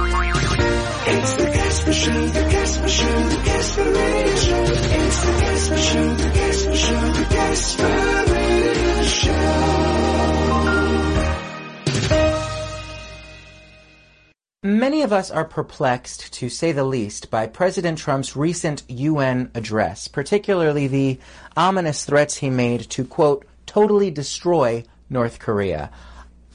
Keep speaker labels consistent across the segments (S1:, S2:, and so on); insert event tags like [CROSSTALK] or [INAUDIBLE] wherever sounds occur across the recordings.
S1: It's the Casper Show, the Casper Show, the Casper Radio Show. It's the Casper Show, the Casper Show, the Casper Radio Show.
S2: Many of us are perplexed, to say the least, by President Trump's recent UN address, particularly the ominous threats he made to, quote, totally destroy North Korea.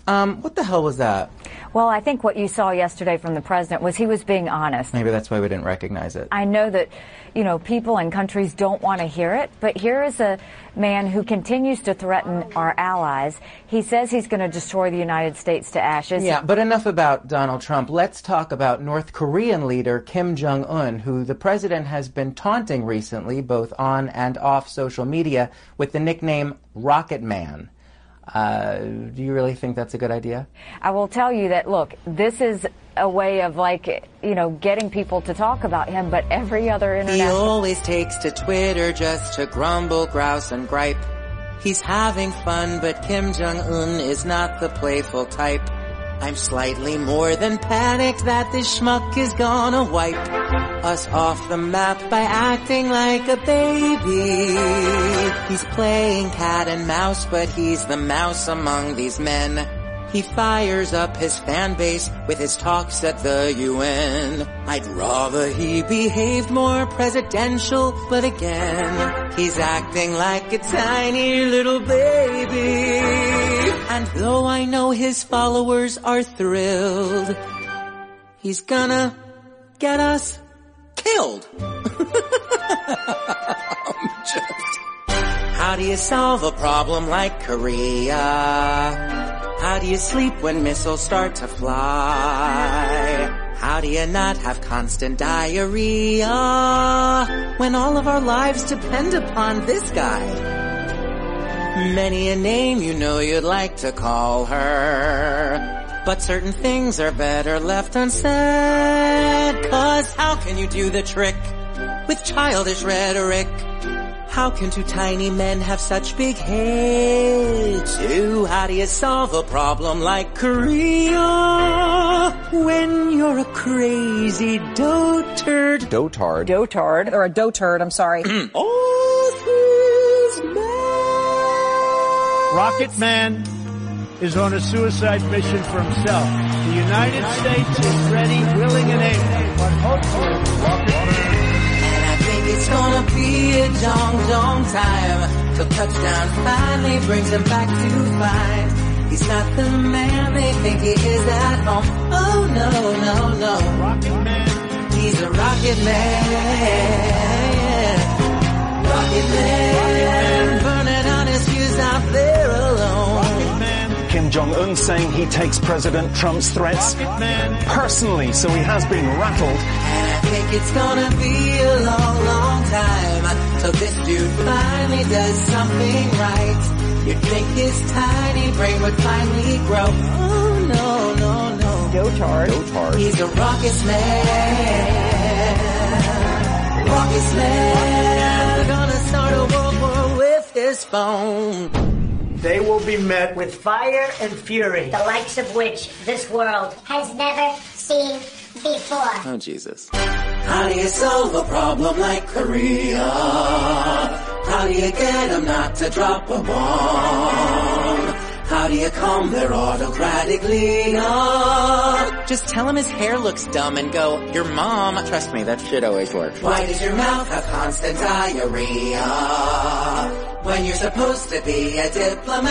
S2: Um, what the hell was that?
S3: Well, I think what you saw yesterday from the president was he was being honest.
S2: Maybe that's why we didn't recognize it.
S3: I know that, you know, people and countries don't want to hear it, but here is a man who continues to threaten our allies. He says he's going to destroy the United States to ashes.
S2: Yeah, but enough about Donald Trump. Let's talk about North Korean leader Kim Jong un, who the president has been taunting recently, both on and off social media, with the nickname Rocket Man. Uh, do you really think that's a good idea?
S3: I will tell you that, look, this is a way of like, you know, getting people to talk about him, but every other
S2: He
S3: international.
S2: always takes to Twitter just to grumble, grouse, and gripe. He's having fun, but Kim Jong-un is not the playful type. I'm slightly more than panicked that this schmuck is gonna wipe us off the map by acting like a baby. He's playing cat and mouse, but he's the mouse among these men. He fires up his fan base with his talks at the UN. I'd rather he behaved more presidential, but again, he's acting like a tiny little baby. And though I know his followers are thrilled, he's gonna get us killed. [LAUGHS] I'm just- How do you solve a problem like Korea? How do you sleep when missiles start to fly? How do you not have constant diarrhea when all of our lives depend upon this guy? Many a name you know you'd like to call her, but certain things are better left unsaid. Cause how can you do the trick with childish rhetoric? How can two tiny men have such big heads? Ooh, how do you solve a problem like Korea when you're a crazy dotard?
S4: Dotard.
S5: Dotard, or a dotard, I'm
S6: [CLEARS THROAT]
S5: sorry.
S6: Rocket Man is on a suicide mission for himself. The United States is ready, willing, and able. But hopefully,
S2: And I think it's gonna be a long, long time till touchdown finally brings him back to find he's not the man they think he is at all. Oh no, no, no.
S6: Rocket Man,
S2: He's a rocket man. Rocket man. Burning on his fuse out there alone.
S6: man,
S4: Kim Jong-un saying he takes President Trump's threats
S6: man,
S4: personally, so he has been rattled.
S2: And I think it's gonna be a long, long time till this dude finally does something right. You'd think his tiny brain would finally grow. Oh no, no, no.
S5: Dotard.
S4: Dotard.
S2: He's a rocket man. Rocket man. Gonna start a world war with his phone.
S6: they will be met with
S7: with fire and fury.
S8: the likes of which this world has never seen before.
S2: Oh, Jesus. How do you solve a problem like Korea? How do you get them not to drop a bomb? How do you calm their autocratic leader? Just tell him his hair looks dumb and go, your mom. Trust me, that shit always works. Why does your mouth have constant diarrhea? When you're supposed to be a diplomat.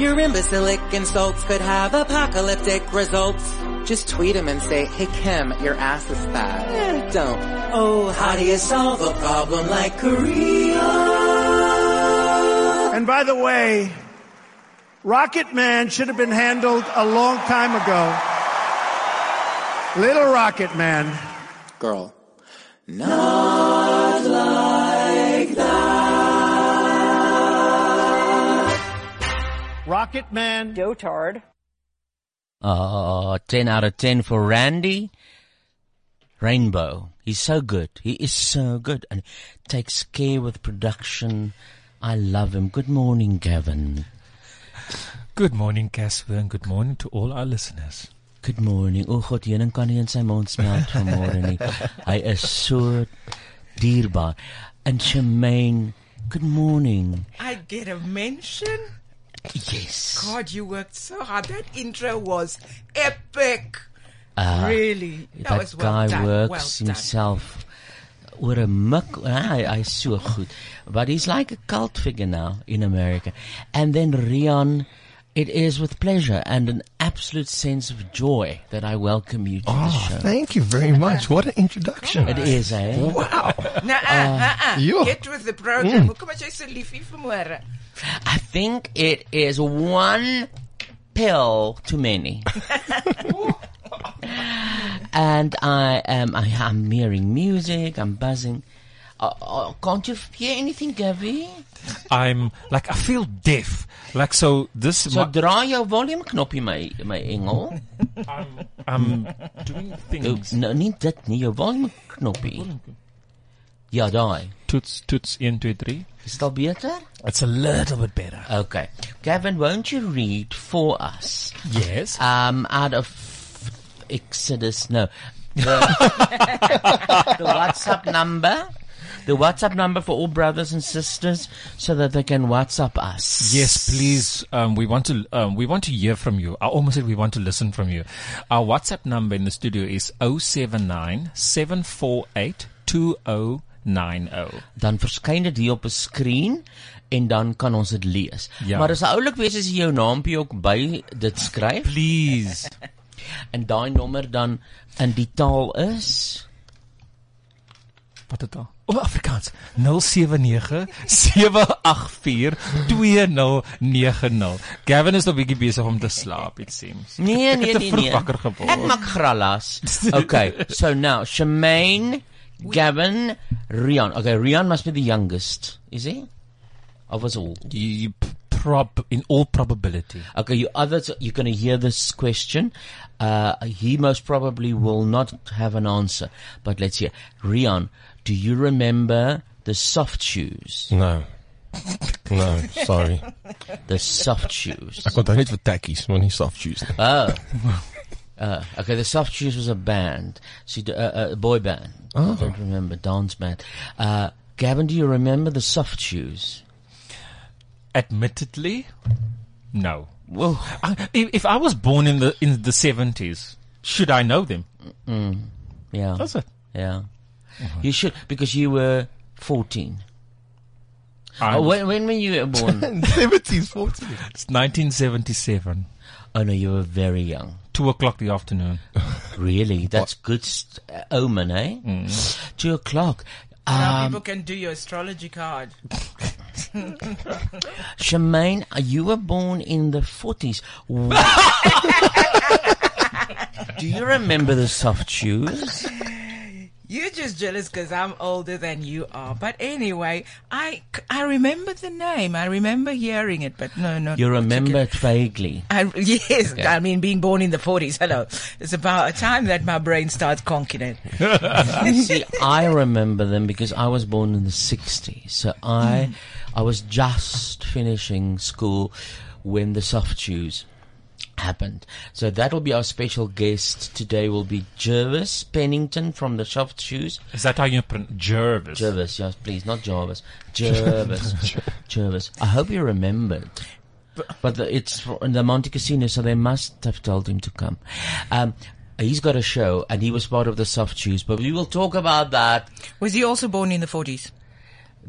S2: Your imbecilic insults could have apocalyptic results. Just tweet him and say, hey Kim, your ass is fat. Eh, don't. Oh, how do you solve a problem like Korea?
S6: And by the way, Rocket Man should have been handled a long time ago. Little Rocket Man.
S2: Girl. No.
S9: Rocket Man.
S5: Dotard.
S4: Oh, 10 out of 10 for Randy. Rainbow. He's so good. He is so good and takes care with production. I love him. Good morning, Gavin.
S10: Good morning, Casper, and good morning to all our listeners.
S4: Good morning. O God, heuning kan nie in sy mond smelt vanmôre nie. Hy is so dierbaar. And Shemaine, good morning.
S11: I get a mention?
S4: Yes.
S11: God, you worked so hard. That intro was epic.
S4: Uh,
S11: really? That,
S4: that
S11: was well
S4: guy
S11: done.
S4: works
S11: well done.
S4: himself. Oor 'n mik, hy hy is ah, so goed. But he's like a cult figure now in America. And then Rion, it is with pleasure and an absolute sense of joy that I welcome you to the
S12: Oh,
S4: show.
S12: thank you very much. What an introduction.
S4: It is, eh?
S12: Wow.
S11: Nah,
S4: Ah.
S11: uh, uh, uh,
S12: joh.
S11: Get with the program.
S4: Mm.
S11: Hoekom is jy so liefie vanmôre?
S4: I think it is one pill too
S12: [LAUGHS]
S4: many. and I am, I, I'm hearing music, I'm buzzing. Uh,
S13: Oh,
S4: uh, can't you hear anything, Gavi?
S10: I'm like I feel deaf. Like so this
S4: So
S10: my-
S4: draai jou volume knoppie my my engel.
S10: I'm doing things.
S4: Nou nie dit nie, jou volume knoppie. Ja, daai.
S10: Toets toets 1 2 3.
S4: Is dit al beter?
S10: It's a little bit better.
S4: Okay. Gavin, won't you read for us?
S10: Yes.
S4: Um, out of Exodus,
S10: [LAUGHS]
S4: no. The, the WhatsApp number. The WhatsApp number for all brothers and sisters so that they can WhatsApp us.
S10: Yes, please. Um, we want to um, we want to hear from you. I almost said we want to listen from you. Our WhatsApp number in the studio is 079 748 2090.
S4: Dan verskyn dit hier op 'n skerm en dan kan ons dit lees.
S10: Ja.
S4: Maar as jy oulik wees as jy jou naampie ook by dit skryf.
S10: Please.
S4: [LAUGHS] en daai nommer dan in die taal is
S10: Wat het al? O, Afrikaans. 079 784 2090. Gavin is nog 'n bietjie besig om te slaap, it
S4: [LAUGHS]
S10: seems.
S4: Nee,
S10: Ek
S4: nee,
S10: het te
S4: nee,
S10: vroeg
S4: nee.
S10: wakker geword.
S4: Ek maak
S10: [LAUGHS]
S4: grallas. Okay, so now Shemaine, Gavin, Rian. Okay, Rian must be the youngest, is he? Of us all.
S10: You, prob in all probability.
S4: Okay, you others you're going to hear this question. Uh he most probably will not have an answer, but let's hear. Rian, do you remember the soft shoes?
S12: No. No, sorry.
S4: The soft shoes.
S12: Ek onthou net vir tekkies, maar nie soft shoes nie.
S4: Oh. [LAUGHS] Uh, okay, the Soft Shoes was a band, so, uh, uh, a boy band.
S12: Oh.
S4: I don't remember, dance band. Uh, Gavin, do you remember the Soft Shoes?
S10: Admittedly, no. Well, I, if, if I was born in the in the 70s, should I know them?
S4: Mm, yeah.
S10: Does it? Mm-hmm.
S4: Yeah. You should, because you were 14.
S10: I
S4: Oh,
S10: was-
S4: when, when were you born?
S12: 70s, 40s.
S10: [LAUGHS] It's 1977.
S4: Oh no, you were very young.
S10: Two o'clock the afternoon. [LAUGHS]
S4: really? That's good st- uh, omen, eh?
S10: Mm.
S4: Two o'clock.
S11: Now
S4: Um,
S11: people can do your astrology card. [LAUGHS]
S4: Shemaine, uh, you were born in the
S10: [LAUGHS]
S4: 40s. Wha- Do you remember the soft shoes?
S11: You're just jealous because I'm older than you are. But anyway, I, I remember the name. I remember hearing it, but no, no.
S4: You remember it
S10: [LAUGHS]
S4: vaguely.
S11: [LAUGHS] I, yes,
S4: Okay.
S11: I mean, being born in the 40s, hello. It's about a time that my brain starts conking it.
S4: See, I remember them because I was born in the 60s. So I,
S10: Hmm.
S4: I was just finishing school when the soft shoes happened. So that'll be our special guest today will be Jervis Pennington from the soft shoes.
S10: Is that how you pronounce Jervis?
S4: Jervis, yes, please, not Jarvis.
S11: [LAUGHS]
S4: Jervis. Jervis. I hope you remembered. But the, it's for, in the Monte Casino, so they must have told him to come. Um, he's got a show, and he was part of the Soft Shoes, but we will talk about that.
S11: Was he also born in the Mm-hmm. 40s?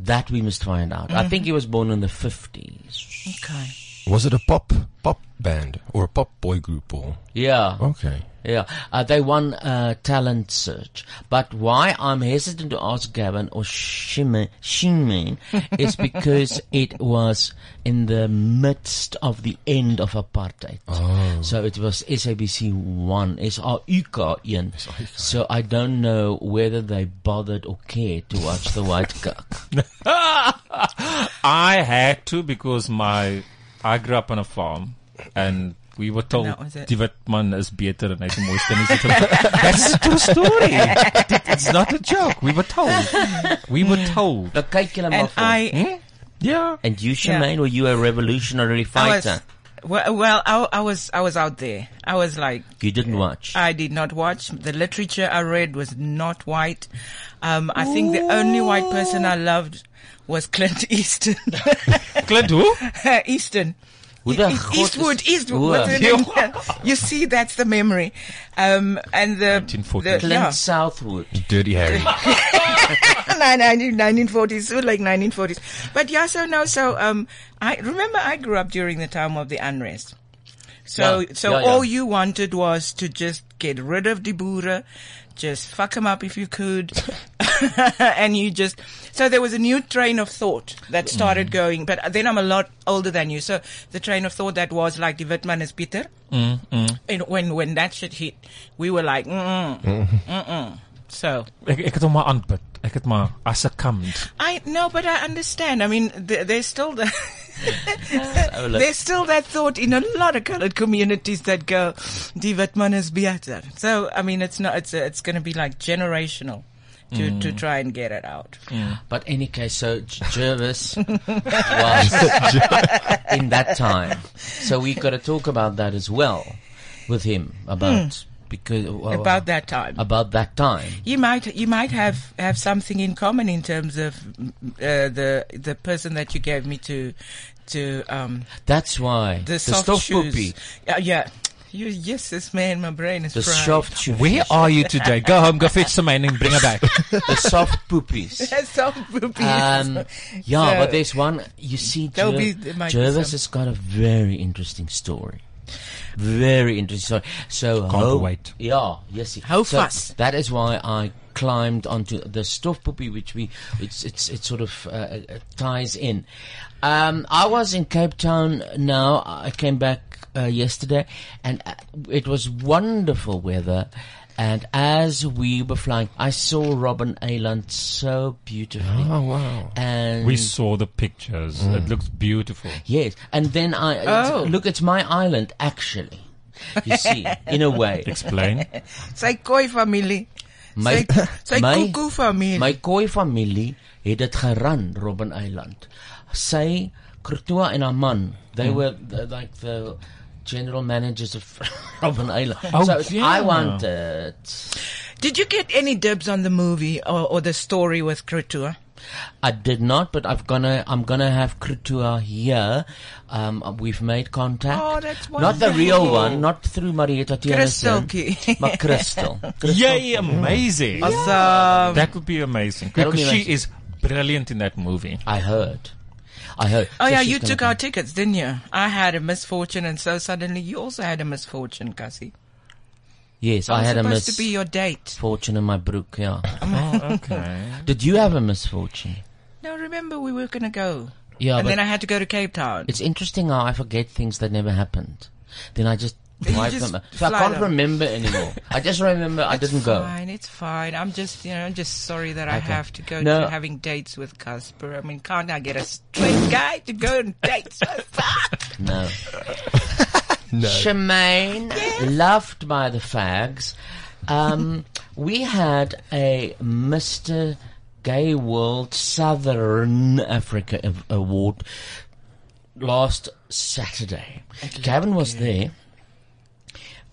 S4: That we must find out. I think he was born in the 50s.
S11: Okay.
S12: Was it a pop pop band or a pop boy group or?
S4: Yeah.
S12: Okay.
S4: Yeah. Uh, they won uh, talent search. But why I'm hesitant to ask Gavin or Shima, Shimin is because it was in the midst of the end of apartheid. So it was SABC 1, SRUK 1. So I don't know whether they bothered or cared to watch the white cock.
S10: I had to because my I grew up on a farm and we were told
S11: was it.
S10: die wit man is beter en hy het die mooiste en hy's like [LAUGHS] that's a true story. It's not a joke. We were told. [LAUGHS] We were told.
S4: Mm. Look, kyk julle
S11: And I,
S10: Hmm? yeah.
S4: And you, Shemaine, were you a revolutionary
S11: I was,
S4: fighter?
S11: well, well I, I was, I was out there. I was like,
S4: You didn't watch.
S11: I did not watch. The literature I read was not white. Um, I think the only white person I loved was Clint [LAUGHS] Easton.
S10: [LAUGHS] Clint who?
S11: [LAUGHS] Easton.
S10: Who the
S11: E-
S10: God is-
S11: Eastwood, Eastwood.
S10: Who?
S11: what's her name? [LAUGHS] you see, that's the memory. Um, and the, the
S4: Clint
S11: yeah.
S4: Southwood.
S12: Dirty Harry.
S11: [LAUGHS] 1940s, like 1940s. But yeah, so no, so um, I remember I grew up during the time of the unrest. So
S14: Yeah,
S11: so
S14: yeah, yeah.
S11: all you wanted was to just get rid of the Boer, just fuck him up if you could, [LAUGHS] and you just so there was a new train of thought that started going. But then I'm a lot older than you, so the train of thought that was like the Wittmann is Peter.
S10: Mm, mm.
S11: And when when that shit hit, we were like, mm
S10: Mm.
S11: mm mm. So
S10: Ek ek het hom maar aanbid. Ek het maar I succumbed.
S11: I no, but I understand. I mean, th- there's still
S4: [LAUGHS]
S11: the
S4: Oh,
S10: oulik.
S11: there's still that thought in a lot of colored communities that go, "Die wat man is beter." So I mean, it's not. It's a, it's going to be like generational to
S4: Mm.
S11: to try and get it out.
S4: But any case, so J-
S11: [LAUGHS]
S4: Jervis was in that time. So we got to talk about that as well with him about because well,
S11: Hmm. About that time.
S4: About that time.
S11: You might you might have, have something in common in terms of mm, uh, the the person that you gave me to to um
S4: That's why
S11: the,
S4: the
S11: soft
S4: soft
S11: shoes.
S4: poopy.
S11: Yeah, yeah. You, yes, this man, my brain is
S4: The
S11: fried.
S4: soft shoes.
S10: Where are you today? Go home, go fetch some and bring her back.
S4: [LAUGHS] the soft
S11: [LAUGHS]
S4: poopies.
S11: That's so poopy.
S4: Um, yeah,
S11: So-
S4: but there's one. You see,
S11: There'll
S4: Jer-
S11: be- there might be
S4: Jervis
S11: some.
S4: has got a very interesting story. Very interesting story. So
S10: Can't
S4: Ho-
S10: wait.
S4: Yeah, Oh, yes.
S10: Hou
S4: so
S10: vas.
S4: That is why I climbed onto the stofpoepie, which we it's it's it sort of uh, uh, ties in. Um, I was in Cape Town now. I came back uh, yesterday, and uh, it was wonderful weather. And as we were flying, I saw Robin Ayland so beautifully.
S10: Oh, wow.
S4: And
S10: We saw the pictures.
S4: Mm.
S10: It looks beautiful.
S4: Yes, and then I
S11: Oh.
S4: look. It's my island, actually. You see, in a [LAUGHS] way.
S10: [LAUGHS] Explain.
S11: Sy koi familie.
S4: My,
S11: Sy
S4: [LAUGHS]
S11: sy
S4: my,
S11: kuku familie.
S4: my kooi familie het dit geran Robben Island. Sy Kurtua en haar man, they
S11: Hmm.
S10: Mm.
S4: were the, like the general managers of [LAUGHS] Robben Island.
S11: Oh,
S4: so I
S11: yeah.
S4: wanted
S11: Did you get any dibs on the movie or, or the story with Krutua?
S4: I did not, but I've gonna I'm gonna have Krutua here. Um, we've made contact.
S11: Oh, that's
S4: Not the real
S11: wonderful.
S4: one, not through Marietta Tiernison,
S11: Kristelkie.
S4: but
S11: [LAUGHS]
S4: Crystal.
S10: Yay, amazing.
S11: Awesome.
S10: That would be amazing.
S4: That'll be
S10: Because she
S4: amazing.
S10: is brilliant in that movie.
S4: I heard. I heard.
S11: Oh yeah,
S4: [LAUGHS]
S11: you took our tickets, didn't you? I had a misfortune, and so suddenly you also had a misfortune, Cassie.
S4: Yes,
S11: I
S4: I
S11: was
S4: had a
S11: supposed to be
S4: misfortune
S11: your date.
S4: in my brook.
S11: [LAUGHS]
S4: Yeah.
S11: Oh,
S4: [LAUGHS]
S11: okay.
S4: Did you have a misfortune?
S11: No, remember we were gonna go.
S4: Yeah,
S11: and
S4: but-
S11: then I had to go to Cape Town.
S4: It's interesting how I forget things that never happened. Then I just
S11: [LAUGHS] You
S4: wipe
S11: just
S4: them. So I
S11: fly
S4: can't
S11: them.
S4: remember anymore. I just remember I didn't go.
S11: Fine, it's fine. I'm just, you know, I'm just sorry that I
S4: Okay.
S11: have to go
S4: No.
S11: to having dates with Casper. I mean, can't I get a straight guy to go on dates?
S4: [LAUGHS] No.
S11: No.
S4: Shemaine, loved by the fags. Um, we had a Mr. Gay World Southern Africa av- Award last Saturday. Gavin was there.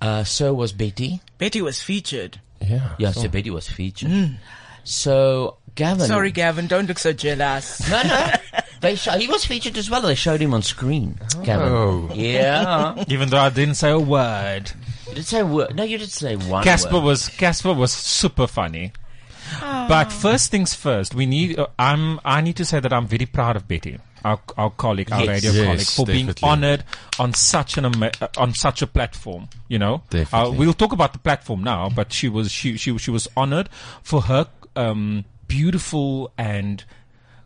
S4: Uh, so was Betty.
S11: Betty was featured.
S4: Yeah. Yeah, so,
S11: Ah, so-
S4: Betty was featured.
S11: Mm.
S4: So Gavin.
S11: Sorry, Gavin, don't look so jealous.
S4: No, no. They sh- he was featured as well. They showed him on screen. Gavin.
S10: Oh.
S4: Yeah.
S10: [LAUGHS] Even though I didn't say a word.
S4: You did say word. No, you did say one.
S10: Casper
S4: word.
S10: was Casper was super funny.
S11: Ah.
S10: But first things first, we need. Uh, I'm. I need to say that I'm very proud of Betty, our, our colleague, our
S12: Yes.
S10: radio
S12: Yes,
S10: colleague, for being
S12: definitely.
S10: honoured on such an ama- uh, on such a platform. You know, Uh,
S12: Definitely.
S10: we'll talk about the platform now, but she was she she she was honoured for her um, beautiful and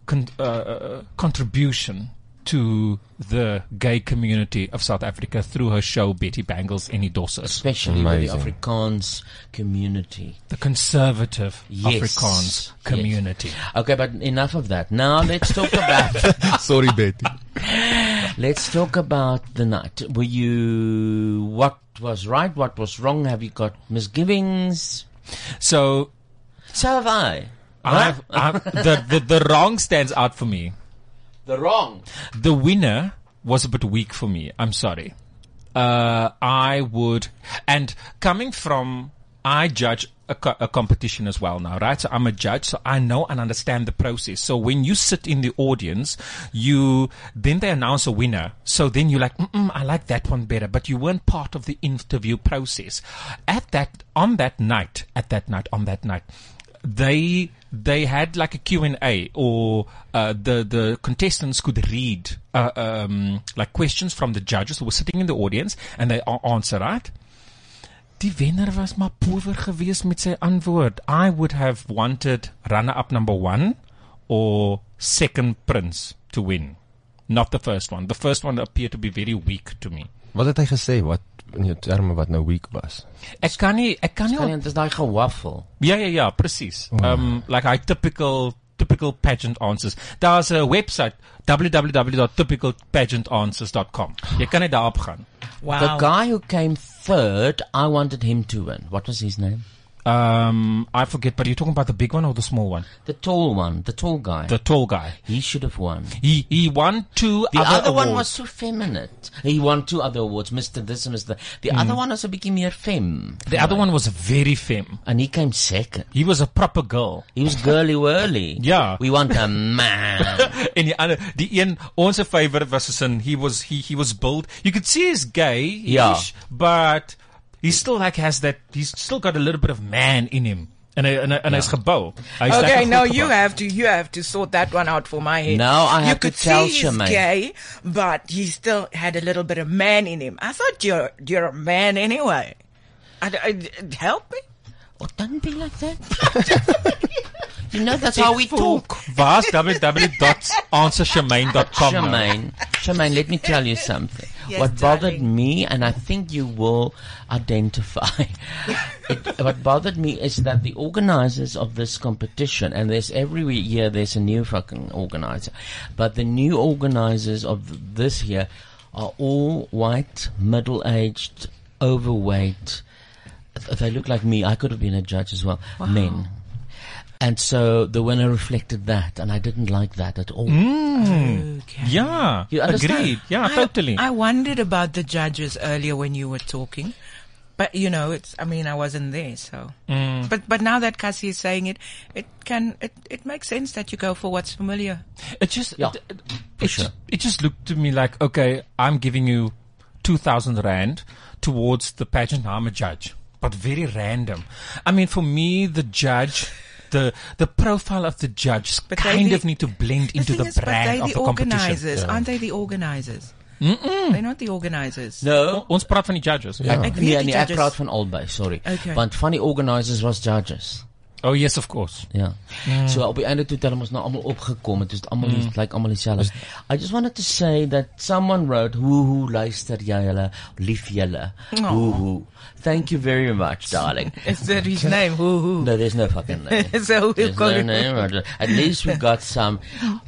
S10: con- uh, uh, contribution to the gay community of South Africa through her show Betty Bangles in Edosa.
S4: especially with the Afrikaans community.
S10: The conservative
S4: Yes.
S10: Afrikaans
S4: Yes.
S10: community. [LAUGHS]
S4: Okay, but enough of that. Now let's talk about.
S12: Sorry, Betty.
S4: Let's talk about the night. Were you what was right? What was wrong? Have you got misgivings?
S10: So,
S4: so have I.
S10: I've, I've, the, the the wrong stands out for me.
S4: The wrong.
S10: The winner was a bit weak for me. I'm sorry. Uh, I would, and coming from, I judge a, co- a competition as well now, right? So I'm a judge, so I know and understand the process. So when you sit in the audience, you, then they announce a winner. So then you're like, Mm-mm, I like that one better, but you weren't part of the interview process. At that, on that night, at that night, on that night, they they had like a Q&A or uh, the the contestants could read uh, um, like questions from the judges who were sitting in the audience and they a- answer right Die wenner was maar poewer geweest met sy antwoord. I would have wanted runner up number 1 or second prince to win. Not the first one. The first one appeared to be very weak to me.
S12: Wat het hy gesê wat in jou terme wat nou weak was?
S10: Ek kan nie ek kan nie
S4: Kan jy dis daai gewaffel?
S10: Yeah, yeah, yeah, precies. Um, like our typical, typical pageant answers. Daar's 'n website www.typicalpageantanswers.com. Jy kan net daarop gaan.
S4: The guy who came third, I wanted him to win. What was his name?
S10: Um, I forget, but you're talking about the big one or the small one?
S4: The tall one, the tall guy.
S10: The tall guy.
S4: He should have won.
S10: He he won two
S4: The
S10: other,
S4: other, one was
S10: awards.
S4: too feminine. He won two other awards, Mr. This and Mr. That. The
S10: Mm.
S4: other one also became mere femme.
S10: The other one was very femme.
S4: And he came second.
S10: He was a proper girl.
S4: He was girly whirly.
S10: Yeah.
S4: We want a man.
S10: [LAUGHS] en die ander die een ons favourite was as in he was he he was bald. You could see he's gay,
S4: Yeah.
S10: but he still like has that he's still got a little bit of man in him. En hy en hy, en hy's gebou. Hy's
S11: okay,
S10: lekker
S11: no,
S10: goed
S11: you
S10: gebou.
S11: have to you have to sort that one out for my head.
S10: No, I
S11: you
S10: have to
S11: could
S10: tell
S11: see
S10: Shemay.
S11: he's gay, but he still had a little bit of man in him. I thought you're you're a man anyway. I, I- help me.
S4: Well, don't be like
S11: [LAUGHS]
S4: that. you know that's how we talk.
S10: Was
S4: [LAUGHS]
S10: www.answershamaine.com.
S4: Charmaine, Charmaine, let me tell you something.
S10: Yes,
S4: what bothered me, and I think you will identify, it, what bothered me is that the organizers of this competition, and there's every year there's a new fucking organizer, but the new organizers of this year are all white, middle-aged, overweight. th- They look like me. I could have been a judge as well.
S14: Wow.
S4: Men. And so the winner reflected that, and I didn't like that at all.
S10: Mm.
S11: Okay.
S10: Yeah,
S4: You understand?
S10: agreed. Yeah,
S11: I,
S10: totally.
S11: I wondered about the judges earlier when you were talking, but you know, it's. I mean, I wasn't there, so.
S10: Mm.
S11: But but now that Cassie is saying it, it can it, it makes sense that you go for what's familiar.
S10: It just it, it, it ju- it just looked to me like okay, I'm giving you two thousand rand towards the pageant. I'm a judge, but very random. I mean, for me, the judge. The, the profile of the judge
S11: But they
S10: kind
S11: the-
S10: of need to blend into the,
S11: Thing is, but
S10: brand
S11: they
S10: of
S11: the
S10: the competition.
S11: organizers, aren't they the organizers?
S10: Mm-mm.
S11: They're not the organizers.
S4: No.
S10: Ons praat van die judges.
S4: Ja,
S11: Ek weet
S4: nee,
S11: die
S4: nee, ek
S11: judges.
S4: praat van albei, sorry.
S11: Okay.
S4: Want van die organisers was judges.
S10: Oh yes, of course.
S4: Ja.
S10: Mm.
S4: So op die einde toe het hulle ons nou almal opgekom en dit is almal
S10: Mm.
S4: mm. like almal dieselfde. I just wanted to say that someone wrote hoe hoe luister jy hulle lief julle.
S11: Aw.
S4: Hoe hoe. Thank you very much, darling.
S11: Is that his name? Who who?
S4: No, there's no fucking name.
S11: [LAUGHS] So we've
S4: There's
S11: got
S4: no
S11: it.
S4: name. I don't- At least we got
S6: [LAUGHS]
S4: some.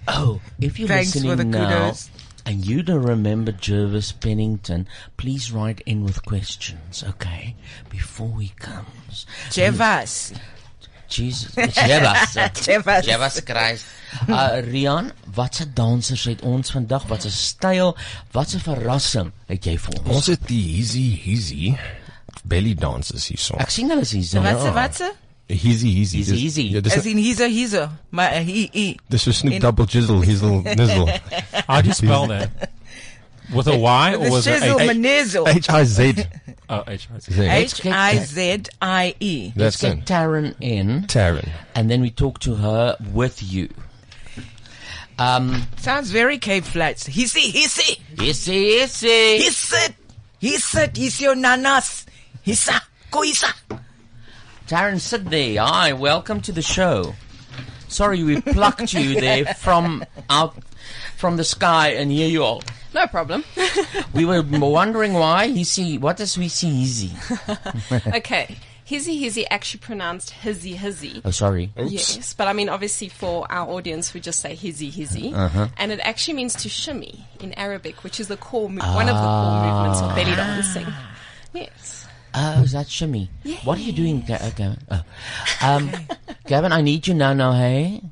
S4: Oh, if you're
S11: Thanks for
S4: listening
S11: the
S4: now
S11: kudos.
S4: and you don't remember Jervis Pennington, please write in with questions, okay? Before he comes.
S11: Jevas. [LAUGHS]
S4: Jesus. Jevas.
S13: [LAUGHS]
S11: Jevas.
S4: Jevas Christ. Uh, Rian, wat se dansers het ons vandag? Wat 'n styl? Wat 'n verrassing het jy vir ons?
S12: Ons het die Hizzy Hizzy belly dancers hierson.
S4: Ek sien hulle is hier.
S11: Wat se wat se?
S12: Hizzy Hizzy.
S4: Hizzy
S12: Dis-
S4: Hizzy.
S12: Ja, dis
S11: As in he's a he's a my a he he.
S12: dis so Snoop
S11: In-
S12: Double Jizzle Hizzle
S11: [LAUGHS]
S12: Nizzle.
S10: How do you spell
S6: [LAUGHS]
S10: that? With a Y or
S11: The
S10: was it
S11: shizzle manizzle.
S12: H I Z.
S10: Oh, H I Z.
S12: Z.
S11: H I Z I E.
S4: Let's get Taryn in.
S12: Taryn.
S4: And then we talk to her with you. Um,
S11: Sounds very Cape Flats. Hissy, hissy.
S4: Hissy, hissy.
S11: Hissit. Hissit. Hiss your nanas. Hissa. Koisa.
S4: Taryn Sidney, hi, welcome to the show. Sorry we plucked you there from out from the sky and here you are.
S13: No
S4: [LAUGHS]
S13: problem.
S4: We were m- wondering why he see what does we see easy?
S13: okay.
S14: Hizzy Hizzy actually pronounced Hizzy Hizzy.
S4: Oh, sorry. Oops.
S14: Yes, but I mean, obviously, for our audience, we just say Hizzy Hizzy.
S4: Uh-huh.
S14: And it actually means to shimmy in Arabic, which is the core, mo- one of the core movements
S4: Ah.
S14: of belly dancing. Yes.
S4: Oh, is that shimmy? What are you doing, Ga- uh, Gavin? Oh. Um, Gavin, I need you now, now, hey?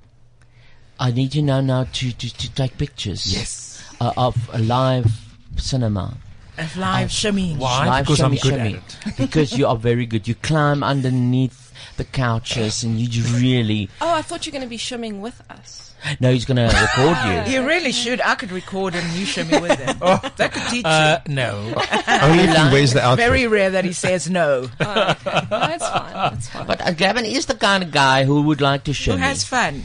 S4: I need you now, now to, to, to take pictures. Yes. Uh, of a live cinema.
S11: Of live shimmying.
S4: Live shimmy, shimmy. [LAUGHS] because you are very good. You climb underneath the couches and you j- really.
S14: Oh, I thought you were going to be shimming with us.
S4: No, he's going [LAUGHS] to record you.
S11: [LAUGHS] You really should. I could record and you shimmy with him. That could teach
S10: Uh,
S11: you.
S14: [LAUGHS]
S10: no.
S4: Only if he wears the outfit. [LAUGHS]
S11: Very rare that he says no.
S14: That's fine. That's fine.
S4: But uh, Gavin is the kind of guy who would like to shimmy.
S11: Who has fun?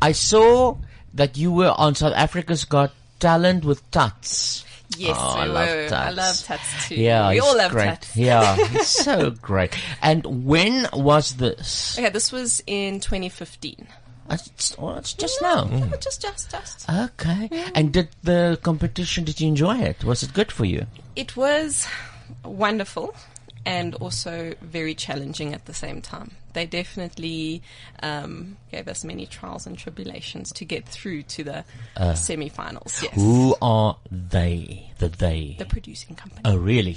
S4: I saw that you were on South Africa's Got Talent with Tuts.
S14: Yes,
S4: Oh,
S14: we
S4: I love
S14: were.
S4: Tuts.
S14: I love tats too.
S4: Yeah,
S14: we
S4: he's
S14: all love
S4: great.
S14: tats. [LAUGHS]
S4: Yeah, he's so great. And when was this?
S14: Okay, this was in 2015.
S4: It's, oh, it's just
S14: No,
S4: now.
S14: no, just, just, just.
S4: Okay. And did the competition? Did you enjoy it? Was it good for you?
S14: It was wonderful and also very challenging at the same time. They definitely um, gave us many trials and tribulations to get through to the
S4: Uh,
S14: semi-finals. Yes,
S4: Who are they? The they.
S14: the producing company.
S4: Oh, really?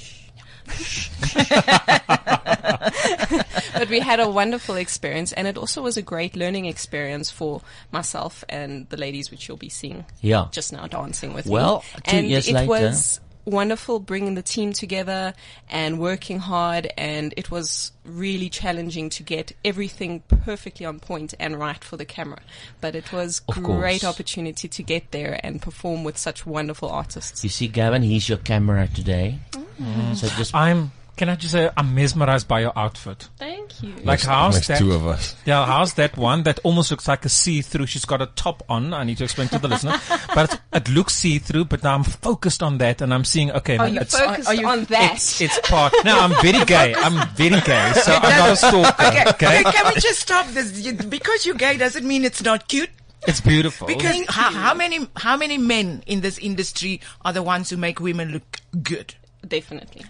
S14: but we had a wonderful experience, and it also was a great learning experience for myself and the ladies, which you'll be seeing
S4: Yeah.
S14: just now dancing with
S4: Well,
S14: me.
S4: two
S14: and
S4: years
S14: it
S4: later-
S14: was wonderful bringing the team together and working hard, and it was really challenging to get everything perfectly on point and right for the camera. But it was
S4: Of
S14: great
S4: course.
S14: opportunity to get there and perform with such wonderful artists.
S4: You see, Gavin, he's your camera today.
S10: Mm.
S4: So just
S10: I'm. Can I just say I'm mesmerized by your outfit.
S14: Thank you.
S10: Like
S12: There's-
S10: how's
S12: there's
S10: that?
S12: two of us.
S10: Yeah, how's that one that almost looks like a see-through? She's got a top on. I need to explain to the listener, but it's, it looks see-through. But now I'm focused on that, and I'm seeing. Okay,
S14: Are
S10: no,
S14: you
S10: it's,
S14: Oh, focused on that?
S10: It's, it's part. No, I'm very gay. I'm very gay.
S11: [LAUGHS]
S10: So I'm not a stalker. Okay,
S11: Okay, can we just stop this? You- Because you're gay doesn't mean it's not cute.
S10: It's beautiful.
S11: Because how, how many how many men in this industry are the ones who make women look good?
S14: Definitely.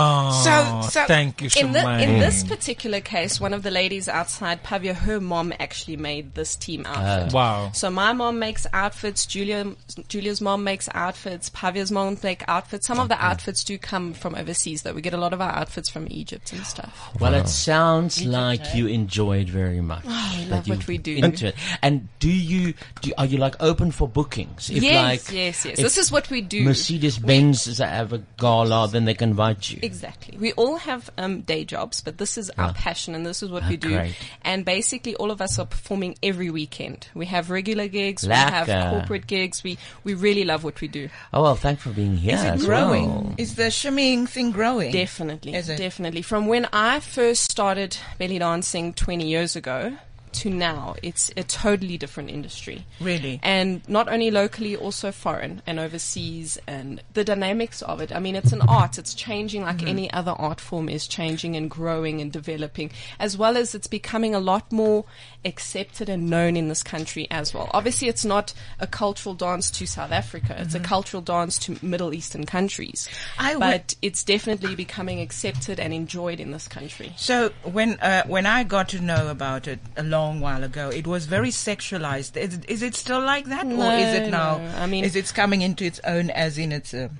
S10: Oh, thank you,
S14: in, the, in
S10: Shemaine.
S14: this particular case, one of the ladies outside Pavia, her mom actually made this team
S4: Ah.
S14: outfit.
S10: Oh. Wow.
S14: So my mom makes outfits. Julia, Julia's mom makes outfits. Pavia's mom make outfits. Some of the outfits do come from overseas, though. We get a lot of our outfits from Egypt and stuff.
S4: Well, it sounds like you enjoy it very much.
S14: Oh, we
S4: that
S14: love
S4: you're
S14: what we do.
S4: Into it. And do you do? Are you like open for bookings?
S14: Yes, yes, yes.
S4: if
S14: This is what we do.
S4: Mercedes Benz is have a gala, then they can invite you.
S14: Exactly. We all have um, day jobs, but this is our
S4: Ah.
S14: passion and this is what
S4: Ah,
S14: we do.
S4: great.
S14: And basically, all of us are performing every weekend. We have regular gigs, we
S4: Lekker.
S14: have corporate gigs. We we really love what we do.
S4: Oh well, thanks for being here.
S14: Is it
S4: as
S14: growing?
S4: well.
S11: Is the shimmying thing growing?
S14: Definitely,
S11: Is it?
S14: definitely. From when I first started belly dancing 20 years ago to now, it's a totally different industry.
S11: Really?
S14: And not only locally, also foreign and overseas and the dynamics of it. I mean, it's an
S11: Mm-hmm.
S14: art. It's changing like
S13: Mhm.
S14: any other art form is changing and growing and developing, as well as it's becoming a lot more accepted and known in this country as well. Obviously, it's not a cultural dance to South Africa. It's
S11: Mhm.
S14: a cultural dance to Middle Eastern countries.
S11: I would-
S14: but it's definitely becoming accepted and enjoyed in this country.
S11: So when uh, when I got to know about it a long while ago, it was very sexualized. Is, is it still like that,
S14: No,
S11: or is it now?
S14: no. I mean-
S11: is it's coming into its own, as in it's uh, a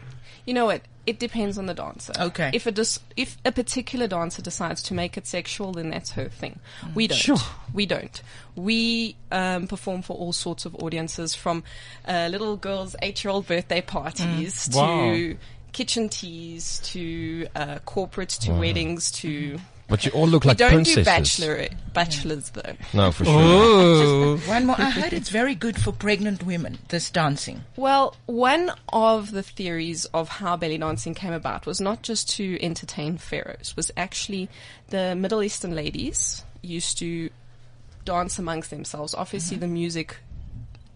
S14: You know what? It depends on the dancer.
S11: Okay.
S14: If a dis- if a particular dancer decides to make it sexual, then that's her thing. We don't.
S11: Sure.
S14: We don't. We um, perform for all sorts of audiences, from uh, little girls' eight-year-old birthday parties to
S12: Wow.
S14: kitchen teas to uh, corporates to
S12: Wow.
S14: weddings to.
S12: But you all look
S14: We
S12: like
S14: don't do
S12: princesses.
S14: bachelorette, bachelors though.
S12: No, for sure.
S10: Oh.
S11: one more. I heard it's very good for pregnant women. This dancing.
S14: Well, one of the theories of how belly dancing came about was not just to entertain pharaohs, was actually the Middle Eastern ladies used to dance amongst themselves. Obviously, the music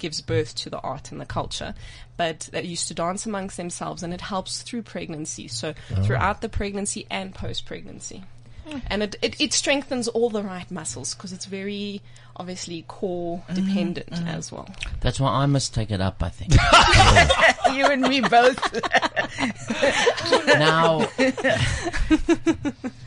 S14: gives birth to the art and the culture, but they used to dance amongst themselves and it helps through pregnancy. So,
S11: Oh.
S14: throughout the pregnancy and post pregnancy.
S11: Mm.
S14: And it, it, it strengthens all the right muscles because it's very obviously core dependent as well.
S4: That's why I must take it up. I think.
S11: you and me both.
S4: now,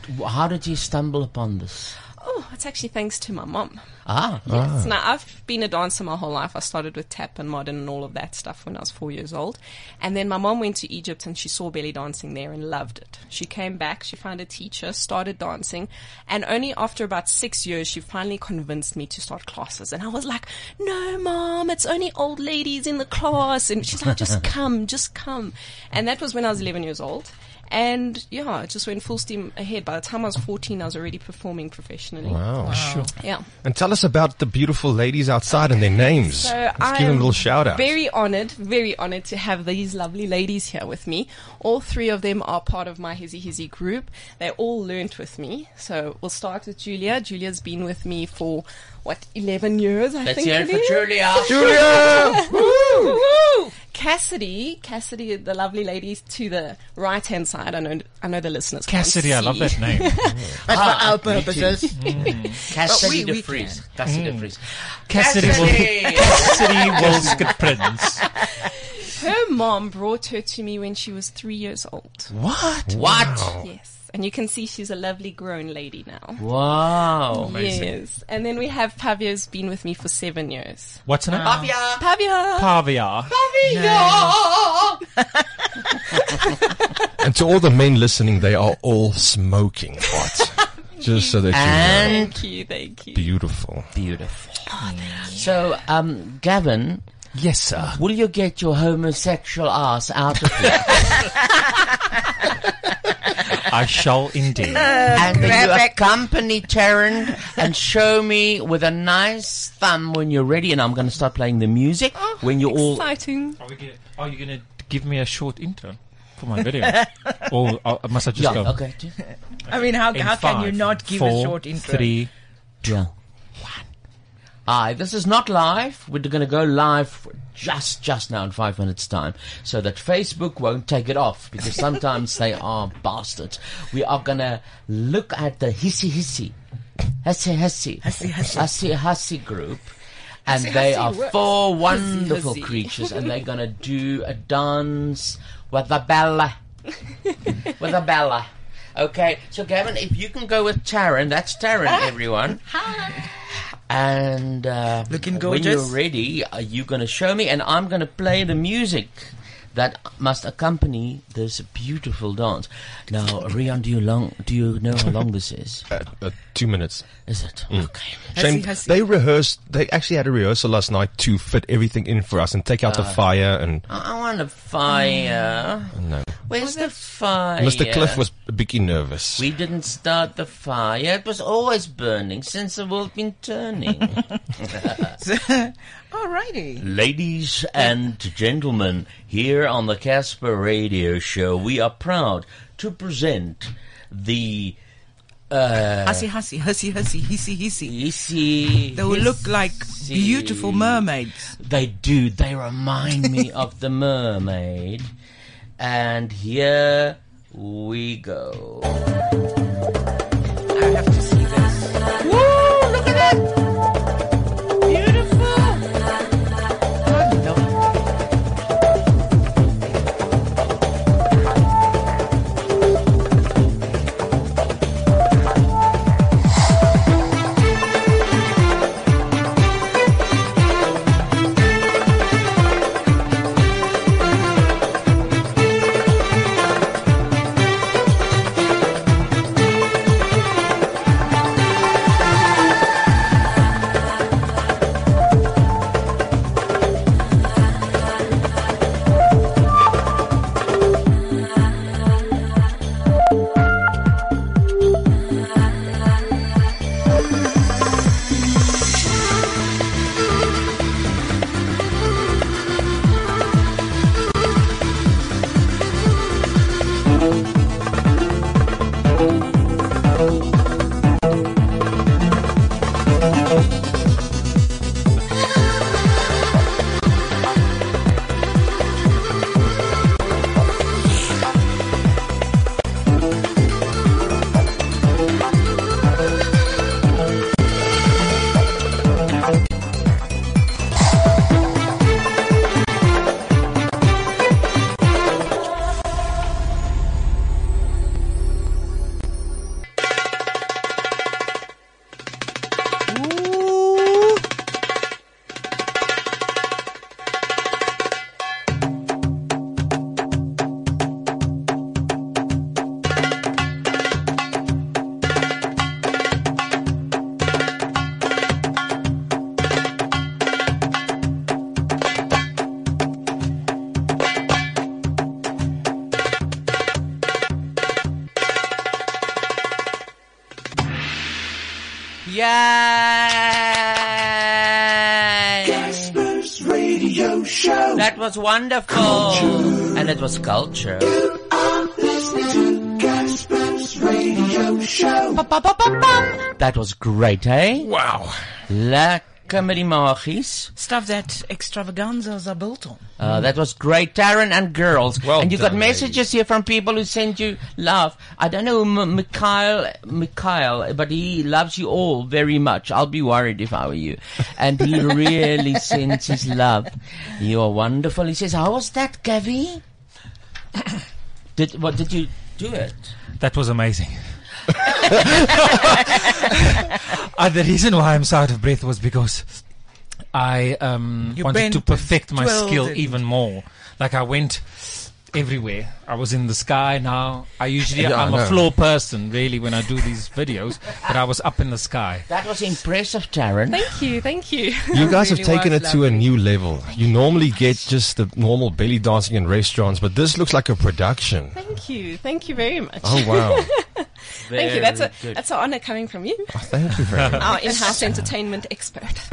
S4: W- How did you stumble upon this?
S14: Oh, it's actually thanks to my mom.
S4: Ah,
S14: Yes.
S4: ah.
S14: Now, I've been a dancer my whole life. I started with tap and modern and all of that stuff when I was four years old. And then my mom went to Egypt and she saw belly dancing there and loved it. She came back, she found a teacher, started dancing. And only after about six years, she finally convinced me to start classes. And I was like, no, mom, it's only old ladies in the class. And she's like, just come, just come. And that was when I was 11 years old. And yeah, it just went full steam ahead. By the time I was 14, I was already performing professionally.
S12: Wow. Sure.
S14: Yeah.
S12: And tell us about the beautiful ladies outside and their names.
S14: So
S12: Let's
S14: I
S12: give them
S14: am
S12: a little shout out.
S14: Very honoured, very honoured to have these lovely ladies here with me. All three of them are part of my Hizzy Hizzy group. They all learnt with me. So we'll start with Julia. Julia's been with me for what eleven years, I
S4: Let's
S14: think.
S4: hear it
S14: it
S4: for
S14: is.
S4: Julia. Julia!
S14: [LAUGHS] Woo! Cassidy, Cassidy, the lovely lady to the right hand side. I know, I know the listeners. can't
S10: Cassidy, I love
S14: see.
S10: that
S14: [LAUGHS]
S10: name.
S14: But
S4: Ah,
S14: for our
S4: me too. Mm.
S14: purposes,
S4: Cassidy
S14: But we-
S4: de
S14: we
S4: Vries.
S14: can.
S4: Cassidy de Vries.
S10: Cassidy will- Cassidy will skip Prince.
S14: Her mom brought her to me when she was three years old.
S4: What? What? Wow.
S14: Yes. And you can see she's a lovely grown lady now.
S4: Wow.
S14: Yes. And then we have Pavio's been with me for seven years.
S10: What's her name?
S14: Pavia. Pavia.
S10: Pavia.
S14: Pavia.
S12: And to all the men listening, they are all smoking
S14: [LAUGHS]
S12: hot. Just so that you know.
S4: And
S14: Thank you, thank you.
S12: Beautiful.
S4: Beautiful. So, um, Gavin.
S10: Yes, sir.
S4: Will you get your homosexual ass out of here?
S10: [LAUGHS] I shall
S11: Uh,
S10: indeed.
S4: and then you
S14: Grab it.
S4: accompany Taryn and show me with a nice thumb when you're ready, and I'm going to start playing the music
S11: Oh,
S4: when you're all
S14: Exciting.
S10: Are, we gonna, are you going to give me a short intro for my video?
S11: [LAUGHS]
S10: or uh, must I just
S4: Yeah,
S10: go?
S4: okay.
S11: I mean, how,
S10: In
S11: how can you
S10: five,
S11: not give a
S10: four,
S11: short intro?
S10: three,
S4: Yeah. Aye, this is not live. We're going to go live just just now in five minutes' time, so that Facebook won't take it off because sometimes
S14: [LAUGHS]
S4: they are bastards. We are going to look at the hissy hissy, hissy hissy, hissy hissy, group, and
S14: Hissy
S4: they
S14: hissy
S4: are
S14: works.
S4: four
S14: Hissy
S4: wonderful
S14: hissy.
S4: creatures, and they're
S14: [LAUGHS]
S4: going to do a dance with a bella, with a bella. Okay, so Gavin, if you can go with Taryn, that's Taryn, everyone. And uh, looking
S11: gorgeous.
S4: When you're ready, are you going to show me? And I'm going to play the music that must accompany this beautiful dance. Now, Rion, do you long? Do you know how long this is?
S12: [LAUGHS] Uh, two minutes.
S4: Is it? Okay.
S12: Mm. Shame. They rehearsed. They actually had a rehearsal last night to fit everything in for us and take out the
S4: Uh,
S12: fire. And
S4: I I want a fire.
S12: no,
S4: Where's the fire?
S12: Mr. Cliff was a bit nervous.
S4: We didn't start the fire. It was always burning since the world been turning. [LAUGHS]
S11: Alrighty.
S4: Ladies and gentlemen, here on the Casper Radio Show, we are proud to present the. Uh,
S11: Hussy, hussy, hussy, hussy, hissy, hissy.
S4: Hissy.
S11: They will look like beautiful mermaids.
S4: They do. They remind me of the mermaid. And here we go.
S1: Woo! Look at that! Beautiful!
S13: Yay! Gasper's Radio Show. That was wonderful.
S4: And it was culture.
S13: Listening to Gasper's Radio Show.
S4: That was great, eh? hey? Wow. Lekker met die magies.
S11: Stuff that extravaganzas are built on.
S4: Uh, that was great, Taryn and girls. and you got
S11: done,
S4: messages here from people who send you love. I don't know, M- Mikhail, Mikhail, but he loves you all very much. I'll be worried if I were you. And
S12: [LAUGHS]
S4: he really sends his love. You are wonderful. He says, "How was that, Gavi? did what did you do it?"
S10: That was amazing. [LAUGHS] uh, the reason why I'm so out of breath was because I um,
S11: You
S10: wanted to
S11: bent
S10: perfect
S11: and
S10: my
S11: twirled
S10: skill
S11: and-
S10: even more. Like I went everywhere. I was in the sky now. I usually
S4: Yeah, I
S10: I'm a
S4: know.
S10: floor person really when I do these videos, but I was up in the sky.
S4: That was impressive, Taryn.
S14: Thank you, thank you.
S12: [LAUGHS]
S14: [LAUGHS]
S12: You guys have taken it to a new level. You normally get just the normal belly dancing in restaurants, but this looks like a production.
S14: Thank you, thank you very much.
S12: Oh, wow.
S14: [LAUGHS] thank you. That's a
S4: Very good.
S14: that's an honor coming from you.
S12: Thank you very
S14: Our in-house entertainment expert.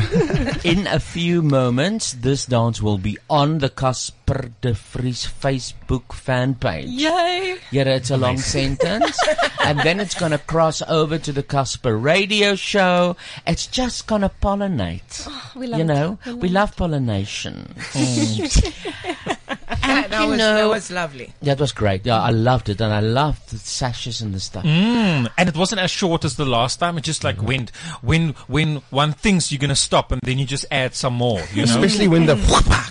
S4: In a few moments, this dance will be on the Casper de Vries Facebook fan page.
S14: Yay!
S4: Yeah, it's a long
S14: Amazing.
S6: [LAUGHS]
S4: sentence. and then it's going to cross over to the Casper radio show. It's just going to pollinate.
S14: Oh, we love
S4: you
S14: it.
S4: know,
S14: We love
S4: we love pollination. [LAUGHS] Mm.
S11: that, that
S4: you
S11: was,
S4: know-
S11: that was lovely.
S4: that was great. Yeah, I loved it. And I loved the sashes and the stuff.
S10: Mm, and it wasn't as short as the last time. It just
S12: Mm-hmm.
S10: like went when when one thinks you're gonna stop and then you just add some more. You know?
S12: Especially when the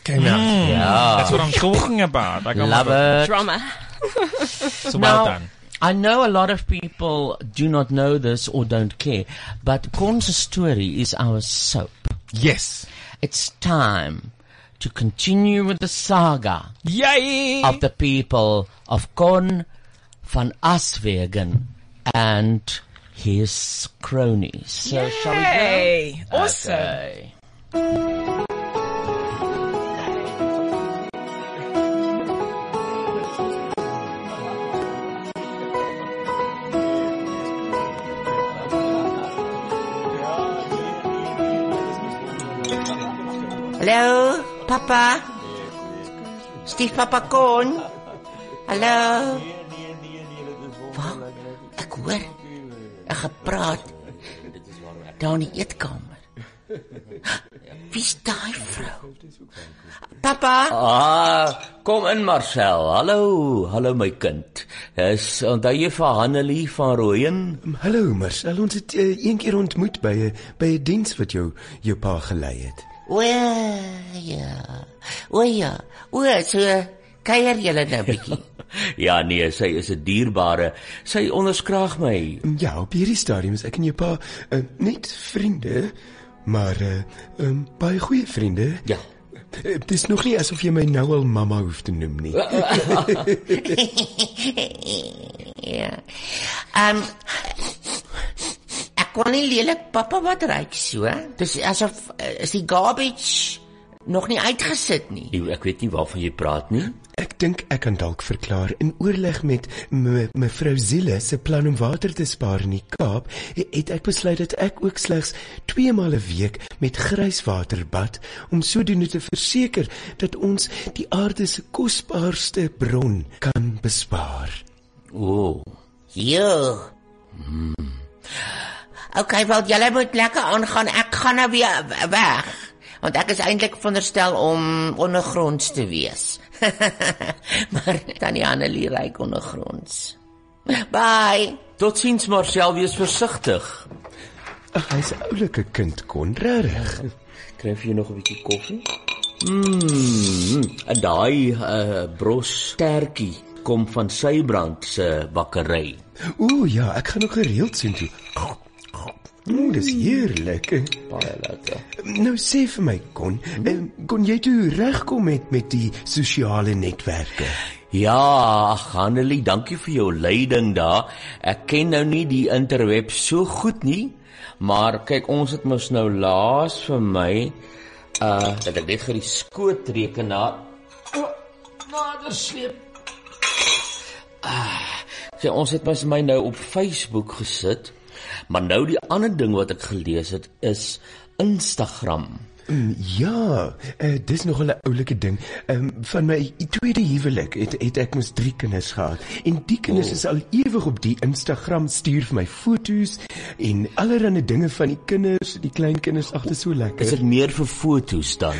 S12: came out.
S10: Mm,
S4: Yeah.
S10: That's what I'm talking about. Like, I'm
S4: Love
S10: like-
S4: it.
S14: Drama.
S10: [LAUGHS] So well done.
S4: I know a lot of people do not know this or don't care, but Corn's story is our soap.
S10: Yes.
S4: It's time to continue with the saga
S10: Yay!
S4: of the people of Corn van Aswegen and his cronies. So shall we go?
S11: Hey, awesome.
S4: Okay.
S6: [LAUGHS]
S13: Hello, Papa. Steve Papa Koen. Hallo. Wag, ek hoor 'n gepraat daar in die eetkamer. Wie's daai vrou? Papa,
S15: Ah, kom in Marcel. Hallo, hallo my kind. Dis onthou jy vir Hanelie van Rooyen?
S16: Hallo Marcel, ons het uh, een keer ontmoet by 'n by 'n diens wat jou jou pa gelei het.
S13: o ja. O ja. O, so kuier julle nou 'n bietjie.
S15: Ja nee, sy is 'n dierbare. Sy onderskraag my.
S16: Ja, op hierdie stadium is ek en jou pa uh, net vriende, maar uh, um, baie goeie vriende.
S15: Ja.
S16: Uh, Dit is nog nie asof jy my nou al mamma hoef te noem nie.
S13: Eh, ja. [LAUGHS] Ehm ek kon nie lelik pappa wat ryk so. Dis asof eh, is die garbage nog nie uitgesit nie.
S15: Ew, Ek weet nie waarvan jy praat nie.
S16: Ek dink ek kan dalk verklaar in oorleg met me- mevrou Ziele se plan om water te spaar in die Kaap, het ek besluit dat ek ook slegs 2 maal 'n week met grys water bad om sodoende te verseker dat ons die aarde se kosbaarste bron kan bespaar.
S15: O,
S13: Jo. Okay, wel julle moet lekker aangaan. Ek gaan nou weer weg. Want ek is eintlik veronderstel om ondergronds te wees. [LAUGHS] maar tannie Annelie ryk ondergronds. Bye.
S15: Totsiens Marcel, wees versigtig.
S16: Ag, hy's 'n oulike kind kon reg.
S15: Kry vir jou nog 'n bietjie koffie? Mm, en daai uh, brostertjie kom van Sybrand se bakkery.
S16: O ja, ek gaan ook gereeld sien toe. Mm, dis heerlik.
S15: Baie lekker. Mhm.
S16: Nou sê vir my kon, mm. kon jy toe regkom met met die sosiale netwerke?
S15: Ja, ag Hanelie, dankie vir jou leiding daar. Ek ken nou nie die interweb so goed nie, maar kyk ons het mos nou laas vir my uh dat ek net vir die skoot rekenaar nader sleep. Ah, sê ons het mos my nou op Facebook gesit
S4: Maar nou die ander ding wat ek gelees het is Instagram.
S16: Mm, Ja, uh, dis nog 'n oulike ding. Um, van my tweede huwelik het, het ek mos 3 kinders gehad. En die kinders
S4: Oh.
S16: is al ewig op die Instagram stuur vir my foto's en allerlei dinge van die kinders, die kleinkinders agter so lekker.
S4: Is dit meer vir foto's dan?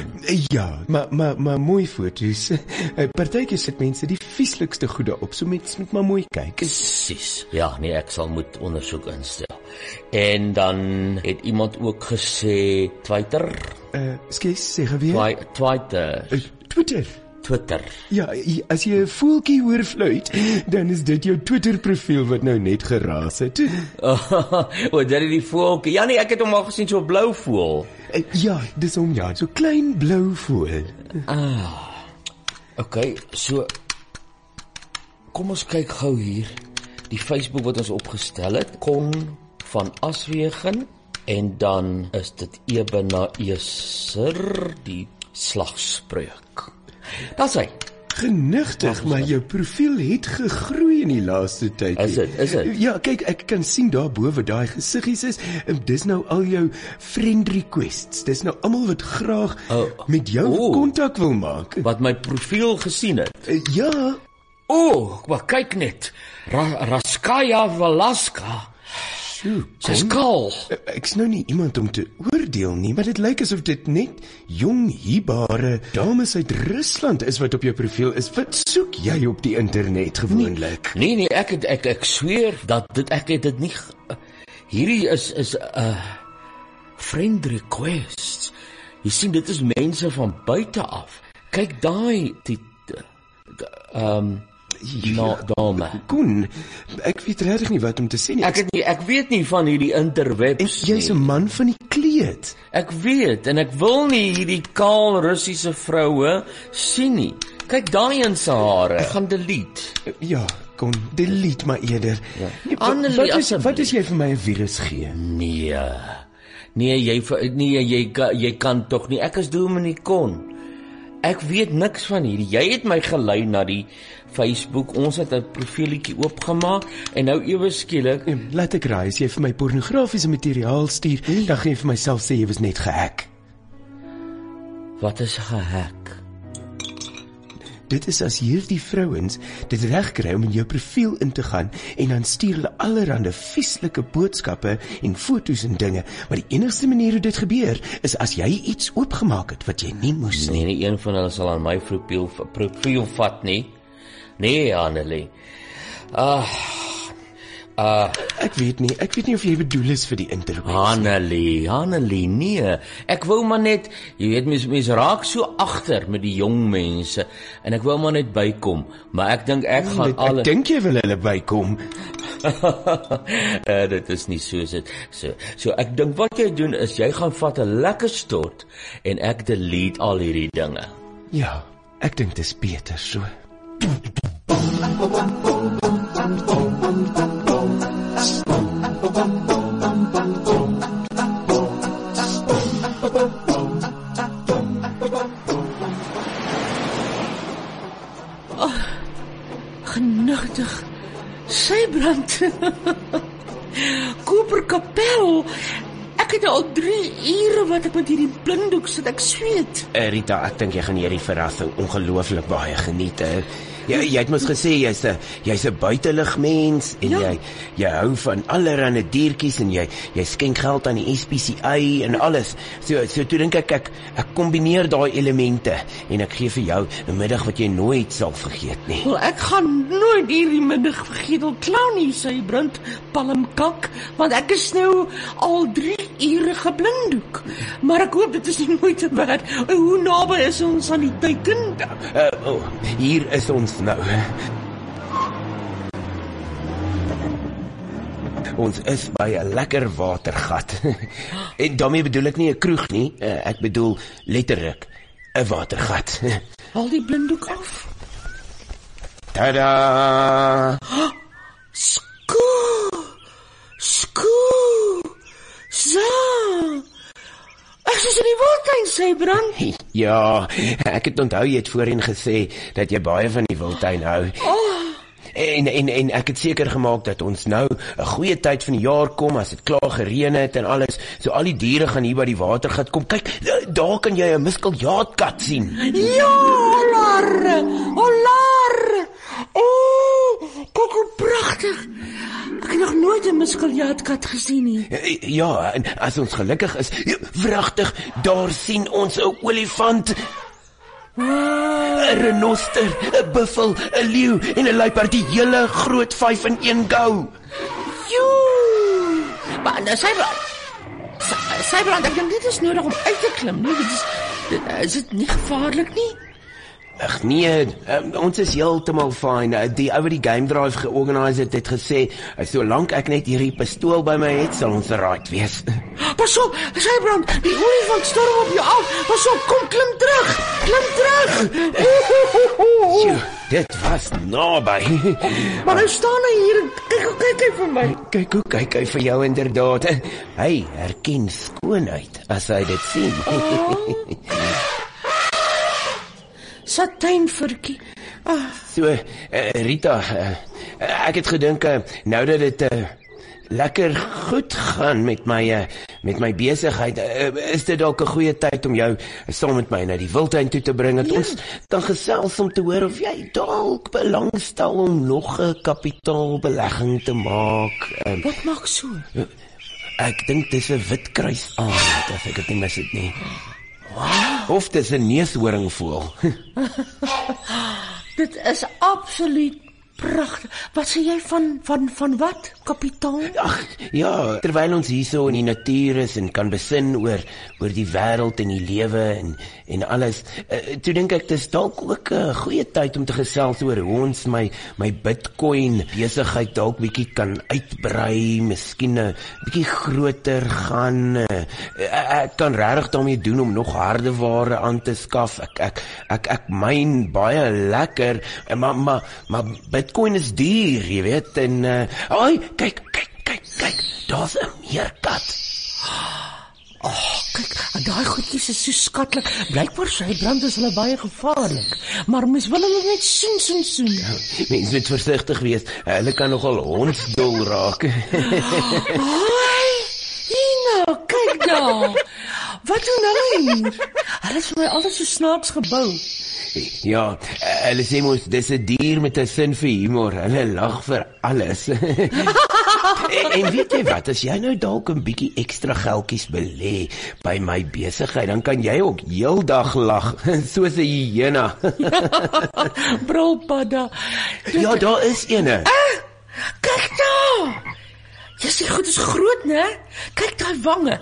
S16: Ja, maar maar maar mooi foto's. [LAUGHS] Eh, Partykeer sit mense die vieslikste goede op, so mens moet maar mooi kyk.
S4: Presies. Ja, nee, ek sal moet ondersoek instel. En dan het iemand ook gesê Twitter.
S16: Uh, skus, sê geweer.
S4: Twi Twitter.
S16: Twitter.
S4: Twitter. [LAUGHS]
S16: Ja, i- as jy 'n voeltjie hoor fluit, dan is dit jou Twitter profiel wat nou net geraas het.
S4: O, oh, daar is die voël. Ja nee, ek het hom al gesien so 'n blou voël.
S16: Eh, Ja, dis hom ja, so klein blou voël.
S4: Ah. Okay, so kom ons kyk gou hier. Die Facebook wat ons opgestel het, kon van Aswegen en dan is dit Ebena Eser die slagspreuk. Dis hy.
S16: Genigtig, maar jou profiel het gegroei in die laaste tyd.
S4: Is dit? Is dit?
S16: Ja, kyk, ek kan sien daarbo wat daai gesiggies is. En dis nou al jou friend requests. Dis nou almal wat graag
S4: Oh.
S16: met jou kontak wil maak.
S4: Wat my profiel gesien het.
S16: Ja.
S4: O, oh, maar kyk net. Ra Raskaya Valaska.
S16: Sjoe,
S4: Sy's kaal.
S16: Ek's nou nie iemand om te oordeel nie, maar dit lyk asof dit net jong hierbare dames uit Rusland is wat op jou profiel is. Wat soek jy op die internet gewoonlik?
S4: Nee nee, ek het, ek ek sweer dat dit ek het dit nie ge- hierdie is is 'n uh, friend request. Jy sien dit is mense van buite af. Kyk daai die ehm um, na dame.
S16: Ja. Koen, ek weet regtig nie wat om te sê nie.
S4: Ek het nie ek weet nie van hierdie interwebs.
S16: Jy's 'n man van die kleed.
S4: Ek weet en ek wil nie hierdie kaal Russiese vroue sien nie. Kyk daai een se hare. Ek gaan delete.
S16: Ja, kon delete maar eerder. Ja.
S4: Annelie,
S16: wat is
S4: asseblief.
S16: wat is jy vir my 'n virus gee?
S4: Nee. Nee, jy ver- nee, jy ka- jy kan tog nie. Ek is Dominic Kon. Ek weet niks van hierdie. Jy het my gelei na die Facebook. Ons het 'n profielietjie oopgemaak en nou ewe skielik
S16: Laat ek raai, as jy vir my pornografiese materiaal stuur, dan gaan jy vir myself sê jy was net gehack.
S4: Wat is gehack?
S16: Dit is as hierdie vrouens dit regkry om in jou profiel in te gaan en dan stuur hulle allerlei vieslike boodskappe en foto's en dinge, maar die enigste manier hoe dit gebeur is as jy iets oopgemaak het wat jy nie moes nie.
S4: nee, nie een van hulle sal aan my profiel profiel vat nie. Nee, Annelie. Ah. Ah,
S16: ek weet nie. Ek weet nie of jy bedoel is vir die internet.
S4: Annelie, Annelie, nee. Ek wou maar net, jy weet mens mens raak so agter met die jong mense en ek wou maar net bykom, maar ek dink ek gaan
S16: Ek- ek
S4: al
S16: dink jy wil hulle bykom.
S4: [LAUGHS] Eh, dit is nie soos dit. So, so ek dink wat jy doen is jy gaan vat 'n lekker stort en ek delete al hierdie dinge.
S16: Ja, ek dink dit is beter so.
S6: Oh,
S17: Oh, genigtig. Sy brand.
S6: Koperkapel. Ek het nou al 3 ure wat ek met hierdie blinddoek sit. Ek sweet.
S16: Eh, Rita, ek dink jy gaan hierdie verrassing ongelooflik baie geniet. hè. Jy jy het mos gesê jy's 'n jy's 'n buitelugmens en
S6: Ja.
S16: jy jy hou van allerlei diertjies en jy jy skenk geld aan die SPCA en alles. So so toe dink ek ek ek kombineer daai elemente en ek gee vir jou 'n middag wat jy nooit sal vergeet nie.
S6: Wel, ek gaan nooit hierdie middag vergeet om clownie sy brand palmkak, want ek is nou al 3 ure geblinddoek. Maar ek hoop dit is die moeite werd. O, Hoe naby is ons aan die teken?
S16: Uh, oh, hier is ons nou. Ons is by 'n lekker watergat. [LAUGHS] en daarmee bedoel ek nie 'n kroeg nie, eh, ek bedoel letterlik 'n watergat. [LAUGHS]
S6: Haal die blinddoek af.
S16: Tada!
S6: Skoe! Skoe! Sa! Ek is in die woestyn, sê brand.
S18: [LAUGHS]
S16: Ja, ek het onthou jy het voorheen gesê dat jy baie van die wildtuin hou.
S6: Oh,
S18: En en en ek het seker gemaak dat ons nou 'n goeie tyd van die jaar kom as dit klaar gereën het en alles. So al die diere gaan hier by die watergat kom. Kyk, da- daar kan jy 'n miskeljaatkat sien.
S6: Ja, holar! Holar! O, kyk hoe pragtig. Ek het nog nooit 'n muskeljaatkat gesien nie.
S18: Eh, Ja, en as ons gelukkig is, wragtig, daar sien ons 'n olifant. 'n Renoster, 'n buffel, 'n leeu en 'n luiperd, die hele groot 5 in een go.
S19: Joe! Maar nou sy sy brand ek dink dit is nodig om uit te klim. Nee, dit is dit,
S6: eh,
S19: is dit nie gevaarlik nie.
S18: Ag nee, um, ons is heeltemal fyn. Eh, Die ou wat die game drive georganiseer het, het gesê, eh, solank ek net hierdie pistool by my het, sal ons right wees. [LAUGHS]
S6: Pas op, Sybrand, die olifant storm op jou af. Pas op, kom klim terug. Klim terug.
S18: Jo, dit was naby. [LAUGHS]
S6: Maar nou staan hy hier en kyk hoe kyk hy vir my.
S18: Kyk hoe kyk hy vir jou inderdaad. Hy herken skoonheid as hy dit sien. [LAUGHS]
S19: Satynvirkie.
S18: Ah. So uh, Rita, uh, ek het gedink uh, nou dat dit uh, lekker goed gaan met my uh, met my besigheid, uh, is dit dalk 'n goeie tyd om jou saam met my na die wildtuin toe te bring dat ja. ons dan gesels om te hoor of jy dalk belangstel om nog 'n kapitaalbelegging te maak. Um,
S19: Wat maak so?
S18: Ek dink dis 'n witkruis aan, ah, as ek dit nie mis het nie. Of dis 'n neushoringvoël.
S6: [GASPS]
S18: [LAUGHS]
S6: Dit is absoluut pragtig. Wat sê jy van van van wat? Kapitaal?
S18: Ag, Ja, terwyl ons hierso in die natuur is en kan besin oor oor die wêreld en die lewe en en alles, uh, toe dink ek dis dalk ook 'n goeie tyd om te gesels oor hoe ons my my Bitcoin besigheid dalk bietjie kan uitbrei, miskien 'n bietie groter gaan. Uh, ek, ek kan regtig daarmee doen om nog harde ware aan te skaf. Ek ek ek ek myn baie lekker, eh, maar maar maar Bitcoin is duur, jy weet, en uh, ai, kyk Daar's 'n meerkat.
S6: Ah, En daai goedjies is so skatlik. Blykbaar sy brand is hulle baie gevaarlik. Maar mens wil hulle net soen soen soen.
S18: Ja. Mense moet versigtig wees. Hulle kan nogal hondsdol raak. [LAUGHS]
S6: Hoi! Nina, kyk nou. Wat doen hulle hier? Hulle het vir my altyd so snaaks gebou.
S18: ja, hulle sê mos dis 'n dier met 'n sin vir humor. Hulle lag vir alles. [LAUGHS] en, en weet jy wat, as jy nou dalk 'n bietjie ekstra geldjies belê by my besigheid, dan kan jy ook heeldag lag [LAUGHS] soos 'n hyena. [LAUGHS]
S6: Brulpadda.
S18: ja, daar is eene.
S6: Kyk nou. Dis die goed is groot, né? Kyk daai wange.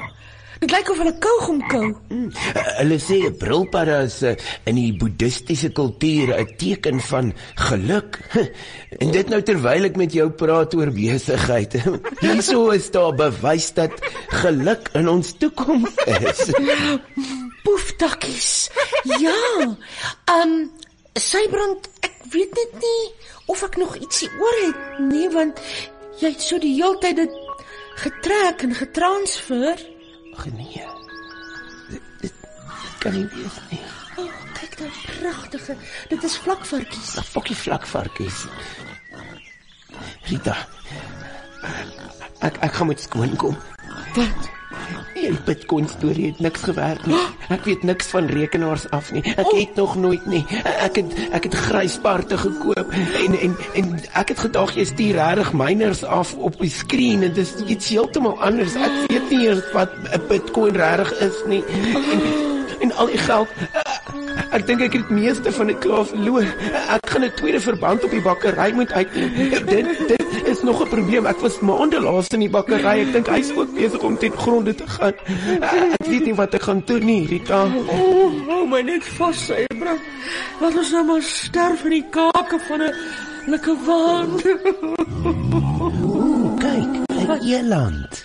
S6: Dit lyk of hulle kougom kou.
S18: Hulle sê 'n brilpadda is eh, in die boeddhistiese kultuur 'n teken van geluk. [LAUGHS] En dit nou terwyl ek met jou praat oor besigheid. [LAUGHS] Hierso is daar bewys dat geluk in ons toekoms is. [LAUGHS]
S6: Poeftakkies. Ja. Ehm um, Sybrand, ek weet net nie of ek nog ietsie oor het nie want jy het so die hele tyd dit getrek en getransfer.
S18: Genee. Kan nie wees nie.
S6: O, oh, kyk daai pragtige. Dit is vlakvarkies.
S18: Ag, fokkie vlakvarkies. Rita. Ek ek gaan moet skoon kom.
S6: Wat?
S18: Die Bitcoin storie het niks gewerk nie. Ek weet niks van rekenaars af nie. Ek het nog nooit nie. Ek het ek het grysparte gekoop en en en ek het gedag jy stuur regtig miners af op die skerm en dis iets heeltemal anders. Ek weet nie eers wat 'n Bitcoin regtig is nie. En, en al die geld eh, Ek dink ek het die meeste van dit klaar verloor. Ek gaan 'n tweede verband op die bakkery moet uit. Dit dit is nog 'n probleem. Ek was maande laas in die bakkery. Ek dink hy's ook besig om ten gronde te gaan. Ek weet nie wat ek gaan doen nie, Rita.
S6: O, Oh, hou my net vas, Ebra. Laat ons nou maar sterf in die kake van 'n lekker waan.
S18: Ooh, kyk, 'n eland.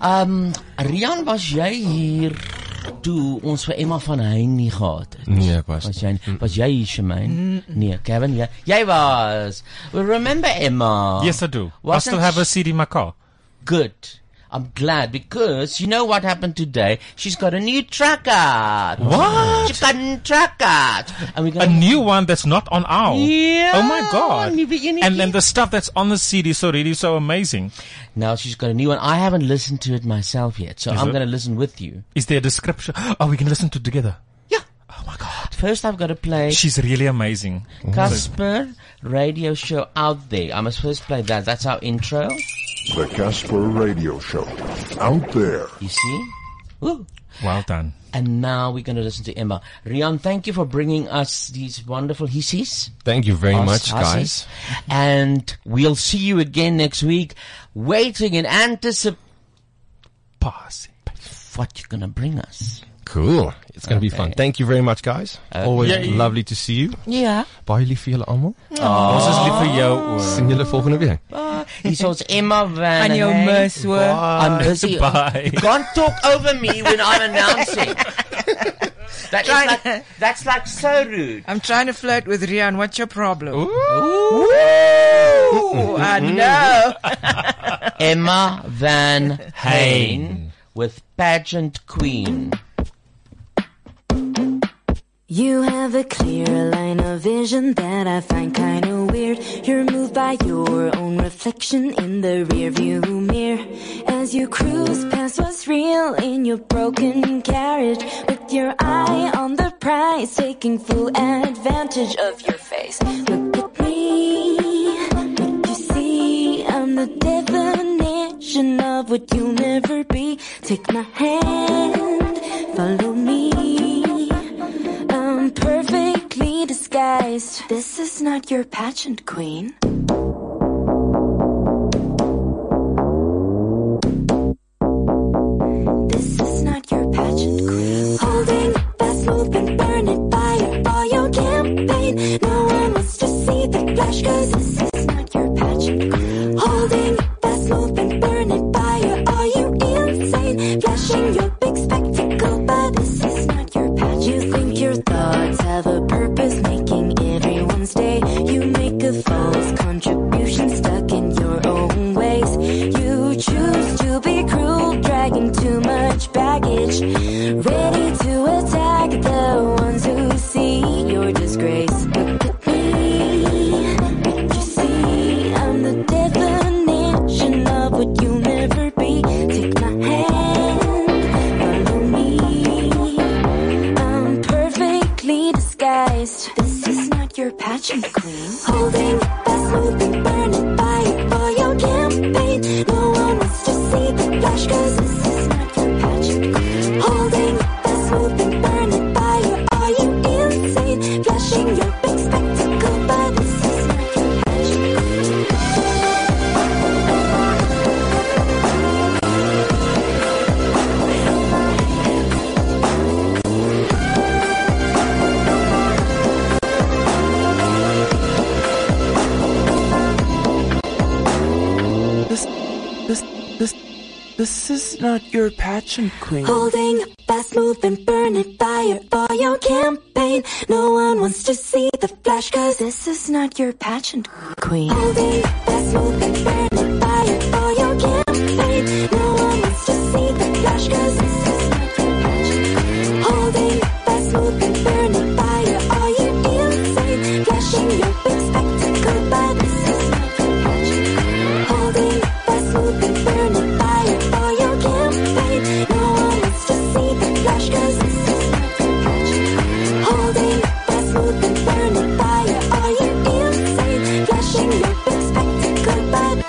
S4: Ehm um, Rian, was jy hier toe ons vir Emma van Hein nie gehad het?
S12: Nee, ek was.
S4: Was jy was jy hier, Shamaine? Nee, Kevin, jy, jy was. Well, remember Emma?
S10: Yes, I do. I still have a CD in my car.
S4: Good. I'm glad because you know what happened today? She's got a new truck out.
S10: What?
S4: She's got a new truck out. And we're
S10: A new one that's not on our.
S4: Yeah,
S10: Oh my god.
S4: maybe you need
S10: And then the stuff that's on the CD is already so amazing.
S4: Now she's got a new one. I haven't listened to it myself yet, so
S10: Is
S4: I'm
S10: it?
S4: going to listen with you.
S10: Is there a description? [GASPS] Oh, we can listen to it together.
S4: First, I've got to play
S10: She's really amazing.
S4: Casper Radio Show Out There. I must first play that. That's our intro.
S20: The Casper Radio Show. Out there.
S4: You see? Ooh.
S10: Well done.
S4: And now we're going to listen to Emma. Rian, thank you for bringing us these wonderful hisses.
S12: Thank you very
S4: Us-
S12: much,
S4: hussies.
S12: guys.
S4: And we'll see you again next week, waiting in anticipation. What you're going to bring us.
S12: Cool. It's going to be
S4: Okay.
S12: fun. Thank you very much, guys. Always
S4: Yay.
S12: lovely to see you.
S4: Yeah.
S12: Baie lief vir julle almal.
S4: Ah. Ons is lief vir jou ook.
S12: Sien julle volgende week.
S4: He's also Emma Van.
S12: Aan jou
S4: Hey.
S12: mis, hoor.
S4: I'm
S12: Bye.
S4: busy.
S12: Bye.
S4: Can't talk over me when I'm announcing. That is like that's like so rude.
S11: I'm trying to flirt with Rian. What's your problem? Ooh, uh, I
S4: Mm. [LAUGHS]
S11: know.
S4: [LAUGHS] Emma Van Heen with Pageant Queen.
S21: You have a clear line of vision that I find kinda weird. You're moved by your own reflection in the rearview mirror. As you cruise past what's real in your broken carriage, with your eye on the prize, taking full advantage of your face. Look at me, what you see, I'm the definition of what you'll never be. Take my hand, follow me. I'm perfectly disguised. This is not your pageant queen. This is not your pageant queen. Holding fast, hope and burn it by a for your campaign. No one wants to see the flash, cause this is not your pageant queen. Holding fast, hope and burn it by a are you insane? Flashing your big spectacle, but this is not your pageant. You think your thoughts have a purpose, making everyone's day. You make a false contribution, stuck in your own ways. You choose to be cruel, dragging too much baggage. Ready to attack the ones who see your disgrace. Look at me, what you see. I'm the definition of what you'll never be. Take my hand, follow me. I'm perfectly disguised. This is not your pageant queen. Holding fast, moving, burning fire for your campaign. No one wants to see the flash, cause this is not your pageant queen. Holding fast, moving, burning fire. Are you insane? Flashing your big spectacle, but this is not your pageant queen.
S22: This, this, this, this is not your pageant queen.
S21: Holding fast, moving, burning fire for your campaign. No one wants to see the flash, cause this is not your pageant queen. Holding fast, moving, burning fire for your campaign. No one wants to see the flash, cause this is not your pageant queen. Holding fast, moving, burning fire. Are you insane? Flashing your big spectacle, but this is not your pageant queen. Holding fast, moving, burning fire for your campaign. No one wants to see the flash, cause this is not your pageant queen. Holding fast, moving, burning fire. Are you insane? Flashing your big spectacle, but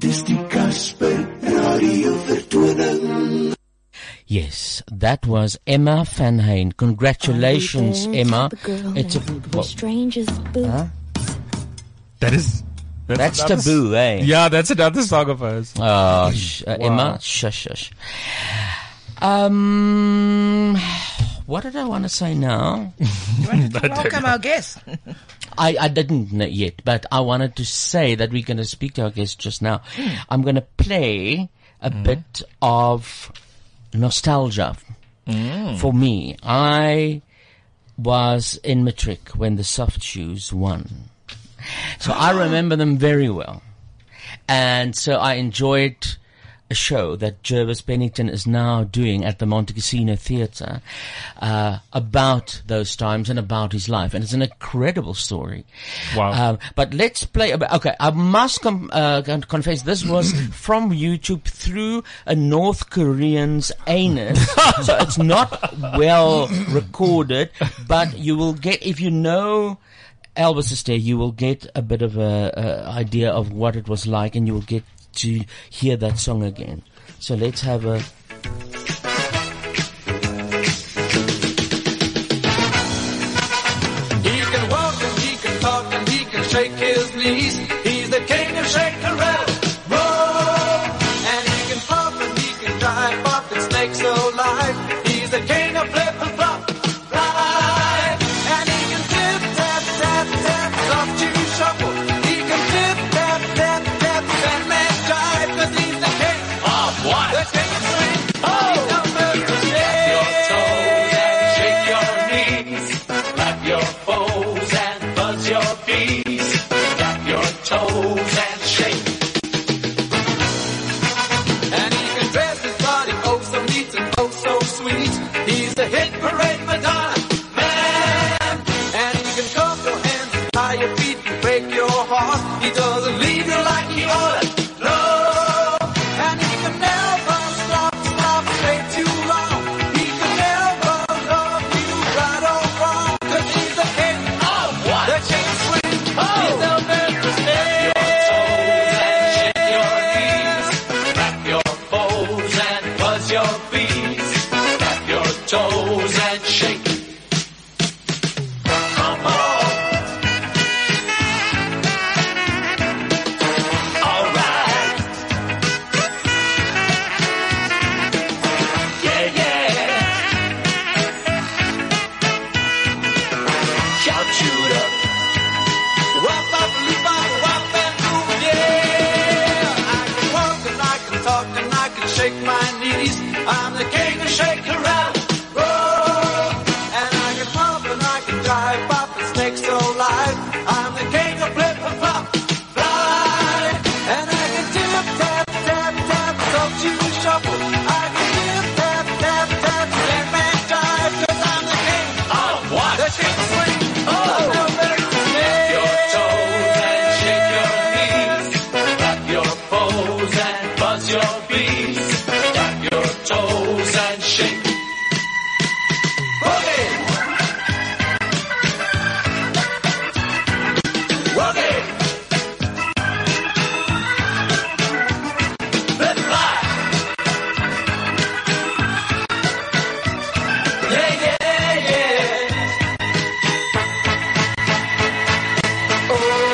S18: Dis die Casper Radio vertoning.
S4: Yes, that was Emma Van Heen. Congratulations, Emma. It's a well,
S21: strangers.
S4: huh?
S10: That is
S4: That's taboo, eh?
S10: Yeah, that's another song of hers.
S4: Oh, sh- uh,
S10: Wow.
S4: Emma, shush, shush. Um, what did I want to say now?
S11: [LAUGHS]
S4: [LAUGHS]
S11: Welcome our guest.
S4: I, I didn't know yet, but I wanted to say that we're going to speak to our guest just now. I'm going to play a bit of nostalgia
S10: Mm.
S4: for me. I was in matric when the soft shoes won, so I remember them very well, and so I enjoyed a show that Jervis Pennington is now doing at the Monte Cassino Theatre uh, about those times and about his life, and it's an incredible story. Wow! but let's play. About, okay, I must com- uh, con- confess this was from YouTube through a North Korean's anus, so it's not well recorded. But you will get if you know. Elvis is there. You will get a bit of a, a idea of what it was like, and you will get to hear that song again. So let's have a.
S6: He can walk and he can talk and he can shake his knees. He's the king of shake and roll. And he can pop and he can drive, pop and snakes alive. He's the king of flip and flop, right? And he can tip, tap, tap, tap, soft shoe shuffle. He can tip, tap, tap, tap, Batman jive, 'cause he's the king of Ah, what? The king of swing. Oh, he numbers the Tap your toes and shake your knees. Clap your foes and buzz your bees. Clap your toes and shake. And he can dress his body oh so neat and oh so sweet. He's the hit parade Madonna man. And he can cuff your hands and tie your feet and break your heart. He doesn't leave you like he ought No. And he can never stop, stop, stay too long. He can never love you right or wrong. 'Cause he's the king of what? The king of swing. He's the Memphis Clap your toes and shake your knees. Clap your foes and buzz your bees. Clap your toes and shake. Come on. All right. Yeah, yeah. Shout, shoot up. Wop, wop, loop, wop, wop, and boom, yeah. I can walk and I can talk and I can shake my knees. I'm the king of shake around. Roll. And I can pop and I can dive, pop and snake so live. I'm the king of flip and flop, fly. And I can tip, tap, tap, tap, don't you shuffle. I can tip, tap, tap, tap, and man dive, cause I'm the king of Oh, what? The king of swing. Oh, no better than me. Your toes and shake your knees. Clap your foes and buzz your bees. Clap your toes and shake. Boogie! Boogie! Flip flop! Yeah, yeah, yeah. Oh,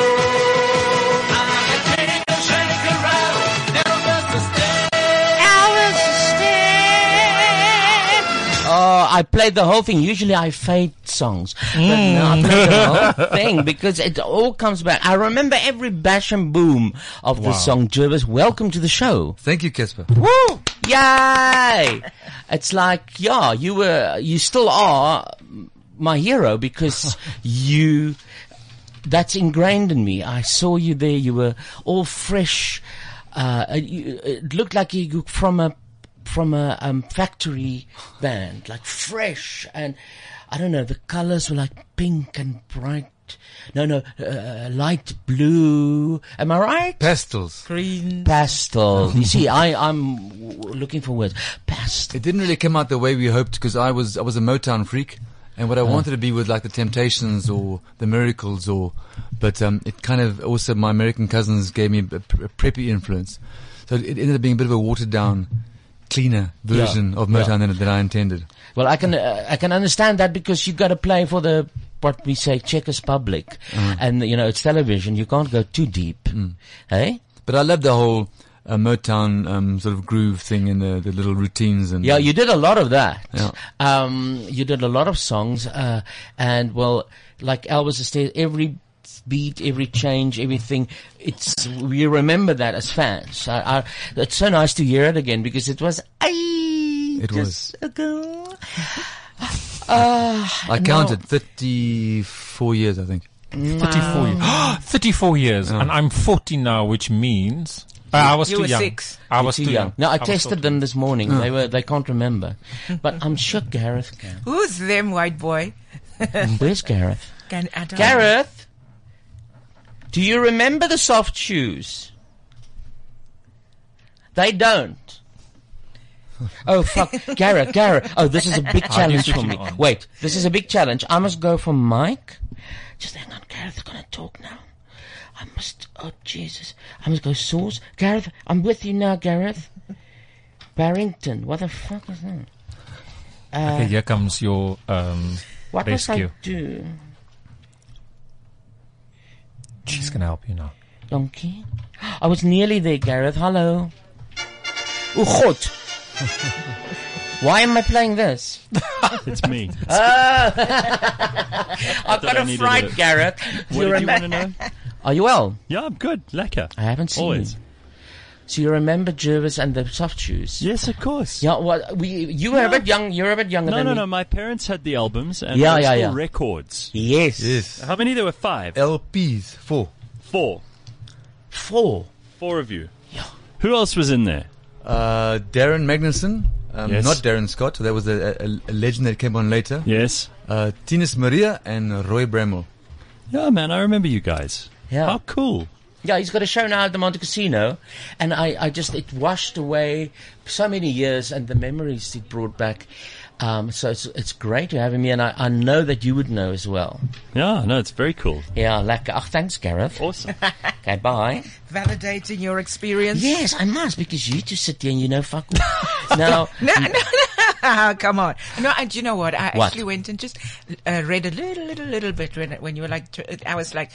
S6: I'm a king of shake around. Elvis is dead. Elvis is dead.
S4: Oh, I played the whole thing. Usually I fade songs, but no, I played the whole thing because it all comes back. I remember every bash and boom of the
S23: Wow.
S4: song. Jervis, welcome to the show.
S23: Oh, Thank you, Casper.
S4: Woo! Yay! It's like, yeah, you were, you still are my hero because you, that's ingrained in me. I saw you there. You were all fresh. Uh, you, it looked like you from a, from a um, factory band, like fresh and I don't know, the colors were like pink and bright. No, no, uh, light blue. Am I right?
S23: Pastels.
S11: Green.
S4: Pastel. You
S23: [LAUGHS]
S4: see, I, I'm w- looking for words. Past.
S23: It didn't really come out the way we hoped because I was I was a Motown freak, and what I
S4: Oh.
S23: wanted to be was like the Temptations or the Miracles or, but um, it kind of also my American cousins gave me a, pre- a preppy influence, so it ended up being a bit of a watered down, cleaner
S4: Yeah.
S23: version of
S4: Yeah.
S23: Motown than, than I intended.
S4: Well, I can uh, I can understand that because you got to play for the what we say Czechos public, and you know it's television. You can't go too deep. Hey,
S23: Mm. but I love the whole uh, Motown um, sort of groove thing and the, the little routines and
S4: Yeah, you did a lot of that.
S23: Mm-hmm. Yeah.
S4: Um, you did a lot of songs, uh, and well, like Elvis Costello, every beat, every change, everything. It's we remember that as fans. I, I, it's so nice to hear it again because it was
S23: it was.
S4: ago. Uh,
S23: I
S4: no.
S23: counted thirty-four years, I think.
S10: 34 [GASPS] years. 34 years, and I'm 40 now, which means Uh, I was
S4: You
S10: too
S4: were
S10: young.
S4: six.
S10: I
S4: You're
S10: was
S4: too young. No, I
S10: was
S4: tested
S10: too
S4: them
S10: young.
S4: this morning.
S10: Mm.
S4: They were they can't remember, but I'm sure
S10: [LAUGHS]
S4: Gareth can.
S11: Who's them, white boy?
S4: Where's Gareth?
S11: [LAUGHS] Can, I don't-
S4: Gareth, do you remember the soft shoes? They don't. Oh fuck, [LAUGHS] Gareth, Gareth. Oh, this is a big
S6: How do you
S4: challenge
S6: switch
S4: for
S6: it
S4: me.
S6: on?
S4: Wait, this is a big challenge. I must go for Mike. Just hang on, Gareth's gonna talk now. I must. Oh Jesus, I must go source. Gareth, I'm with you now, Gareth. Barrington, what the fuck is that? Uh,
S10: Okay, here comes your um,
S4: what
S10: rescue.
S4: must I do?
S10: She's going to help you now.
S4: Donkey. [GASPS] I was nearly there, Gareth. Hello. Oh,
S24: [LAUGHS]
S4: God. Why am I playing this?
S24: [LAUGHS] It's me.
S4: [LAUGHS] Ah.
S24: I thought
S4: I've got
S24: I
S4: a
S24: needed
S4: fright,
S24: it.
S4: Gareth.
S24: What did you want to know?
S4: Are you well?
S24: Yeah, I'm good. Lekker.
S4: I haven't seen
S24: Always.
S4: you. So you remember Jervis and the soft shoes?
S24: Yes, of course.
S4: Yeah, well, we you were a
S24: Yeah.
S4: bit young. You were a bit younger
S24: No,
S4: than
S24: no,
S4: me.
S24: no. My parents had the albums and
S4: Yeah,
S24: they
S4: yeah,
S24: were
S4: yeah.
S24: records.
S4: Yes. Yes.
S24: How many? There were five.
S23: LPs. Four.
S24: Four.
S4: Four.
S24: Four of you. Who else was in there?
S23: Uh, Darren Magnuson. Um,
S24: Yes.
S23: Not Darren Scott. That was a, a, a legend that came on later.
S24: Yes.
S23: Uh, Tinas Maria and Roy Bramwell.
S24: Yeah, man, I remember you guys.
S4: Yeah.
S24: How cool.
S4: Yeah, he's got a show now at the Monte Casino, and I, I just it washed away so many years and the memories it brought back. Um, so it's it's great to have him here, and I, I know that you would know as well.
S24: Yeah, no, it's very cool.
S4: Yeah, like, oh, thanks, Gareth.
S24: Awesome.
S4: [LAUGHS] okay, bye.
S11: Validating your experience.
S4: Yes, I must because you two sit there and you know fuck
S24: [LAUGHS]
S4: all. now,
S11: No, no, no. [LAUGHS] Come on. No, and you know what? I
S4: What?
S11: actually went and just uh, read a little, little, little bit when when you were like, tw- I was like,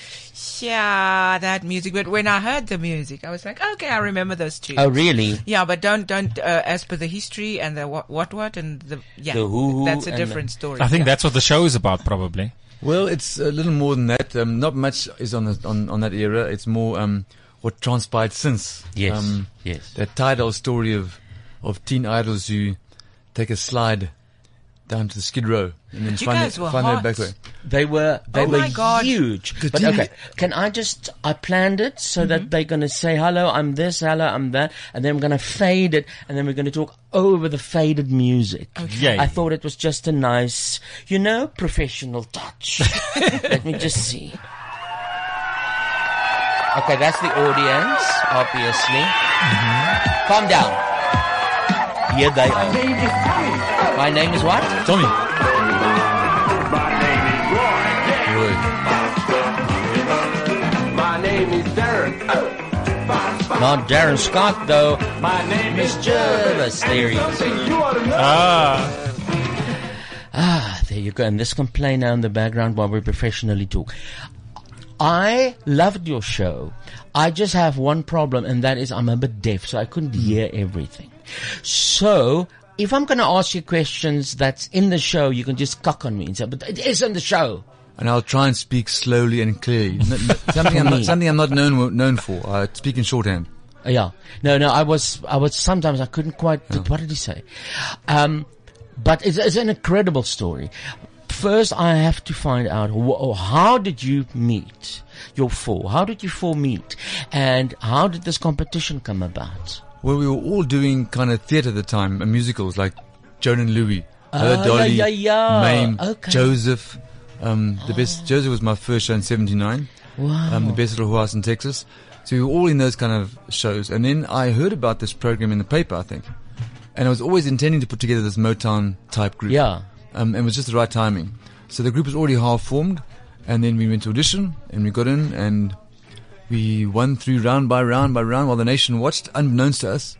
S11: yeah, that music. But when I heard the music, I was like, okay, I remember those tunes.
S4: Oh, really?
S11: Yeah, but don't, don't, uh, as per the history and the what, what, what, and the, yeah.
S23: The who, who
S11: that's a
S23: and
S11: different
S23: the-
S11: story.
S10: I think
S11: yeah.
S10: that's what the show is about, probably.
S23: Well, it's a little more than that. Um, not much is on, the, on on that era. It's more um, what transpired since.
S4: Yes,
S23: Um,
S4: yes.
S23: That Tidal story of of teen idols who take a slide down to the skid row and then
S4: But you
S23: find,
S4: guys
S23: it,
S4: were
S23: find
S4: hot.
S23: that back way.
S4: They were they
S23: Oh
S4: were
S23: my God.
S4: huge.
S23: Good
S4: But
S23: day.
S4: okay, can I just I planned it so
S23: Mm-hmm.
S4: that they're going to say hello, I'm this, hello, I'm that, and then we're going to fade it, and then we're going to talk over the faded music.
S6: Okay. Yay.
S4: I thought it was just a nice, you know, professional
S23: [LAUGHS]
S4: touch. Let me just see. Okay, that's the audience, obviously. Calm down. Here they are. My name is what?
S23: Tommy.
S4: [LAUGHS]
S6: My name is Darren.
S4: Not Darren Scott, though.
S6: My name
S4: is Jervis. There he is.
S6: Ah.
S4: Ah, there you go. And this can play now in the background while we professionally talk. I loved your show. I just have one problem, and that is I'm a bit deaf, so I couldn't hear everything. So, if I'm going to ask you questions that's in the show, you can just cock on me and say, but it is in the show.
S23: And I'll try and speak slowly and clearly.
S4: [LAUGHS]
S23: N- n- something,
S4: For
S23: I'm not,
S4: me.
S23: something I'm not known known for. I speak in shorthand.
S4: Uh, Yeah. No, no, I was, I was, sometimes I couldn't quite, what did he say? Um, but it's, it's an incredible story. First, I have to find out wh- how did you meet your four? How did you four meet? And how did this competition come about?
S23: Well, we were all doing kind of theatre at the time, and musicals like Joan and Louis, Her
S4: Ah,
S23: Dolly,
S4: yeah, yeah, yeah.
S23: Mame,
S4: Okay. Ah.
S23: Joseph. Um, the best Joseph was my first show in '79.
S4: Wow.
S23: Um, the best little house in Texas. So we were all in those kind of shows, and then I heard about this program in the paper, I think, and I was always intending to put together this Motown type group.
S4: Yeah.
S23: Um, and it was just the right timing. So the group was already half formed, and then we went to audition, and we got in, and we won through round by round by round while the nation watched, unbeknownst to us.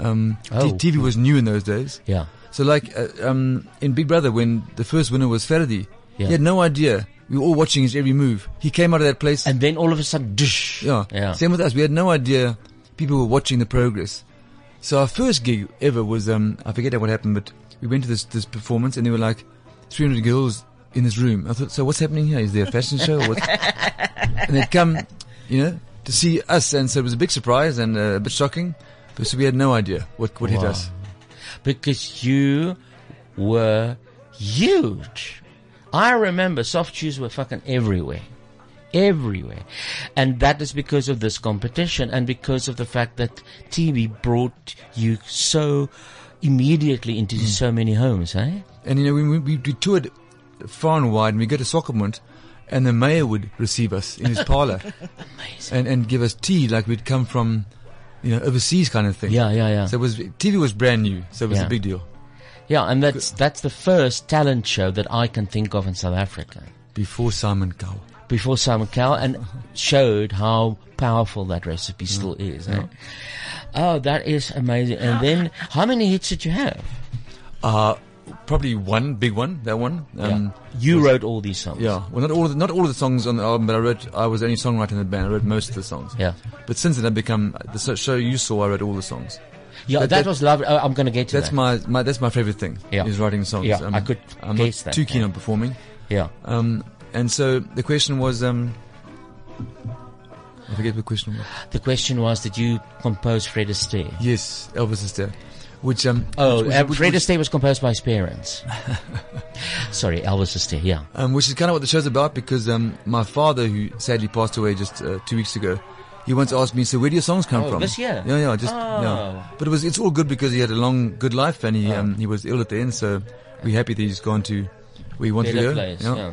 S23: Um, t-
S4: Oh.
S23: TV was new in those days.
S4: Yeah.
S23: So like uh, um, in Big Brother, when the first winner was Ferdi,
S4: Yeah.
S23: he had no idea We were all watching his every move. He came out of that place. And then all of a sudden, dish. Yeah.
S4: Yeah.
S23: Same with us. We had no idea people were watching the progress. So our first gig ever was, um, I forget what happened, but we went to this, this performance and there were like 300 girls in this room. I thought, so what's happening here? Is there a fashion show? [LAUGHS] Or what's... and they'd come, you know, to see us. And so it was a big surprise and uh, a bit shocking. But so we had no idea what, what hit
S4: Wow.
S23: us.
S4: Because you were huge. I remember soft shoes were fucking everywhere. Everywhere. And that is because of this competition and because of the fact that TV brought you so immediately into so many homes, eh?
S23: And you know, we, we, we toured far and wide, and we go to Soccermont, and the mayor would receive us in his
S4: [LAUGHS]
S23: parlor, and and give us tea like we'd come from, you know, overseas kind of thing.
S4: Yeah, yeah, yeah.
S23: So it was TV was brand new, so it was
S4: Yeah.
S23: a big deal.
S4: Yeah, and that's that's the first talent show that I can think of in South Africa.
S23: Before Simon Cowell.
S4: Before Simon Cowell, and showed how powerful that recipe still is. eh?
S23: Mm. yeah.
S4: Oh, that is amazing. And then, how many hits did you have?
S23: Uh probably one big one, that one. Um,
S4: You wrote all these songs.
S23: Yeah, well, not all of the, not all of the songs on the album, but I wrote. I was the only songwriter in the band. I wrote most of the songs.
S4: Yeah.
S23: But since then, I've become the so- show you saw. I wrote all the songs.
S4: Yeah, that was lovely. Oh, I'm going to get to
S23: that's
S4: that.
S23: my, my that's my favorite thing.
S4: Yeah.
S23: is writing songs.
S4: Yeah,
S23: Um,
S4: I could
S23: I'm
S4: guess
S23: not
S4: that,
S23: too keen
S4: yeah.
S23: on performing.
S4: Yeah.
S23: Um, and so the question was, um, I forget what the question was.
S4: The question was, did you compose Fred Astaire?
S23: Yes, Elvis Astaire. Which um
S4: oh,
S23: which-
S4: uh,
S23: which-
S4: Fred
S23: which-
S4: Astaire was composed by his parents.
S23: [LAUGHS]
S4: Sorry, Elvis Astaire. Yeah.
S23: um, which is kind of what the show's about because um, my father, who sadly passed away just uh, two weeks ago, he once asked me, "So where do your songs come
S4: Oh,
S23: from?"
S4: this year?
S23: Yeah, yeah, just
S4: Oh.
S23: yeah. But it was it's all good because he had a long, good life, and he um, he was ill at the end, so we're happy that he's gone to where he wanted
S4: Better
S23: to go.
S4: place, yeah.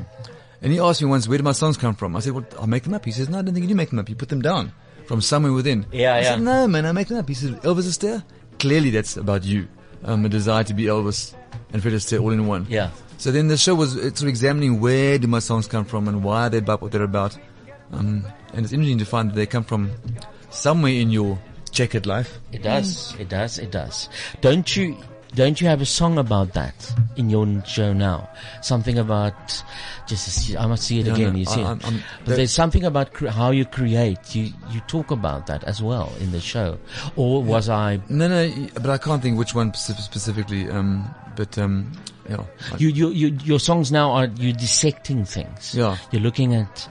S23: And he asked me once, "Where do my songs come from?" I said, "Well, I make them up." He says, "No, I don't think you do make them up. You put them down from somewhere within."
S4: Yeah,
S23: I
S4: yeah.
S23: said, "No, man, I make them up." He said, "Elvis Astaire." Clearly, that's about you, um, a desire to be Elvis and Fred Astaire all in one.
S4: Yeah.
S23: So then the show was it's sort of examining where do my songs come from and why are they about what they're about. Um, and it's interesting to find that they come from somewhere in your checkered life. Mm.
S4: It does. It does. It does. Don't you? Don't you have a song about that in your n- show now? Something about just to see- I must see it
S23: No,
S4: again.
S23: no,
S4: you
S23: I-
S4: see, it.
S23: I'm- I'm-
S4: but
S23: the-
S4: there's something about cre- how you create. You you talk about that as well in the show, or was I?
S23: No, no, y- but I can't think which one spec- specifically. Um, but um, yeah, I-
S4: You, you, you, your songs now are you dissecting things.
S23: Yeah.
S4: You're looking at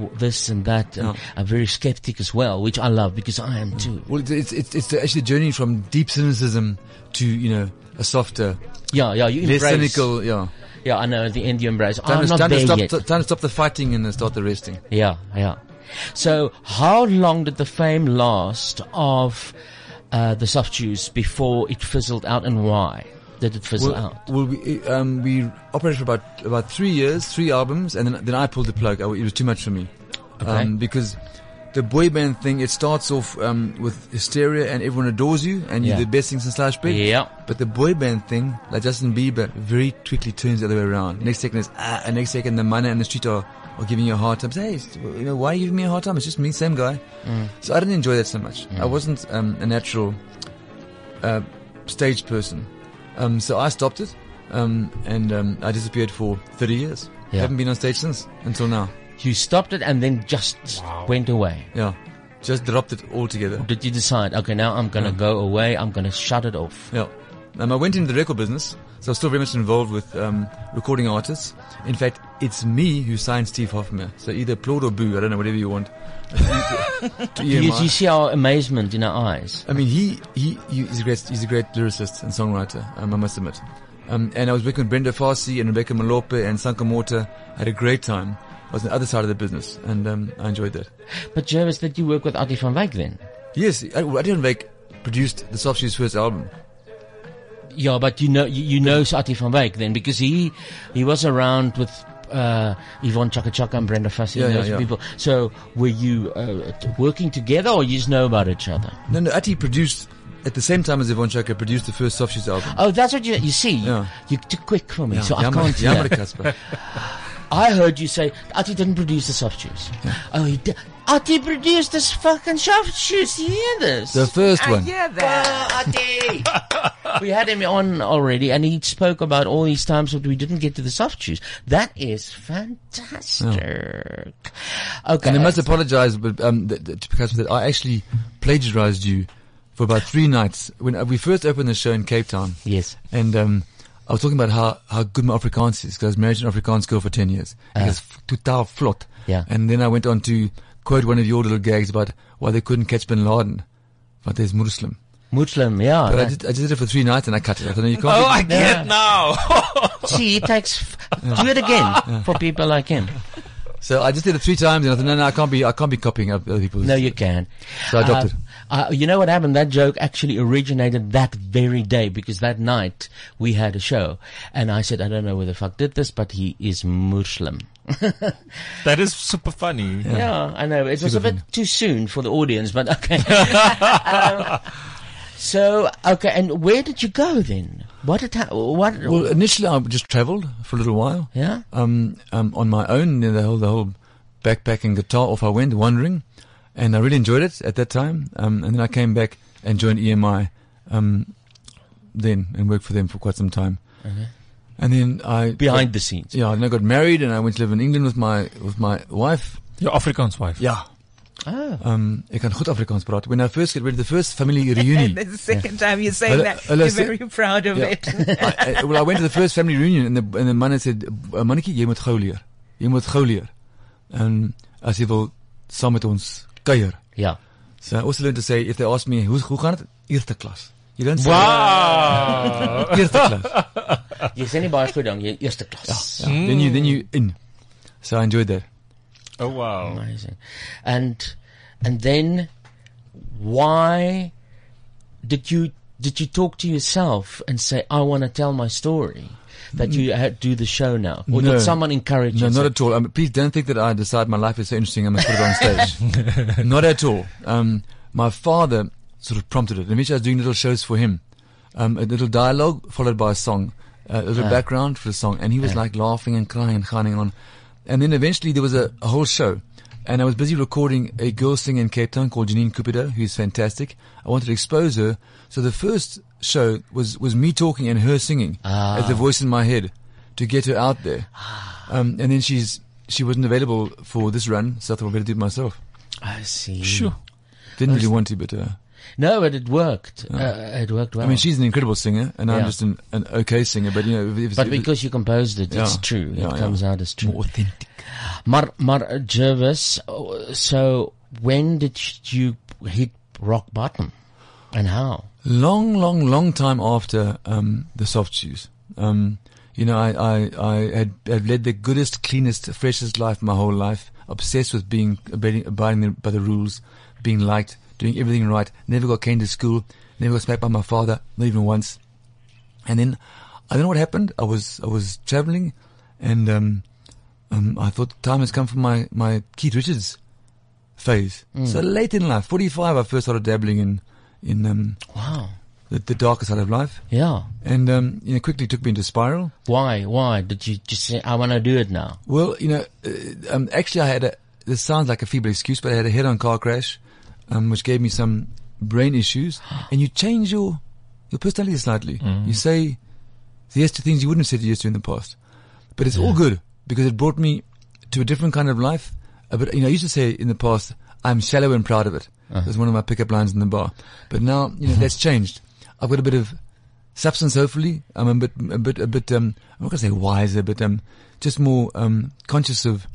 S4: w- this and that, and I'm very skeptic as well, which I love because I am too.
S23: Well, it's it's it's actually a journey from deep cynicism to you know a softer,
S4: Yeah, yeah. You
S23: less
S4: embrace.
S23: cynical. Yeah,
S4: Yeah, I know. At the end, you embrace.
S23: time,
S4: I'm
S23: to,
S4: not
S23: time,
S4: there
S23: to stop,
S4: yet.
S23: t- time to stop the fighting and then start the resting.
S4: Yeah, yeah. So, how long did the fame last of uh, the soft juice before it fizzled out, and why did it fizzle
S23: well,
S4: out?
S23: well, we um, we operated for about about three years, three albums, and then then I pulled the plug. I, it was too much for me,
S4: Okay.
S23: um, because the boy band thing it starts off um, with hysteria and everyone adores you and
S4: Yeah.
S23: you're the best thing since sliced bread.
S4: Yeah.
S23: But the boy band thing, like Justin Bieber, very quickly turns the other way around. Next second is ah, and next second the man in the street are, are giving you a hard time. Say, hey, you know, why are you giving me a hard time? It's just me, same guy.
S4: Mm.
S23: So I didn't enjoy that so much.
S4: Mm.
S23: I wasn't um, a natural uh, stage person. Um, so I stopped it, um, and um, I disappeared for 30 years.
S4: Yeah.
S23: Haven't been on stage since until now.
S4: You stopped it and then just went away.
S23: Yeah, just dropped it altogether.
S4: Did you decide? Okay, now I'm gonna
S23: Yeah.
S4: go away. I'm gonna shut it off.
S23: Yeah. Um, I went into the record business, so I'm still very much involved with um, recording artists. In fact, it's me who signed Steve Hoffman. So either applaud or boo, I don't know, whatever you
S4: [LAUGHS]
S23: want. [LAUGHS]
S4: Do you, do you see our amazement in our eyes?
S23: I mean, he, he, he he's a great he's a great lyricist and songwriter. Um, I must admit. Um, and I was working with Brenda Farsi and Rebecca Malope and Sanka Morta. I had a great time. I was on the other side of the business, and um, I enjoyed that.
S4: But Jervis, did you work with Adi van Wyk then?
S23: Yes, I- well, Adi van Wyk produced the Soft Shoes first album.
S4: Yeah, but you know, you, you know Adi van Wyk then because he he was around with uh, Yvonne Chaka Chaka and Brenda Fassie and
S23: Yeah, yeah,
S4: those
S23: yeah.
S4: people. So were you uh, t- working together or you just know about each other?
S23: No, no, Adi produced at the same time as Yvonne Chaka produced the first Soft Shoes album.
S4: Oh, that's what you you see. You're too quick for me,
S23: Yeah,
S4: so I
S23: jammer-
S4: can't hear.
S23: jammer, Casper.
S4: [LAUGHS] I heard you say Ati didn't produce the soft shoes. Oh, he did. Ati produced
S23: [LAUGHS]
S4: this fucking soft shoes. You hear this?
S23: The first one.
S4: hear that.
S13: Ati.
S4: we had him on already, and he spoke about all these times that we didn't get to the soft shoes. That is fantastic. Okay.
S23: And I must apologize but, um, th- th- to Picasso that I actually plagiarized you for about three nights. When uh, we first opened the show in Cape Town. Yes. And um, I was talking about how, how good my Afrikaans is because I was married to an Afrikaans girl for 10 years.
S4: Uh-huh.
S23: It's totaal vlot.
S4: Yeah.
S23: And then I went on to quote one of your little gags about why they couldn't catch bin Laden. But there's Muslim.
S4: Muslim, yeah.
S23: But I
S4: that-
S23: did, I just did it for three nights and I cut it. I don't know, you can't.
S4: Oh,
S23: [LAUGHS]
S4: I get
S10: now.
S4: [LAUGHS] See, it takes. Do it again for people like him.
S23: So I just did it three times, and I thought, no, no, I can't be, I can't be copying other people's. No, you
S4: can.
S23: So I
S4: Uh,
S23: dropped it.
S4: uh, you know what happened? That joke actually originated that very day because that night we had a show, and I said, I don't know where the fuck did this, but he is Muslim. [LAUGHS]
S10: That is super funny.
S4: Yeah, I know. It was a bit too soon for the audience, but
S10: [LAUGHS]
S4: okay. Um, so, okay, and where did you go then? What did ha- what?
S23: Well, initially I just travelled for a little while.
S4: Yeah.
S23: Um, um, on my own, you know, the whole the whole backpack and guitar off I went wandering, and I really enjoyed it at that time. Um, and then I came back and joined EMI, um, then and worked for them for quite some time.
S4: Okay.
S23: And then I
S4: Behind the scenes.
S23: Yeah, and I got married and I went to live in England with my with my wife.
S10: Your Afrikaans wife.
S23: Yeah.
S4: Ah.
S23: Um, ek kan goed Afrikaans praat. When I first get ready, the first family reunion.
S11: That's [LAUGHS] the second time you're saying
S23: Hulle-
S11: that.
S23: hulle
S11: You're
S23: sê-
S11: very proud of
S23: Yeah.
S11: it.
S23: [LAUGHS] I, I, well, I went to the first family reunion and the, and the man said, uh, mannetjie, jy moet gou leer. Jy moet gou leer. Um, as jy wil saam met ons kuier.
S4: Ja.
S23: So I also learned to say, if they ask me, hoe, hoe gaan het? Eerste klas. You don't say, [LAUGHS]
S4: Wow.
S23: Eerste klas.
S4: Jy sê nie baie goed dan jy eerste klas.
S23: Yeah. Then you, then you in. So I enjoyed that.
S10: Oh wow.
S4: Amazing. And and then why did you did you talk to yourself and say I want to tell my story that you had do the show now or did someone encourage
S23: Mm. No,
S4: you?
S23: not at all. Um, please don't think that I decide my life is so interesting. I must put it on
S4: [LAUGHS]
S23: stage. not at all. Um, my father sort of prompted it. Eventually, I was doing little shows for him, um, a little dialogue followed by a song, uh, a little
S4: Ah.
S23: background for the song, and he was
S4: Ah.
S23: like laughing and crying and shining on. And then eventually there was a, a whole show, and I was busy recording a girl singer in Cape Town called Janine Cupido, who's fantastic. I wanted to expose her, so the first show was was me talking and her singing
S4: Ah.
S23: as the voice in my head to get her out there. Um, and then she's she wasn't available for this run, so I thought I better do it myself.
S4: I see.
S23: Sure. Didn't really want to, but uh,
S4: No, but it worked. Uh, it worked well.
S23: I mean, she's an incredible singer, and I'm
S4: Yeah.
S23: just an, an okay singer. But you know, if, if
S4: But
S23: if-
S4: because you composed it, it's true.
S23: yeah,
S4: it
S23: yeah.
S4: comes out as true. authentic. Mar, Mar uh, Jervis, uh, so when did you hit rock bottom? And how?
S23: Long, long, long time after um, the soft shoes. Um, you know, I, I, I had, had led the goodest, cleanest, freshest life my whole life, obsessed with being abiding, abiding by the rules, being liked, doing everything right. Never got caned to school, never got smacked by my father, not even once. And then I don't know what happened. I was I was traveling, and um, um, I thought the time has come for my my Keith Richards phase.
S4: Mm.
S23: So late in life, forty five, I first started dabbling in in um,
S4: wow
S23: the, the darker side of life.
S4: Yeah.
S23: and um, you know, quickly took me into spiral.
S4: Why? Why did you just say, I want to do it now?
S23: Well, you know, uh, um, actually, I had a. This sounds like a feeble excuse, but I had a head-on car crash, um, which gave me some brain
S4: [GASPS]
S23: issues. And you change your your personality slightly.
S4: Mm.
S23: You say yes to things you wouldn't have said yes to in the past. But it's all good because it brought me to a different kind of life. Uh, but you know, I used to say in the past, "I'm shallow and proud of it." That was one of my pickup lines in the bar. But now, you know,
S4: Mm.
S23: that's changed. I've got a bit of substance. Hopefully, I'm a bit, a bit, a bit. Um, I'm not gonna say wiser, but um, just more um, conscious of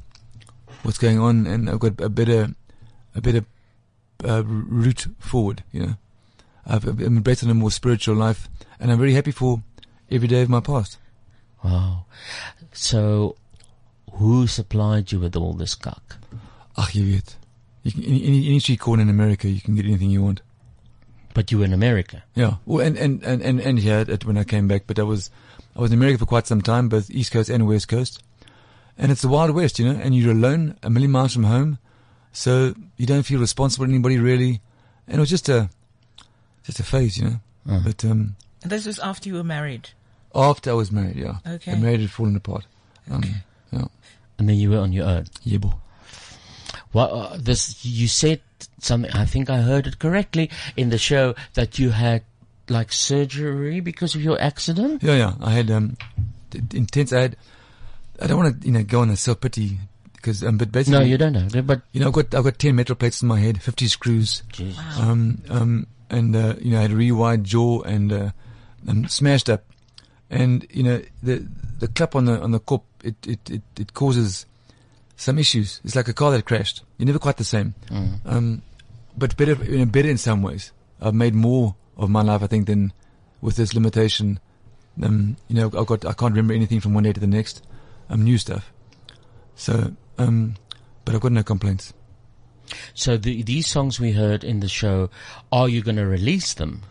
S23: what's going on, and I've got a better, a better uh, route forward. You know, I've, I've embraced a more spiritual life, and I'm very happy for every day of my past.
S4: Wow. So, who supplied you with all this cock?
S23: Ach, you weet. You can, any, any, any street corner in America, you can get anything you want.
S4: But you were in America.
S23: Yeah. Well, and, and, and, and, and here at, when I came back, but I was, I was in America for quite some time, both East Coast and West Coast. And it's the Wild West, you know, and you're alone a million miles from home. So you don't feel responsible to anybody really. And it was just a, just a phase, you know.
S4: Uh-huh.
S23: But, um,
S11: [LAUGHS] This was after you were married.
S23: after I was married, yeah.
S11: Okay.
S23: I married had fallen apart. Um, yeah.
S4: And then you were on your own.
S23: Yebo.
S4: Well, uh, this you said something. I think I heard it correctly in the show that you had like surgery because of your accident?
S23: Yeah, yeah. I had um, t- intense. I had. I don't want to, you know, go on a self pity because, um, but basically,
S4: No, you don't have to, but-
S23: you know, I've got I've got ten metal plates in my head, fifty screws, um, um, and uh, you know, I had a really wide jaw and uh, um, smashed up, and you know, the the clap on the on the cop it it it, it causes some issues. It's like a car that crashed. You're never quite the same.
S4: Mm.
S23: Um, but better, you know, better in some ways. I've made more of my life, I think, than with this limitation. Um, you know, I've got, I can't remember anything from one day to the next. Um, new stuff. So, um, but I've got no complaints.
S4: So the, these songs we heard in the show, are you going to release them?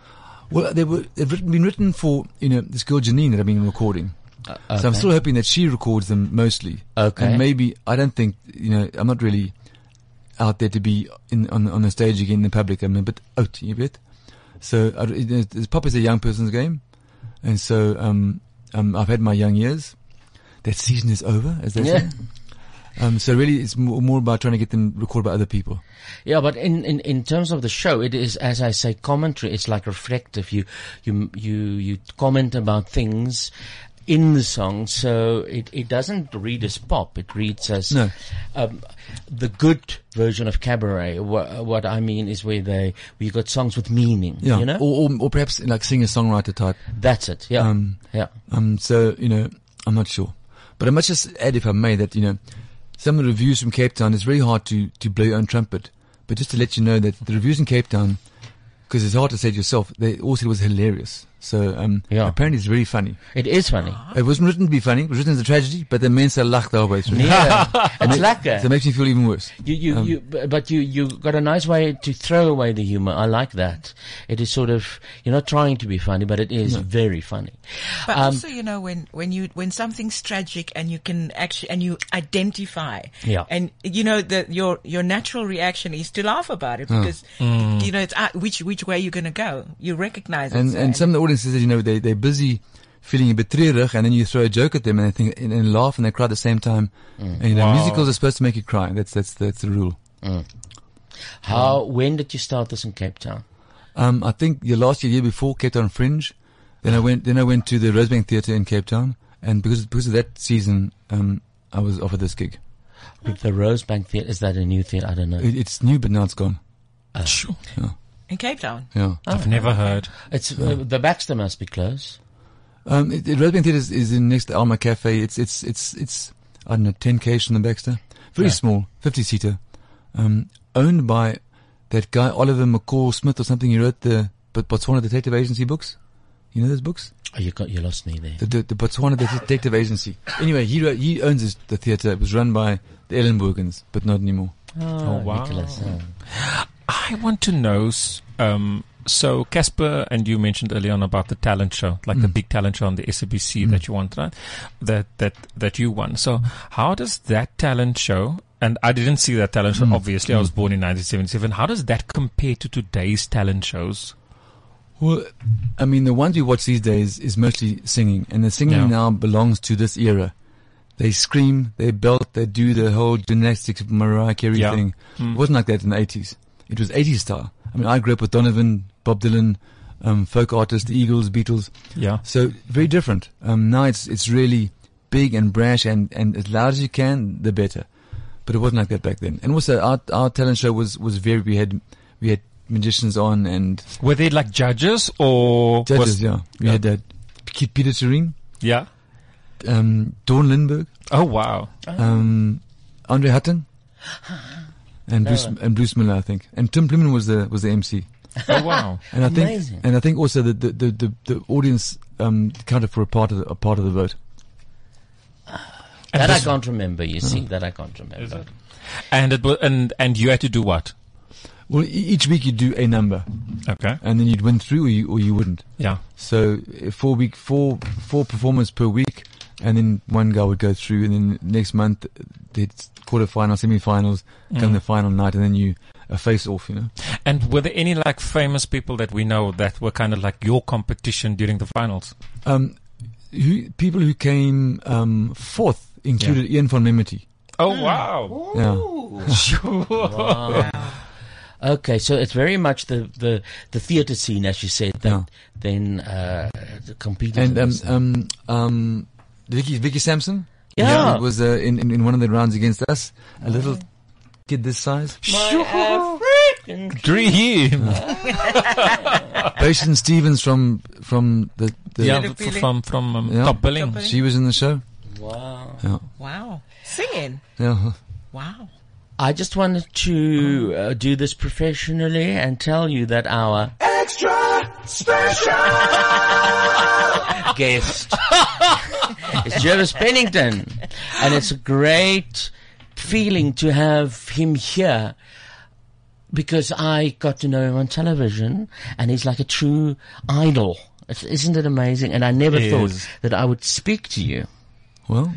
S23: Well, they were, they've written, been written for, you know, this girl Janine that I've been recording. So I'm
S4: Uh, okay.
S23: still hoping that she records them mostly.
S4: Okay.
S23: And maybe, I don't think, you know, I'm not really out there to be in, on, on the stage again in the public. I'm a bit out, you bit. So I, it- it- it's- pop is a young person's game. And so, um, um, I've had my young years. That season is over, as they
S4: Yeah.
S23: say. Um, so really it's more, more about trying to get them recorded by other people.
S4: Yeah, but in, in, in terms of the show, it is as I say, commentary. It's like reflective. You you you you comment about things in the song, so it, it doesn't read as pop. It reads as
S23: No.
S4: um, the good version of cabaret. What, what I mean is where they we got songs with meaning.
S23: Yeah.
S4: you know.
S23: Or, or, or perhaps like singer songwriter type.
S4: That's it. Yeah.
S23: Um,
S4: yeah.
S23: Um, so, you know, I'm not sure. But I must just add, if I may, that, you know, some of the reviews from Cape Town, it's very hard to, to blow your own trumpet. But just to let you know that the reviews in Cape Town, because it's hard to say it yourself, they all said it was hilarious. So, um, apparently it's really funny.
S4: It is funny.
S23: It wasn't written to be funny. It was written as a tragedy, but the men still laughed the whole way through. [LAUGHS]
S4: Yeah.
S23: And
S4: It's
S23: it-
S4: lekker.
S23: So it makes me feel even worse.
S4: You, you,
S23: Um,
S4: you, bu- but you, you got a nice way to throw away the humor. I like that. It is sort of, you're not trying to be funny, but it is
S11: No.
S4: very funny.
S11: But
S4: Um,
S11: also, you know, when, when you, when something's tragic and you can actually, and you identify.
S4: Yeah.
S11: And, you know, the, your, your natural reaction is to laugh about it
S23: Oh.
S11: because,
S23: Mm.
S11: you know, it's, uh, which, which way you're going to go. You recognize it.
S23: And
S11: so-
S23: and some of the audience says, you know, they they're busy feeling a bit treurig, and then you throw a joke at them, and they think and, and laugh, and they cry at the same time.
S4: Mm.
S23: And you know,
S4: Wow.
S23: musicals are supposed to make you cry. That's that's that's the rule.
S4: How, when did you start this in Cape Town?
S23: Um, I think the last year, year before Cape Town Fringe, then I went then I went to the Rosebank Theatre in Cape Town, and because because of that season, um, I was offered this gig.
S4: The Rosebank Theatre, is that a new theatre? I don't know. Uh,
S23: It, it's new, but now it's gone.
S4: sure.
S11: in Cape Town.
S23: Yeah.
S10: I've never heard.
S4: Oh. It's, uh, the Baxter must be close.
S23: Um, it, it, Rosebank Theatre is, is in next to Alma Cafe. It's it's it's it's I don't know ten k's from the Baxter. Very
S4: Yeah.
S23: small, fifty seater, um, owned by that guy Oliver McCall Smith or something. He wrote the but Botswana Detective Agency books. You know those books?
S4: Oh, you got, you lost me there.
S23: The, the, the Botswana Detective Agency. Anyway, he wrote, he owns this, the theatre. It was run by the Ellenburgans, but not anymore.
S4: Oh, Nicholas, yeah.
S10: I want to know. s- Um, so Casper and you mentioned earlier on about the talent show, like the
S25: Mm.
S10: big talent show on the SABC
S25: Mm.
S10: that you won, right? That that that you won. So how does that talent show? And I didn't see that talent show.
S25: Mm.
S10: Obviously, I was born in 1977. How does that compare to today's talent shows?
S23: Well, I mean, the ones we watch these days is mostly singing, and the singing
S10: Yeah.
S23: now belongs to this era. They scream, they belt, they do the whole gymnastics Mariah Carey
S10: Yeah.
S23: thing.
S10: Mm.
S23: It wasn't like that in the eighties. It was eighties style. I mean, I grew up with Donovan, Bob Dylan, um, folk artists, the Eagles, Beatles.
S10: Yeah.
S23: So very different. Um, now it's it's really big and brash and, and as loud as you can, the better. But it wasn't like that back then. And also, our our talent show was was very. We had we had magicians on and
S10: Were they like judges or
S23: Judges,
S10: was-
S23: yeah. We had that P- Peter Turin.
S10: Yeah.
S23: Um, Dawn Lindberg.
S10: Oh, wow.
S23: Um, Andre Hutton. And
S10: No.
S23: Bruce and Bruce Miller, I think. And Tim Plumman was the was the MC.
S10: Oh, wow.
S23: and I think
S10: Amazing.
S23: and I think also that the the, the, the audience um, counted for a part of the, a part of the vote.
S4: That I
S10: this-
S4: can't remember, you see.
S10: Mm.
S4: That I can't remember.
S10: And it was, and and you had to do what?
S23: Well, e- each week you do a number.
S10: Okay.
S23: And then you'd win through, or you, or you wouldn't.
S10: Yeah.
S23: So uh, four week, four four performers per week, and then one guy would go through, and then next month the quarterfinals, semifinals, come
S10: Mm.
S23: the final night, and then you a face off. You know.
S10: And were there any like famous people that we know that were kind of like your competition during the finals?
S23: Um, who, people who came um, fourth included Hmm. Ian von Memity. [LAUGHS]
S10: Oh wow!
S23: Yeah.
S10: Sure.
S4: Wow. Okay, so it's very much the the, the theatre scene, as you said, that then uh, competed.
S23: And
S4: in
S23: um,
S4: this.
S23: um, um, Vicky, Vicky Sampson?
S4: Yeah.
S23: It was uh, in, in, in one of the rounds against us. A little kid this size.
S6: um,
S23: [LAUGHS]
S10: Dream.
S23: Basin Stevens from from the, the
S10: Yeah, Little Feeling. from- from, um, Top Billing. Top Billing.
S23: She was in the show.
S4: Wow.
S23: Yeah.
S11: Wow. Singing.
S23: Yeah.
S11: Wow.
S4: I just wanted to uh, do this professionally and tell you that our
S6: Extra special.
S4: guest [LAUGHS] is Jervis [GASPS] Pennington, and it's a great feeling to have him here because I got to know him on television, and he's like a true idol. It's, isn't it amazing? And I never
S23: He
S4: thought
S23: is.
S4: that I would speak to you.
S23: Well,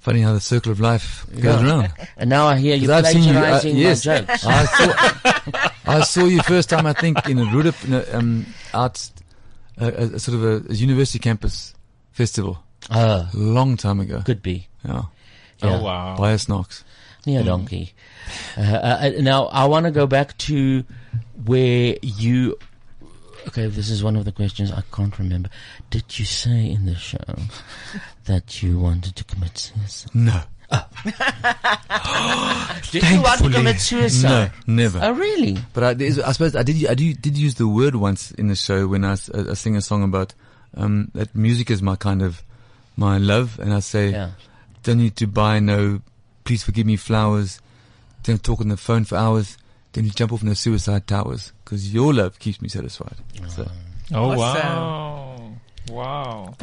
S23: funny how the circle of life goes around.
S4: [LAUGHS] And now I hear you
S23: 'Cause I've seen you, uh,
S4: plagiarizing
S23: yes.
S4: my jokes.
S23: I I saw you first time, I think, in a Rudolf, in a, um, out, a, a, a sort of a, a university campus festival.
S4: Ah.
S23: Long time ago.
S4: Could be.
S23: Yeah.
S4: Oh, Yeah. wow.
S23: By a snox.
S4: Yeah,
S23: Mm.
S4: donkey. Uh, uh, uh, now I want to go back to where you. Okay, this is one of the questions I can't remember. Did you say in the show
S23: [LAUGHS]
S4: that you wanted to commit suicide?
S23: No.
S4: Did you want to commit suicide?
S23: No, never.
S4: Oh, really?
S23: But I, there is- I suppose I did. I do, did use the word once in the show when I, s- I- I sing a song about um, that music is my kind of my love, and I say,
S4: Yeah.
S23: "Don't need to buy no. Please forgive me flowers. Don't talk on the phone for hours. Don't you jump off no suicide towers because your love keeps me satisfied." So.
S10: Oh
S11: Awesome.
S10: wow. Wow.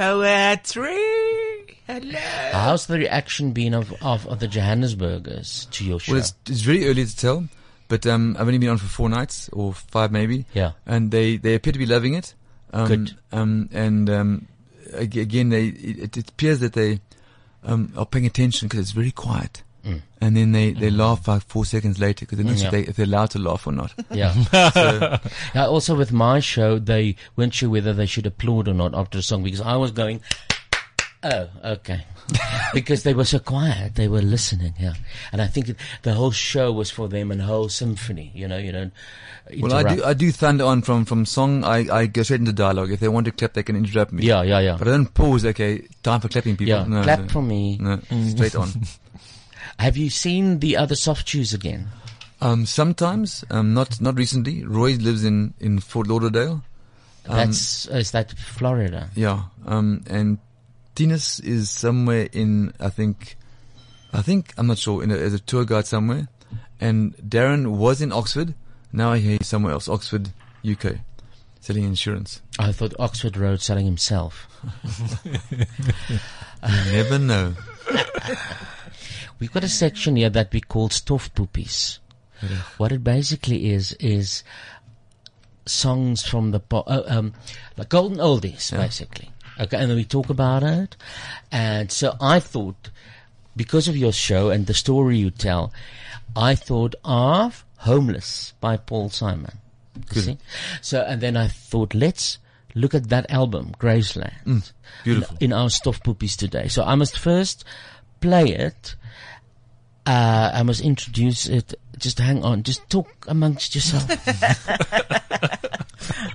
S11: Poetry. Hello.
S4: How's the reaction been of, of, of the Johannesburgers to your show?
S23: Well, it's, it's really early to tell, but um, I've only been on for four nights or five maybe.
S4: Yeah.
S23: And they, they appear to be loving it. Um,
S4: Good.
S23: Um, and um, ag- again, they it, it appears that they um, are paying attention because it's very quiet.
S4: Mm.
S23: And then they, they laugh like four seconds later because they know
S4: Mm.
S23: if, they, if they're allowed to laugh or not.
S4: Yeah.
S23: [LAUGHS] So-
S4: Yeah, Also, with my show, they weren't sure whether they should applaud or not after a song because I was going, oh, okay. [LAUGHS] because they were so quiet, they were listening. Yeah, and I think it- the whole show was for them and whole symphony. You know, you don't.
S23: Well, I do,
S4: interrupt.
S23: I do thunder on from, from song. I, I go straight into dialogue. If they want to clap, they can interrupt me.
S4: Yeah, yeah, yeah.
S23: But I don't pause. Okay, time for clapping, people.
S4: Yeah,
S23: No,
S4: clap
S23: no.
S4: for me.
S23: No,
S4: [LAUGHS] Mm.
S23: straight on.
S4: Have you seen the other soft shoes again?
S23: Um, sometimes, um, not not recently. Roy lives in in Fort Lauderdale. Um,
S4: That's is that Florida?
S23: yeah. Um, and Tinas is somewhere in I think, I think I'm not sure. In a, as a tour guide somewhere, and Darren was in Oxford. Now I hear he's somewhere else, Oxford, UK, selling insurance.
S4: I thought Oxford Road selling himself.
S23: You never know.
S4: [LAUGHS] We've got a section here that we call Stoff Poopies.
S23: Yeah.
S4: What it basically is, is songs from the, po- uh, um, like golden oldies, basically. Okay, and then we talk about it. And so I thought, because of your show and the story you tell, I thought of Homeless by Paul Simon. You
S23: Good.
S4: see? So, and then I thought, let's look at that album, Graceland
S23: Mm, beautiful.
S4: in our stuff puppies today. So I must first play it. Uh, I must introduce it. Just hang on. Just talk amongst
S11: [LAUGHS]
S4: yourself.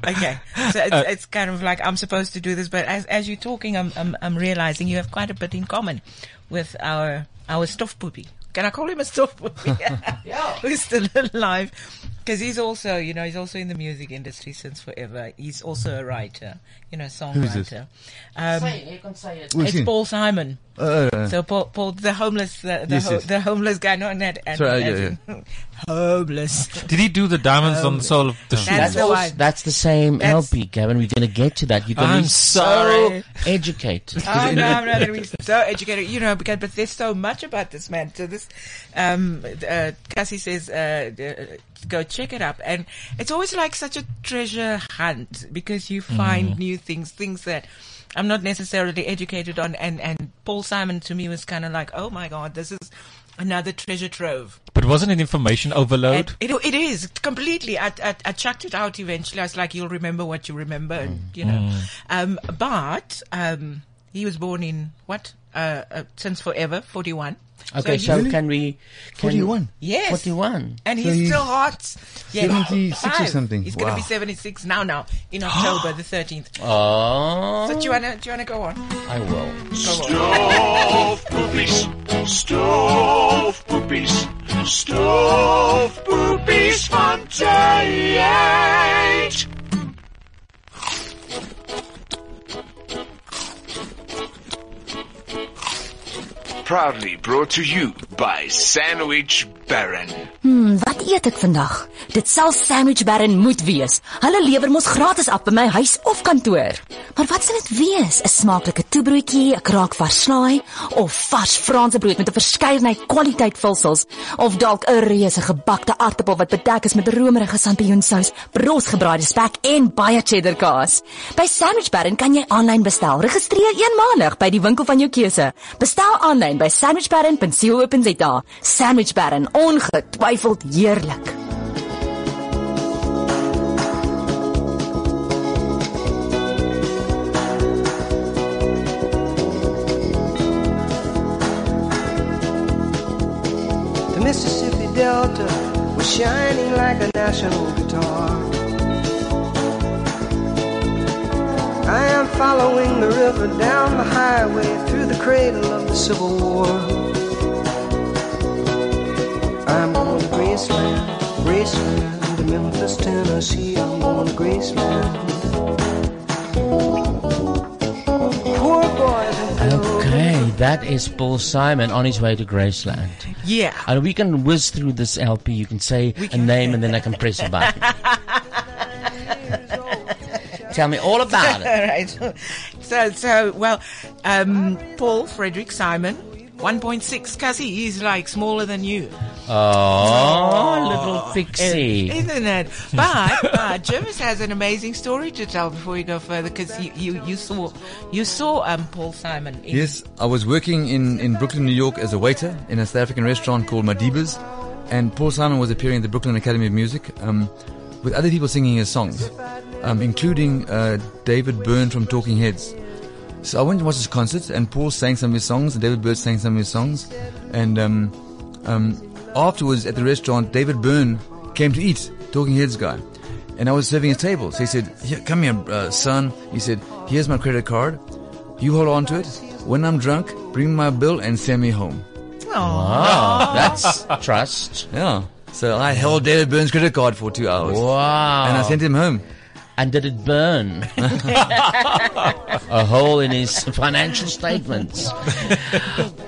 S11: Okay, so it's, it's kind of like I'm supposed to do this, but as as you're talking, I'm I'm, I'm realizing you have quite a bit in common with our our stoffpoopy. Can I call him a stoffpoopy? yeah, [LAUGHS] who's still alive? Because he's also, you know, he's also in the music industry since forever. He's also a writer, you know,
S23: Who's this?
S11: songwriter. Um,
S4: Say it, you can say it.
S11: It's
S23: Who's he?
S11: Paul Simon.
S23: Oh, yeah.
S11: so Paul, Paul, the homeless, uh, the, the,
S10: Yes,
S11: ho-
S10: yes.
S11: the homeless guy, not that. and-
S10: Sorry, yeah,
S11: and- homeless.
S10: Did he do the diamonds on the sole of the shoe?
S4: that's, also- that's the same LP, Gavin. We're going to get to that. You're going to
S10: I'm
S4: be
S10: sorry.
S4: so educated. [LAUGHS]
S11: Oh no, I'm not going to be so educated, you know, because but there's so much about this man. So this, um, uh, Cassie says, uh, uh, go check it up, and it's always like such a treasure hunt because you find
S25: Mm.
S11: new things, things that I'm not necessarily educated on, and and Paul Simon to me was kind of like, oh my god, this is another treasure trove.
S10: But wasn't it information overload?
S11: It, it is completely. I, I, I chucked it out eventually. I was like, you'll remember
S4: Mm.
S11: what you remember, and you know.
S10: Mm.
S11: Um, but um, he was born in what? uh, uh, since forever, 41.
S4: Okay, so,
S11: he-
S4: can we? Can
S11: 41? Yes.
S4: 41.
S11: And
S4: So
S11: he's
S4: he's
S11: still hot. Yes.
S4: 76 or
S11: Five.
S4: something.
S11: He's going to
S4: Wow.
S11: be 76 now, now,
S4: [GASPS]
S11: in October the 13th.
S4: Oh.
S11: So do you want to do you wanna go on?
S4: I will.
S6: Stove poopies, stove poopies, stove poopies van Giant. Proudly brought to you by Sandwich Baron.
S25: Hmm, wat eet ek vandag? Dit sal sandwich baron moet wees. Hulle lewer mos gratis af by my huis of kantoor. Maar wat sal dit wees? 'n Smaaklike toebroodjie, 'n kraak vars slaai of vars Franse brood met 'n verskeidenheid kwaliteit vulsels of dalk 'n reuse gebakte aartappel wat bedek is met romerige sampioensous, brosgebraaide spek en baie cheddar kaas. By Sandwich Baron kan jy aanlyn bestel. Registreer eenmalig by die winkel van jou keuse. Bestel aanlyn by sandwichbaron.co.za. Sandwich Baron, ongetwyfeld heerlik.
S26: The Mississippi Delta was shining like a national guitar. I am following the river down the highway through the cradle of the Civil War. I'm going to Graceland, Graceland, to Memphis, Tennessee. I'm going to Graceland. Poor boys and
S4: Okay, that is Paul Simon on his way to Graceland.
S26: Yeah.
S4: And we can whiz through this LP. You can say a name and then I can press a
S23: [LAUGHS]
S4: button. Tell me [LAUGHS] all about
S23: [LAUGHS]
S4: it.
S11: All [LAUGHS] right. So, so well, um, Paul Frederick Simon, 1.6. Cassie, he's like smaller than you.
S4: Oh, little pixie.
S11: Isn't it? But, but Jervis has an amazing story to tell before you go further because you, you, you saw you saw um, Paul Simon. In,
S23: Yes, I was working in, in Brooklyn, New York as a waiter in a South African restaurant called Madiba's. And Paul Simon was appearing at the Brooklyn Academy of Music um, with other people singing his songs, um, including uh, David Byrne from Talking Heads. So I went and watched his concert, and Paul sang some of his songs, and David Byrne sang some of his songs. And um, um, afterwards at the restaurant, David Byrne came to eat, Talking Heads guy. And I was serving his table. So he said, here, come here, uh, son. He said, here's my credit card. You hold on to it. When I'm drunk, bring my bill and send me home.
S4: Wow, that's
S23: trust. Yeah. So I held David Byrne's credit card for two hours. Wow. And I sent him home.
S4: And did it
S23: [LAUGHS]
S4: burn? a hole in his financial
S23: [LAUGHS]
S4: statements.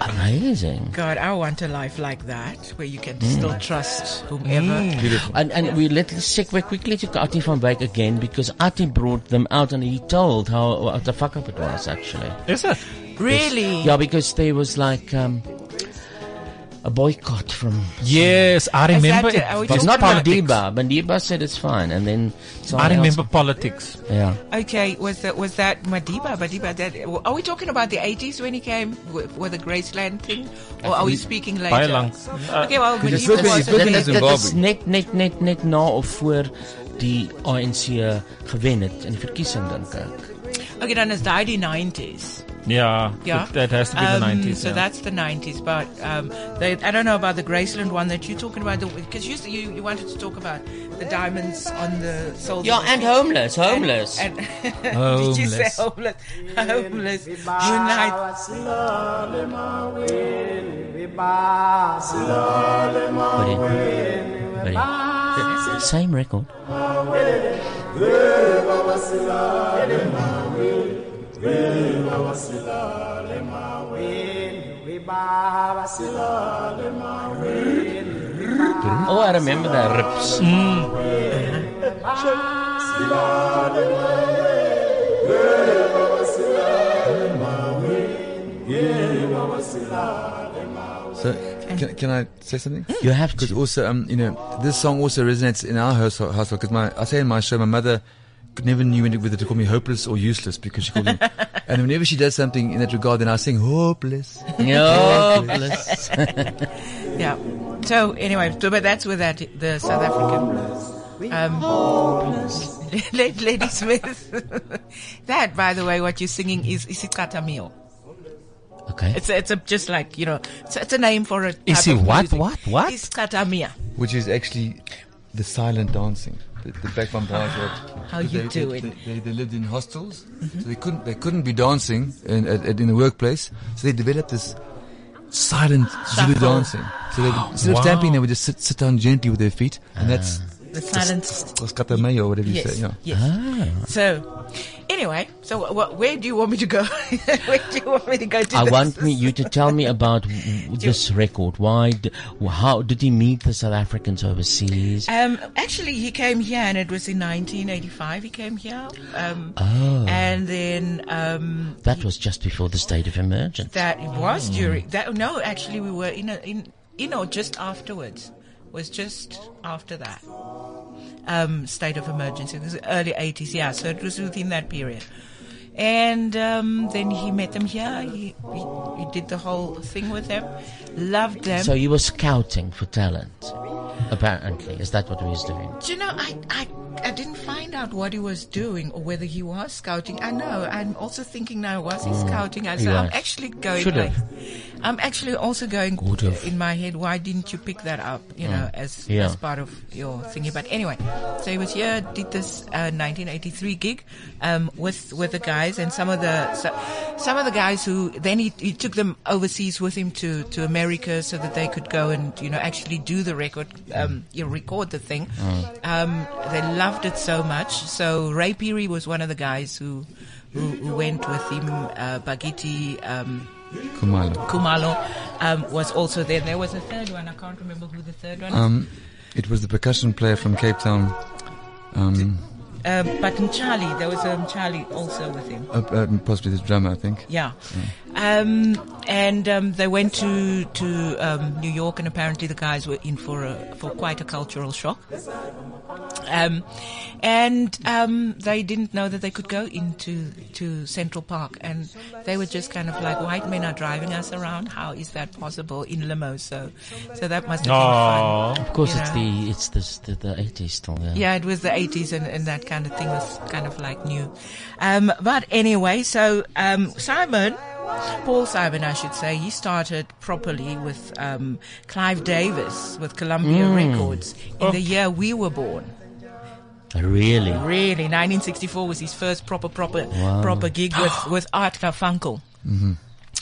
S4: Amazing.
S11: God, I want a life like that where you can
S4: Mm.
S11: still trust whomever.
S10: Mm.
S4: And, and we let us segue quickly to Ati van Wyk again because Ati brought them out and he told how what the fuck up it was actually.
S10: Is it?
S11: Really?
S4: Yeah, because there was like um, a boycott from.
S10: Yes, I Is remember that, it are we
S4: It,
S10: was
S4: was
S10: talking
S4: not
S10: about-
S4: Pandiba. Pandiba said it's fine, and then someone
S10: I remember
S4: else-
S10: politics.
S4: Yeah.
S11: Okay, was that was that Madiba? Madiba, that are we talking about the eighties when he came with, with the Graceland thing, or are we speaking later? Uh,
S10: Baie lank.
S11: okay, well,
S4: Dit is
S11: Madiba
S4: dit
S11: was the-
S4: is- dit is net net net net na of voor die ANC eh, gewen het in die verkiesing dink ek.
S11: Okay, then it's died in nineties.
S10: Yeah,
S11: Yeah,
S10: That, that has to be
S11: Um,
S10: the 90s.
S11: So
S10: yeah.
S11: that's the nineties. But um, they, I don't know about the Graceland one that you're talking about, because you, you you wanted to talk about the diamonds on the soles.
S4: Yeah,
S11: of the
S4: and
S11: feet.
S4: homeless, homeless. Um,
S11: And, and [LAUGHS] did you say
S4: Homeless.
S11: homeless? Homeless. Good night.
S4: But it, but it, same record. Oh, I remember that Mm. rips.
S23: So, can, can I say something?
S4: You have
S23: Because also, um, you know, this song also resonates in our household. household 'cause my, I say in my show, my mother could never knew whether to call me hopeless or useless because she called [LAUGHS] me. and whenever she does something in that regard, then I sing hopeless.
S4: Hopeless.
S11: [LAUGHS] yeah. So anyway, so, but that's with that the South African. Um, [LAUGHS] Lady Lady [LAUGHS] Smith. that, by the way, what you're singing is Isikata Meal.
S4: Okay.
S11: It's it's a, just like you know, it's, it's a name for a. Type
S4: Is he
S11: of
S4: what,
S11: music.
S4: what, what?
S11: Iskatamia.
S23: Which is actually the silent dancing. The, the Black Vampires. were-
S11: How you
S23: they,
S11: do
S23: they,
S11: it.
S23: They, they lived in hostels, so they couldn't they couldn't be dancing in, at, at, in the workplace. So they developed this silent Zulu
S11: Shuffle.
S23: dancing. So they would, instead of
S11: Wow.
S23: stamping, they would just sit, sit down gently with their feet, and that's
S11: The silence.
S23: Skatameyo, or whatever you
S11: Yes,
S23: say. Yeah.
S11: yes.
S4: Ah.
S11: So, anyway, so wh- wh- where do you want me to go? [LAUGHS] where do you want me to go to?
S4: I
S11: this?
S4: want me, you to tell me about w- this record. Why? D- how did he meet the South Africans overseas?
S11: Um, actually, he came here, and it was in 1985. He came here, um,
S4: Oh.
S11: and then um,
S4: That was just before the state of emergency.
S11: that it was
S4: Oh.
S11: during that. No, actually, we were in a, in you know just afterwards. Was just after that um, state of emergency. It was early 80s. Yeah, so it was within that period. And um, then he met them here. He, he, he did the whole thing with them. Loved them.
S4: So you were scouting for talent, apparently. Is that what he was doing?
S11: Do you know, I, I, I didn't find out what he was doing or whether he was scouting. I know. I'm also thinking now, was he
S4: Mm,
S11: scouting? I,
S4: he
S11: so I'm
S4: was.
S11: actually going.
S4: Should have.
S11: like- I'm actually also going
S4: Would have.
S11: in my head. Why didn't you pick that up? You know,
S4: Mm,
S11: as
S4: yeah.
S11: as part of your thingy. But anyway, so he was here, did this uh, 1983 gig um, with with the guys and some of the so, some of the guys who then he, he took them overseas with him to to America so that they could go and you know actually do the record, um, you know, record the thing.
S4: Mm.
S11: Um, they loved it so much. So Ray Peary was one of the guys who who, who went with him. Uh, Bagiti um,
S23: Kumalo.
S11: Kumalo um, was also there. There was a third one. I can't remember who the third one. Um,
S23: Um, it was the percussion player from Cape Town. Um,
S11: uh, but Charlie, there was um, Charlie also with him.
S23: uh, uh, possibly the drummer, I think.
S11: Yeah.
S23: Mm.
S11: Um, and um, they went to to um, New York, and apparently the guys were in for a, for quite a cultural shock. Um, and um, they didn't know that they could go into to Central Park, and they were just kind of like, "White men are driving us around. How is that possible in limo?" So, so that must have been fun.
S4: Of course,
S11: you
S4: it's
S11: know.
S4: the it's this- the the eighties still. Yeah.
S11: Yeah, it was the 80s and, and that kind of thing was kind of like new. Um, but anyway, so um, Simon, Paul Simon, I should say, he started properly with um, Clive Davis with Columbia
S4: Mm. Oh.
S11: Records in the year we were born.
S4: Really?
S11: Really, 1964 was his first proper, proper,
S4: Wow.
S11: proper gig with, with Art Garfunkel.
S4: hmm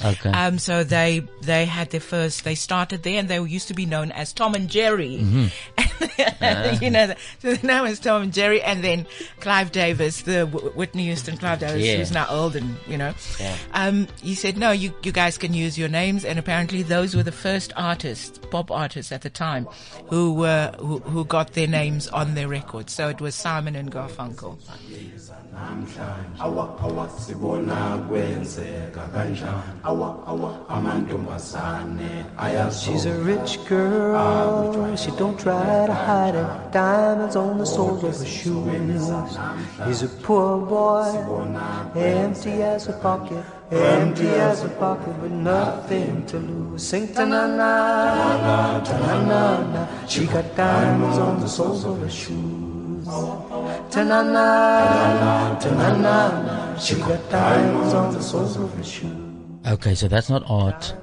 S4: Okay.
S11: Um, so they they had their first. They started there, and they used to be known as Tom and Jerry.
S4: Mhm. Ah.
S11: [LAUGHS] you know, so the name was Tom and Jerry, and then Clive Davis, the Wh- Whitney Houston Clive Davis,
S4: Yeah.
S11: who's now old and you know,
S4: Yeah.
S11: um, he said, "No, you you guys can use your names." And apparently, those were the first artists, pop artists at the time, who were who, who got their names on their records. So it was Simon and Garfunkel.
S2: awa awa sibona kwenzeka kanjani awa awa amantombazane
S26: She's a
S2: ayasoka
S26: rich girl. She don't try to hide it. Diamonds on the soles of her shoes. He's a poor boy, empty as a pocket, empty as a pocket with nothing to lose. Sing ta na na, ta na na na. She got diamonds on the soles of her shoes. Ta na na, ta na na na. She got diamonds on the soles of her shoes.
S4: Okay, so that's not art.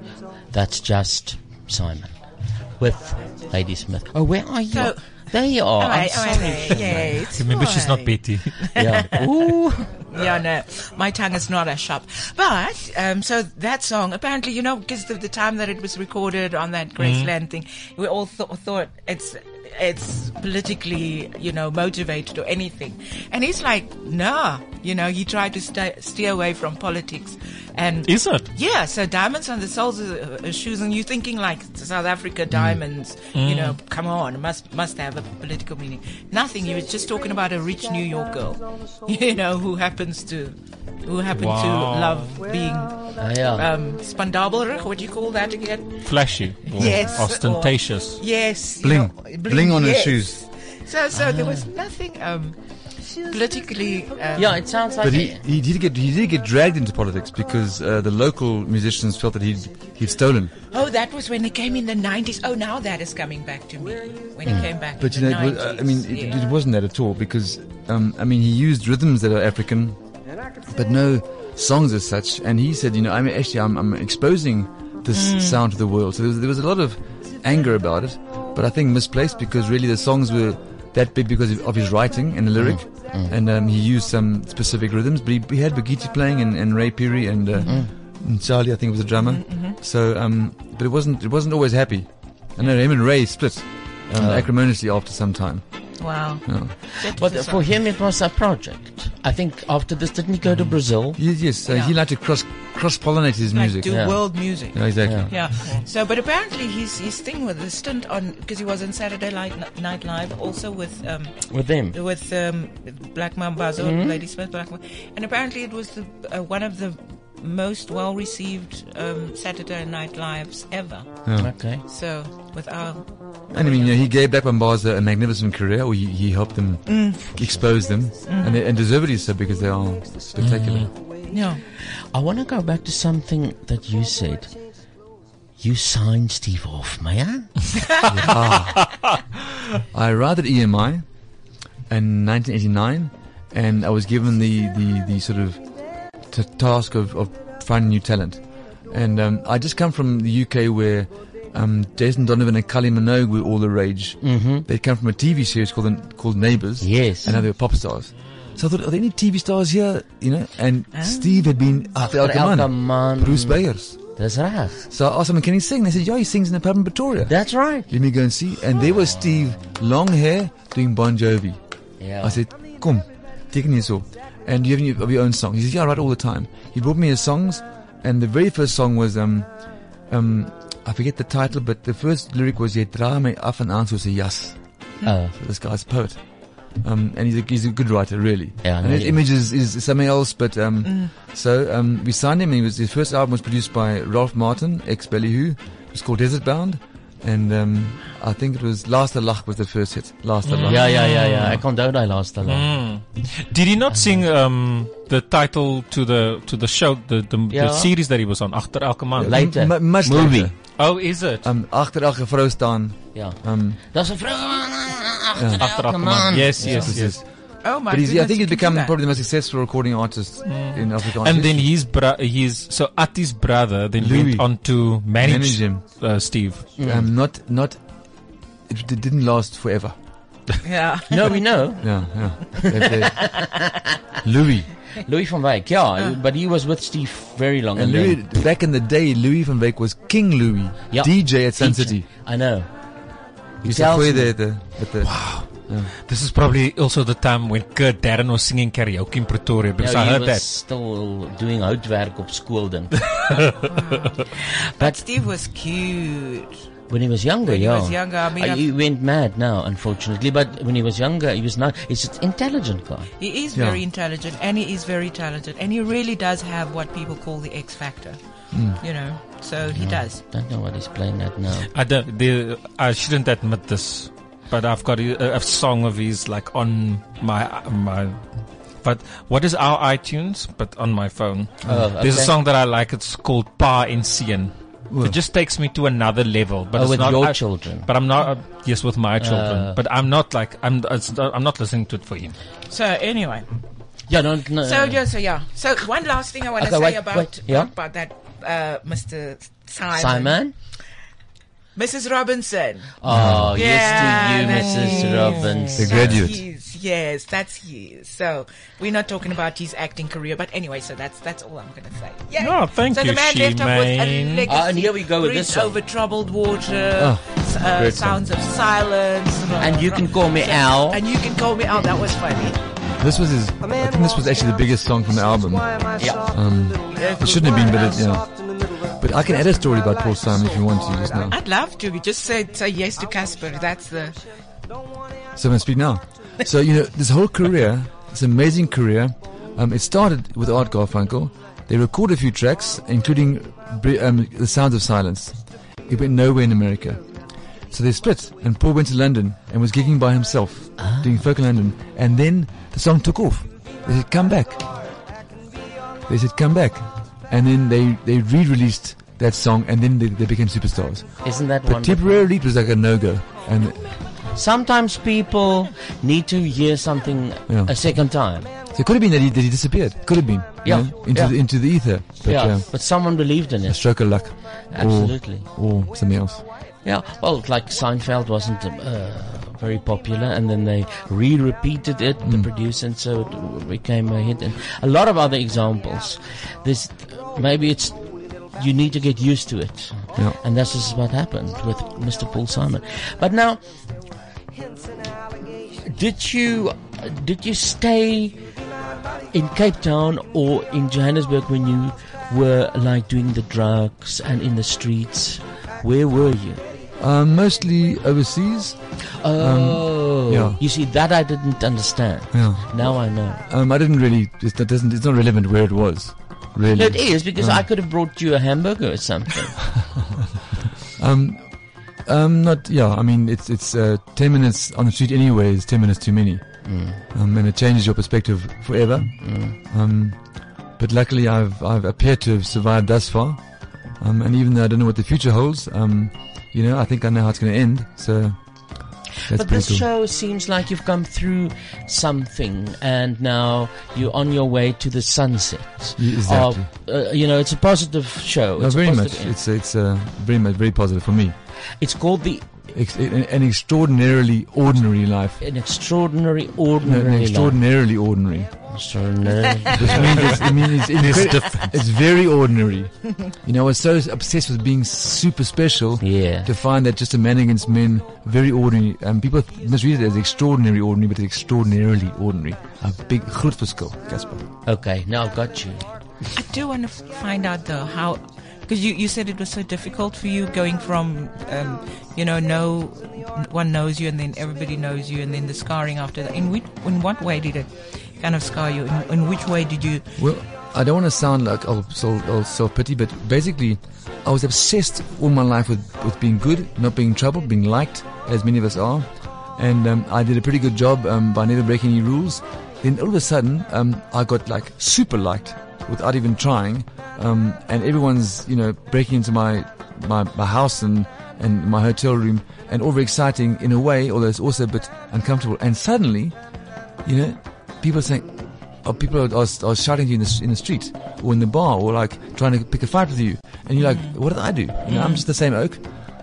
S4: That's just Simon with Lady Smith. Oh, where are you?
S11: So-
S4: there you are.
S11: Oh,
S4: I'm
S11: I- oh, I
S4: sorry,
S11: know.
S4: Shirley.
S11: Yeah,
S4: [LAUGHS]
S11: it's
S10: Remember, she's not
S11: fine.
S10: Betty. [LAUGHS]
S4: Yeah. Ooh.
S11: Yeah, no, my tongue is not as sharp. But um, so that song, apparently, you know, because the, the time that it was recorded on that
S10: Mm-hmm.
S11: Graceland thing, we all th- thought it's it's politically, you know, motivated or anything. And he's like, nah, you know, he tried to stay, steer away from politics. And
S10: Is it?
S11: Yeah. So diamonds on the soles of uh, shoes, and you're thinking like South Africa diamonds, you
S10: Mm.
S11: know, come on, must must have a political meaning. Nothing. He was just talking about a rich New York girl, [LAUGHS] you know, who happens to who happened to
S10: Wow.
S11: love being
S4: Ah,
S10: yeah.
S11: um, spandabelrig. What do you call that again?
S10: Flashy. Or
S11: Yes.
S10: Ostentatious.
S11: or- yes. you
S10: Bling. Ah.
S11: know,
S10: Bling on her
S11: yes.
S10: shoes.
S11: So so there was nothing um, politically. Um,
S4: Yeah, it sounds like
S23: But he,
S4: it.
S23: he did get he did get dragged into politics because uh, the local musicians felt that he'd he'd stolen.
S11: Oh, that was when they came in the 90s. Oh, now that is coming back to me. When he came back
S23: Mm. But
S11: in
S23: you
S11: the
S23: know,
S11: 90s.
S23: it was, uh, I mean, it,
S11: yeah.
S23: it wasn't that at all because um, I mean, he used rhythms that are African, but no songs as such. And he said, you know, I'm actually I'm, I'm exposing this
S9: Mm.
S23: sound to the world. So there was, there was a lot of anger about it, but I think misplaced because really the songs were that big because of- of his writing
S11: Mm.
S23: and the lyric. And um, he used some specific rhythms, but he, he had Baghetti playing and, and Ray Peary and, uh,
S11: Mm.
S23: and Charlie, I think, was a drummer.
S11: Mm-hmm.
S23: So, um, but it wasn't it wasn't always happy. I know him and Ray split um,
S4: Oh.
S23: acrimoniously after some time.
S11: Wow.
S23: Yeah.
S4: But for him, it was a project. I think after this, didn't he go to Brazil?
S23: Mm-hmm. Yes, yes. Uh, He liked to cross cross pollinate his
S11: Like
S23: music.
S11: do world music.
S23: Yeah, exactly.
S11: Yeah. So, but apparently his his thing with the stint on because he was on Saturday Night, Night Live also with um
S4: With them.
S11: with um Black Mambazo,
S4: Mhm.
S11: Lady Smith, Black, Mamba- and apparently it was the uh, one of the most well received um, Saturday Night Lives ever.
S23: Yeah.
S4: Oh.
S23: Okay.
S11: So with our
S23: And I mean, you know, he gave Black Mambaza a magnificent career, or he, he helped them
S11: Mm.
S23: expose them,
S11: Mm.
S23: and, they, and deservedly so because they are spectacular.
S11: yeah.
S4: I want to go back to something that you said. You signed Steve
S11: [LAUGHS]
S4: Hoffmeyer.
S23: [LAUGHS] I arrived at EMI in 1989, and I was given the, the, the sort of t- task of, of finding new talent. And um, I just come from the UK where um, Jason Donovan and Kylie Minogue were all the rage.
S4: Mhm.
S23: They'd come from a TV series called called Neighbours. Mm-hmm. Yes. And now they were pop stars. So I thought, are there any TV stars here? You know, and Steve had been Ah. uh, after
S4: After
S23: Elke
S4: Elke
S23: Mann, Bruce Bayers.
S4: That's right.
S23: So I asked him, can he sing? They said, yeah, he sings in the pub in Pretoria.
S4: That's right.
S23: Let me go and see. And there was Steve, long hair, doing Bon Jovi.
S4: Yeah.
S23: I said, come, take me so. And do you have any of your own songs? He says, yeah, I write all the time. He brought me his songs, and the very first song was, um, um, I forget the title, but the first lyric was, "Je draai my af en aan soos 'n jas."
S4: Oh.
S23: So this guy's a poet. Um, and he's a, he's a good writer, really.
S4: Yeah, I
S23: and
S4: know
S23: his
S4: him.
S23: image is, is something else, but um,
S4: Mm.
S23: so um, we signed him. And he was his first album was produced by Ralph Martin, ex Ballyhoo. It was called Desert Bound, and um, I think it was Last Lach was the first hit. Last Lach.
S4: Mm. Yeah, yeah, yeah, yeah. I can't doubt I lost the
S10: Mm. Did he not sing um, the title to the to the show the the,
S23: Yeah.
S10: the series that he was on? Achter elke man.
S23: M- much later.
S10: Oh, is it?
S23: Um, achter elke vrou staan.
S4: Yeah.
S23: Um,
S4: That's a vrouw.
S23: yeah.
S4: Achter elke man. Yes, yes,
S23: This
S4: yes.
S23: is-
S4: Oh my
S23: But he's, I
S4: goodness,
S23: think
S4: you
S23: he's
S4: can
S23: become
S4: do that.
S23: probably the most successful recording artist
S10: Mm.
S23: in Afrikaans.
S10: and then
S23: history.
S10: his bro- his so Ati's brother then
S23: Louis.
S10: went on to
S23: Manage
S10: manage,
S23: him.
S10: Uh, Steve.
S23: um, not not it, it didn't last forever.
S11: Yeah.
S4: No, we know.
S23: Yeah, yeah. They- they-
S4: [LAUGHS]
S23: Louis.
S4: Louis van Wyk, yeah,
S11: Ah.
S4: but he was with Steve very long.
S23: And Louis, back in the day, Louis van Wyk was King Louis,
S4: Yeah.
S23: DJ at Sun
S4: DJ.
S23: City.
S4: I know.
S23: He used to
S10: tells
S23: play
S10: me.
S23: there at the, at the wow.
S10: This is probably also the time when Kurt Darren was singing karaoke in Pretoria because
S4: Yeah,
S10: I
S4: he
S10: heard
S4: was still doing houtwerk op school
S23: [LAUGHS]
S4: then.
S11: Ah. but Steve was cute.
S4: When he was younger,
S11: When he
S4: yeah.
S11: was younger, I mean,
S4: Uh,
S11: I've-
S4: he went mad now, unfortunately. But when he was younger, he was not. He's an intelligent guy.
S11: He is
S4: Yeah.
S11: very intelligent, and he is very talented, and he really does have what people call the X factor.
S4: Mm.
S11: You know, so he
S4: Yeah.
S11: does.
S4: Don't know what he's playing at now.
S10: that. I don't. The, I shouldn't admit this, but I've got a, a song of his like on my my. But what is our iTunes? But on my phone,
S4: Oh,
S10: there's a
S4: okay.
S10: song that I like. It's called Pa in Sien.
S4: Ooh.
S10: It just takes me to another level.
S4: Oh,
S10: But it's
S4: with
S10: not,
S4: your
S10: I-
S4: children.
S10: But I'm not. Uh, yes, with my children.
S4: Uh.
S10: but I'm not like I'm. It's, not- I'm not listening to it for you.
S11: So anyway,
S4: Yeah, don't. No,
S11: so yeah, so yeah. So one last thing I want to
S4: Uh. Okay,
S11: say
S4: wait,
S11: about
S4: wait, yeah.
S11: about that, uh, Mr. Simon.
S4: Simon?
S11: Mrs. Robinson.
S4: Oh, yes to you,
S11: that's
S4: Mrs.
S11: his.
S4: Robinson. The graduate.
S11: That's his. Yes, that's his. So we're not talking about his acting career, but anyway, so that's that's all I'm going to say. Yeah.
S10: No, thank
S11: so
S10: you,
S11: the man left off with a
S10: Shimane.
S11: legacy.
S10: Ah, and here we go with
S11: Bridge
S10: this song.
S11: over troubled water.
S4: Oh,
S11: s- uh,
S4: great song.
S11: sounds of silence.
S4: And you can call me
S11: So-
S4: Al.
S11: And you can call me Al. That was funny.
S23: This was his. I think this was actually the biggest song from the album.
S11: Yeah.
S23: Um, it shouldn't have been, but it, yeah. But I can add a story about Paul Simon if you want to just now.
S11: I'd love to. Just say say yes to Casper. That's the.
S23: So I'm going to speak now. So, you know, this whole career, this amazing career, um, it started with Art Garfunkel. They recorded a few tracks, including Bri- um, The Sounds of Silence. It went nowhere in America. So they split, and Paul went to London and was gigging by himself,
S4: Ah.
S23: doing folk in London. And then the song took off. They said, come back. They said, come back. And then they, they re-released that song, and then they, they became superstars.
S4: Isn't that
S23: But
S4: wonderful?
S23: temporarily, it was like a no-go. And
S4: Sometimes people need to hear something
S23: Yeah.
S4: a second time.
S23: So it could have been that he, that he disappeared. Could have been.
S4: Yeah.
S23: you know, into
S4: Yeah.
S23: the, into the ether. But,
S4: yeah,
S23: uh,
S4: but someone believed in it.
S23: a stroke of luck, Or-
S4: Absolutely.
S23: or, something else.
S4: Yeah, well, like Seinfeld wasn't uh, very popular, and then they re-repeated it, the producer, and so it became a hit. And a lot of other examples. This maybe it's you need to get used to it,
S23: Yeah.
S4: and this is what happened with Mr. Paul Simon. But now, did you did you stay in Cape Town or in Johannesburg when you were like doing the drugs and in the streets? Where were you?
S23: Um, mostly overseas. Um,
S4: Oh,
S23: yeah.
S4: You see, that I didn't understand.
S23: Yeah.
S4: Now I know.
S23: Um, I didn't really. It's, that doesn't. It's not relevant where it was. Really,
S4: It is because
S23: Um,
S4: I could have brought you a hamburger or
S23: [LAUGHS]
S4: something.
S23: Um, um, not yeah. I mean, it's it's uh, ten minutes on the street anyway is ten minutes too many,
S4: Mm.
S23: um, and it changes your perspective forever.
S4: Mm.
S23: Um, but luckily, I've I've appeared to have survived thus far, um, and even though I don't know what the future holds, um, you know, I think I know how it's going to end. So that's
S4: but this
S23: pretty cool.
S4: show seems like you've come through something, and now you're on your way to the sunset.
S23: Yeah, exactly.
S4: Of, uh, you know, it's a positive show.
S23: No,
S4: it's a
S23: very
S4: positive
S23: much.
S4: end.
S23: It's it's uh, very much very positive for me.
S4: It's called the
S23: Ex- an an extraordinarily ordinary life.
S4: An extraordinary
S23: No,
S4: ordinary.
S23: no,
S4: life.
S23: extraordinarily ordinary.
S4: Extraordinary.
S23: [LAUGHS] This means it's, it means it's,
S4: There's
S23: incre-
S4: difference.
S23: it's very ordinary. You know, I was so obsessed with being super special.
S4: Yeah.
S23: To find that just a man against men, very ordinary. Um, people th- misread it as extraordinary ordinary, but it's extraordinarily ordinary. A big groot verschil, Casper.
S4: Okay, now I've got you.
S11: I do want to find out though how, because you, you said it was so difficult for you going from, um, you know, no one knows you and then everybody knows you and then the scarring after that. In which, in what way did it kind of scar you? In, in which way did you?
S23: Well, I don't want to sound like I'll, so- I'll self pity, but basically, I was obsessed all my life with, with being good, not being troubled, being liked, as many of us are. And um, I did a pretty good job um, by never breaking any rules. Then all of a sudden, um, I got like super liked without even trying. Um, and everyone's, you know, breaking into my, my, my house and, and my hotel room and all very exciting in a way, although it's also a bit uncomfortable. And suddenly, you know, people are saying, oh, people are, are, are shouting to you in the, s- in the street or in the bar or like trying to pick a fight with you. And you're like, what did I do? You know, I'm just the same oak.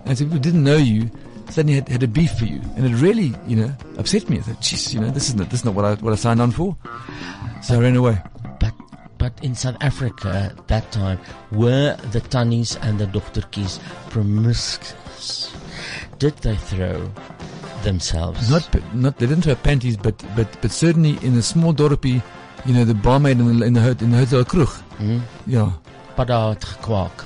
S23: And so people didn't know you suddenly had, had a beef for you. And it really, you know, upset me. I thought, jeez, you know, this is not, this is not what I, what I signed on for. So I ran away.
S4: But in South Africa at that time, were the Tunnies and the Dr. Keys promiscuous? Did they throw themselves?
S23: Not, p- not they didn't wear panties, but but but certainly in the small dorpie, you know, the barmaid in the in the, hot- in the hotel kroeg.
S4: Hmm?
S23: Ja.
S4: Padda het gekwaak.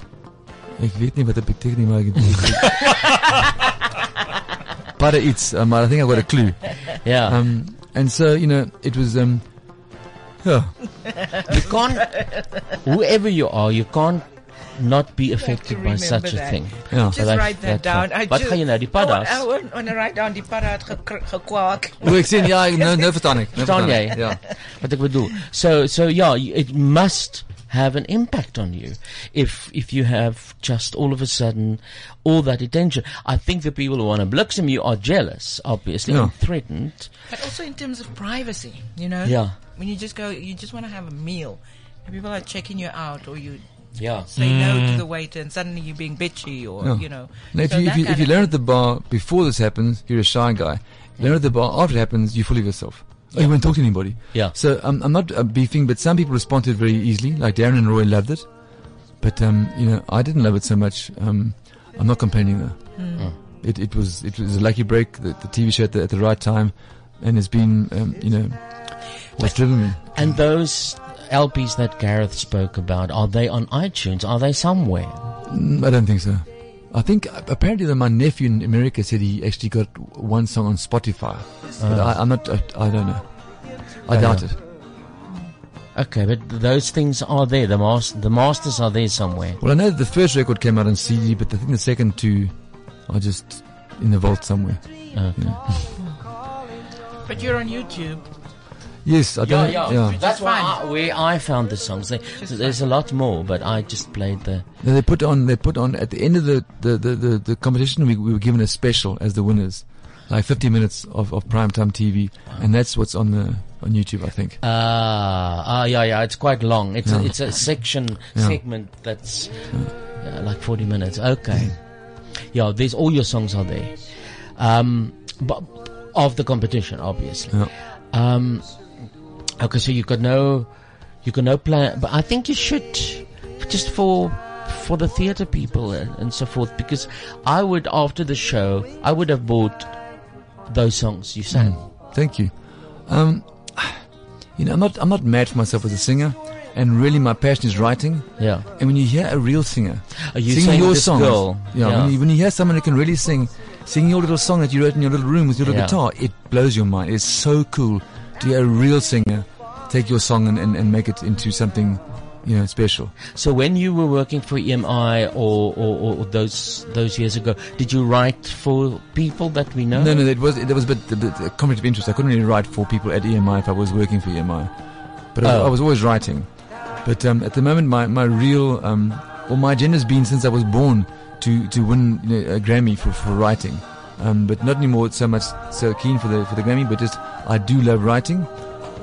S23: Ek weet nie wat dit beteken nie, maar ek
S4: [LAUGHS]
S23: Padda iets, um, but I think I got a clue.
S4: Yeah.
S23: Um and so, you know, it was um yeah.
S4: You can't, whoever you are, you can't not be affected by
S11: remember
S4: such a
S11: that.
S4: thing.
S11: Just write that down. I Oh,
S4: Wat
S11: just-
S4: gaan jy nou die paddas?
S11: I want, to write down die padda het gekr- gekwaak.
S23: Hoe ek sien ja, nou nou verstaan ek. Nou
S4: Verstaan jy?
S23: Ja.
S4: [LAUGHS] Wat ek bedoel. So so yeah, it must have an impact on you if if you have just all of a sudden all that attention. I think the people who want to blixem you are jealous, obviously,
S11: Yeah.
S4: and threatened.
S11: But also in terms of privacy, you know?
S4: Yeah.
S11: When you just go, you just want to have a meal, and people are checking you out, or you
S4: Yeah.
S11: say no to
S23: Mm.
S11: the waiter, and suddenly you're being bitchy, or,
S23: Yeah.
S11: you know.
S23: Now, if
S11: So
S23: you
S11: that
S23: if you,
S11: kind
S23: if you
S11: of
S23: learn at the bar before this happens, you're a shy guy. Learn at the bar after it happens, you're full of yourself. Oh, you won't talk to anybody.
S4: Yeah.
S23: So um, I'm not uh, beefing, but some people respond to it very easily. Like Darren and Roy loved it, but um, you know I didn't love it so much. Um, I'm not complaining though.
S4: Mm.
S11: Hmm.
S4: Mm.
S23: It it was it was a lucky break, the, the TV show at the, at the right time, and it's been um, you know what's driven me.
S4: And those LPs that Gareth spoke about, are they on iTunes? Are they somewhere?
S23: Mm, I don't think so. I think uh, apparently that my nephew in America said he actually got w- one song on Spotify. But
S4: Ah.
S23: I, I'm not. I, I don't know. I
S4: Yeah.
S23: doubt it.
S4: Okay, but those things are there. The mas- the masters are there somewhere.
S23: Well, I know that the first record came out on CD, but I think the second two are just in the vault somewhere.
S4: Ah.
S23: Yeah.
S11: But you're on YouTube.
S23: yes, I
S4: Yeah,
S23: don't.
S4: yeah. That's why I, where I found the songs. There, there's a lot more, but I just played the.
S23: No, they put on. They put on at the end of the the, the, the, the competition. We, we were given a special as the winners, like 50 minutes of, of primetime TV, and that's what's on the on YouTube, I think.
S4: Ah, ah, yeah, yeah. It's quite long. It's a,
S23: Yeah.
S4: it's a section
S23: Yeah.
S4: segment that's yeah, like forty minutes. Okay, yeah. These all your songs are there, um, but of the competition, obviously. Um, okay, so you got no, you got no plan. But I think you should just for for the theatre people and, and so forth because I would after the show I would have bought those songs you sang.
S23: Mm, Thank you. Um, you know, I'm not I'm not mad for myself as a singer, and really my passion is writing.
S4: Yeah.
S23: And when you hear a real singer
S4: Oh, you
S23: singing
S4: sang
S23: your
S4: this
S23: songs,
S4: girl.
S23: yeah,
S4: Yeah.
S23: When, you, when you hear someone who can really sing, singing your little song that you wrote in your little room with your little
S4: Yeah.
S23: guitar, it blows your mind. It's so cool to hear a real singer take your song and, and, and make it into something, you know, special.
S4: So when you were working for EMI or, or, or- or those those years ago, did you write for people that we know?
S23: No, no, it was it was a bit, a bit a conflict of interest. I couldn't really write for people at EMI if I was working for EMI, but I,
S4: Oh.
S23: I was always writing. But um, at the moment, my my real um, well, my agenda's been since I was born to to win you know, a Grammy for for writing, um, but not anymore so much so keen for the for the Grammy. But just I do love writing.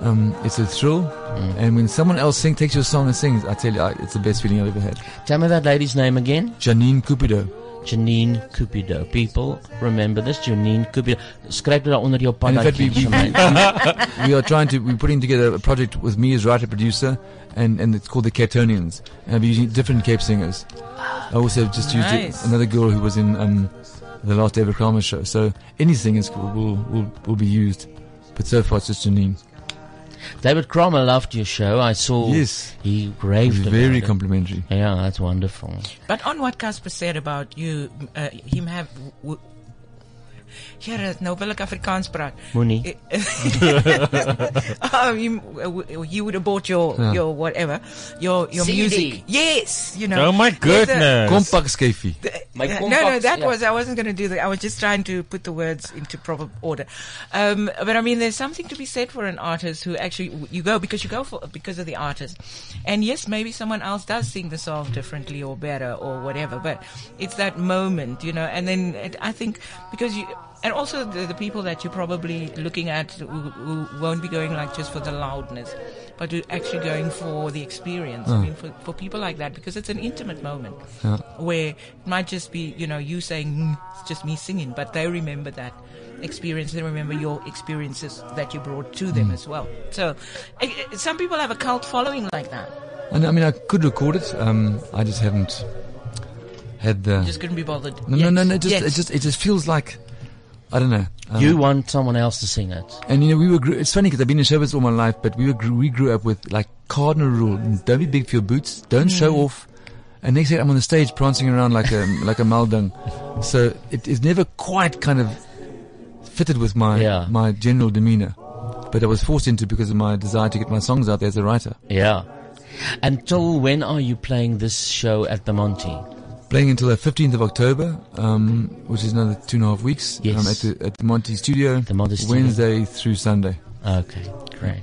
S23: Um, it's a thrill,
S4: Mm.
S23: and when someone else sing, takes your song and sings, I tell you, I, it's the best feeling I've ever had.
S4: Tell me that lady's name again.
S23: Janine Cupido.
S4: Janine Cupido. People, remember this. Janine Cupido. Skryf dit daar onder jou
S23: And in fact,
S4: paddatjie,
S23: we,
S4: Shemaine.
S23: [LAUGHS]
S4: [LAUGHS]
S23: we, we are trying to we're putting together a project with me as writer producer, and, and it's called the Catonians, and we're using different Cape singers. I also have just
S4: Nice.
S23: used another girl who was in um, the last David Kramer show. So any singers will will, will will be used, but so far it's just Janine.
S4: David Cromer loved your show. I saw.
S23: Yes.
S4: He raved about
S23: Very
S4: it.
S23: complimentary.
S4: Yeah, that's wonderful.
S11: But on what Casper said about you, uh, him have. W- [LAUGHS] Here, nou wil ek Afrikaans praat. [LAUGHS]
S4: Moenie.
S11: um, you, uh, w- you would have bought your
S23: Ja.
S11: your whatever, your your
S4: CD.
S11: music. Yes, you know.
S4: Oh my
S11: There's a-
S23: Compact Skefi.
S11: Uh, no, no,
S4: compact-
S11: that
S4: yeah.
S11: was I wasn't going to do that. I was just trying to put the words into proper order. Um, but I mean, there's something to be said for an artist who actually you go because you go for because of the artist, and yes, maybe someone else does sing the song differently or better or whatever. But it's that moment, you know. And then it, I think because you. And also the, the people that you're probably looking at who, who won't be going like just for the loudness, but who actually going for the experience. I
S9: Mm.
S11: mean, for, for people like that, because it's an intimate moment
S9: Yeah.
S11: where it might just be you know you saying mm, it's just me singing but they remember that experience they remember your experiences that you brought to them
S23: Mm.
S11: as well so eh, eh, some people have a cult following like that
S23: And I mean, I could record it. Um, I just haven't had the.
S11: Just couldn't be bothered.
S23: No,
S11: Yet.
S23: no, no, no. Just,
S11: Yet.
S23: it just, it just feels like, I don't know. um,
S4: You want someone else to sing it.
S23: And you know, we were. gr- It's funny because I've been in showbiz all my life, but we were gr- we grew up with like cardinal rule: don't be big for your boots, don't
S4: Mm.
S23: show off. And next thing I'm on the stage prancing around like
S4: [LAUGHS]
S23: a like a maldung. So it is never quite kind of fitted with my my general demeanor. But I was forced into because of my desire to get my songs out there as a writer.
S4: Yeah. Until when are you playing this show at the Monty?
S23: Playing until the 15th of October, um, which is another two and a half weeks.
S4: Yes.
S23: Um, at the at the Monty Studio. The
S4: Monty Studio.
S23: Wednesday through Sunday.
S4: Okay, great.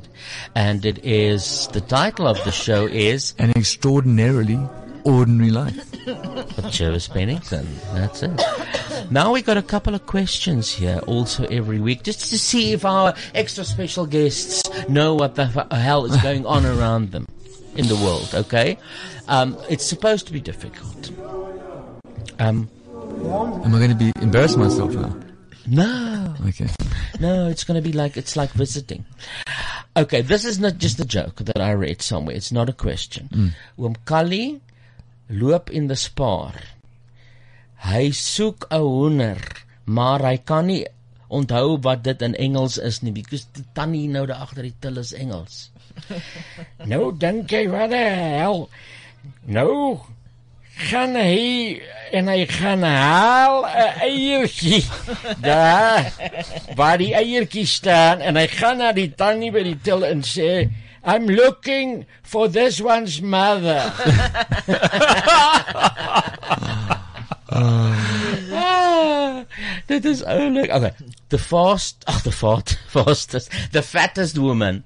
S4: And it is the title of the show is
S23: An Extraordinarily Ordinary Life.
S4: With Jervis Pennington. That's it. Now we got a couple of questions here also every week just to see if our extra special guests know what the f- hell is going on around them in the world, okay? Um, it's supposed to be difficult. Um,
S23: Am I going to be embarrass myself now?
S4: No.
S23: Okay.
S4: No, it's going to be like it's like visiting. Okay, this is not just a joke that I read somewhere. It's not a question.
S23: Mm.
S4: Oom Kali loop in the spaar. Hy soek 'n hoender, maar hy kan nie onthou wat dit in Engels is nie because die tannie nou daar agter die til is Engels. [LAUGHS] nou dink jy wat die hel? Nou gaan hy en hy gaan haal 'n eiertjie [LAUGHS] daar waar die eiertjie staan en hy gaan na die tannie by die til en sê I'm looking for this one's mother. Ah, dit is oulik. Okay. The fast, ag the fast, [LAUGHS] fastest, the fattest woman.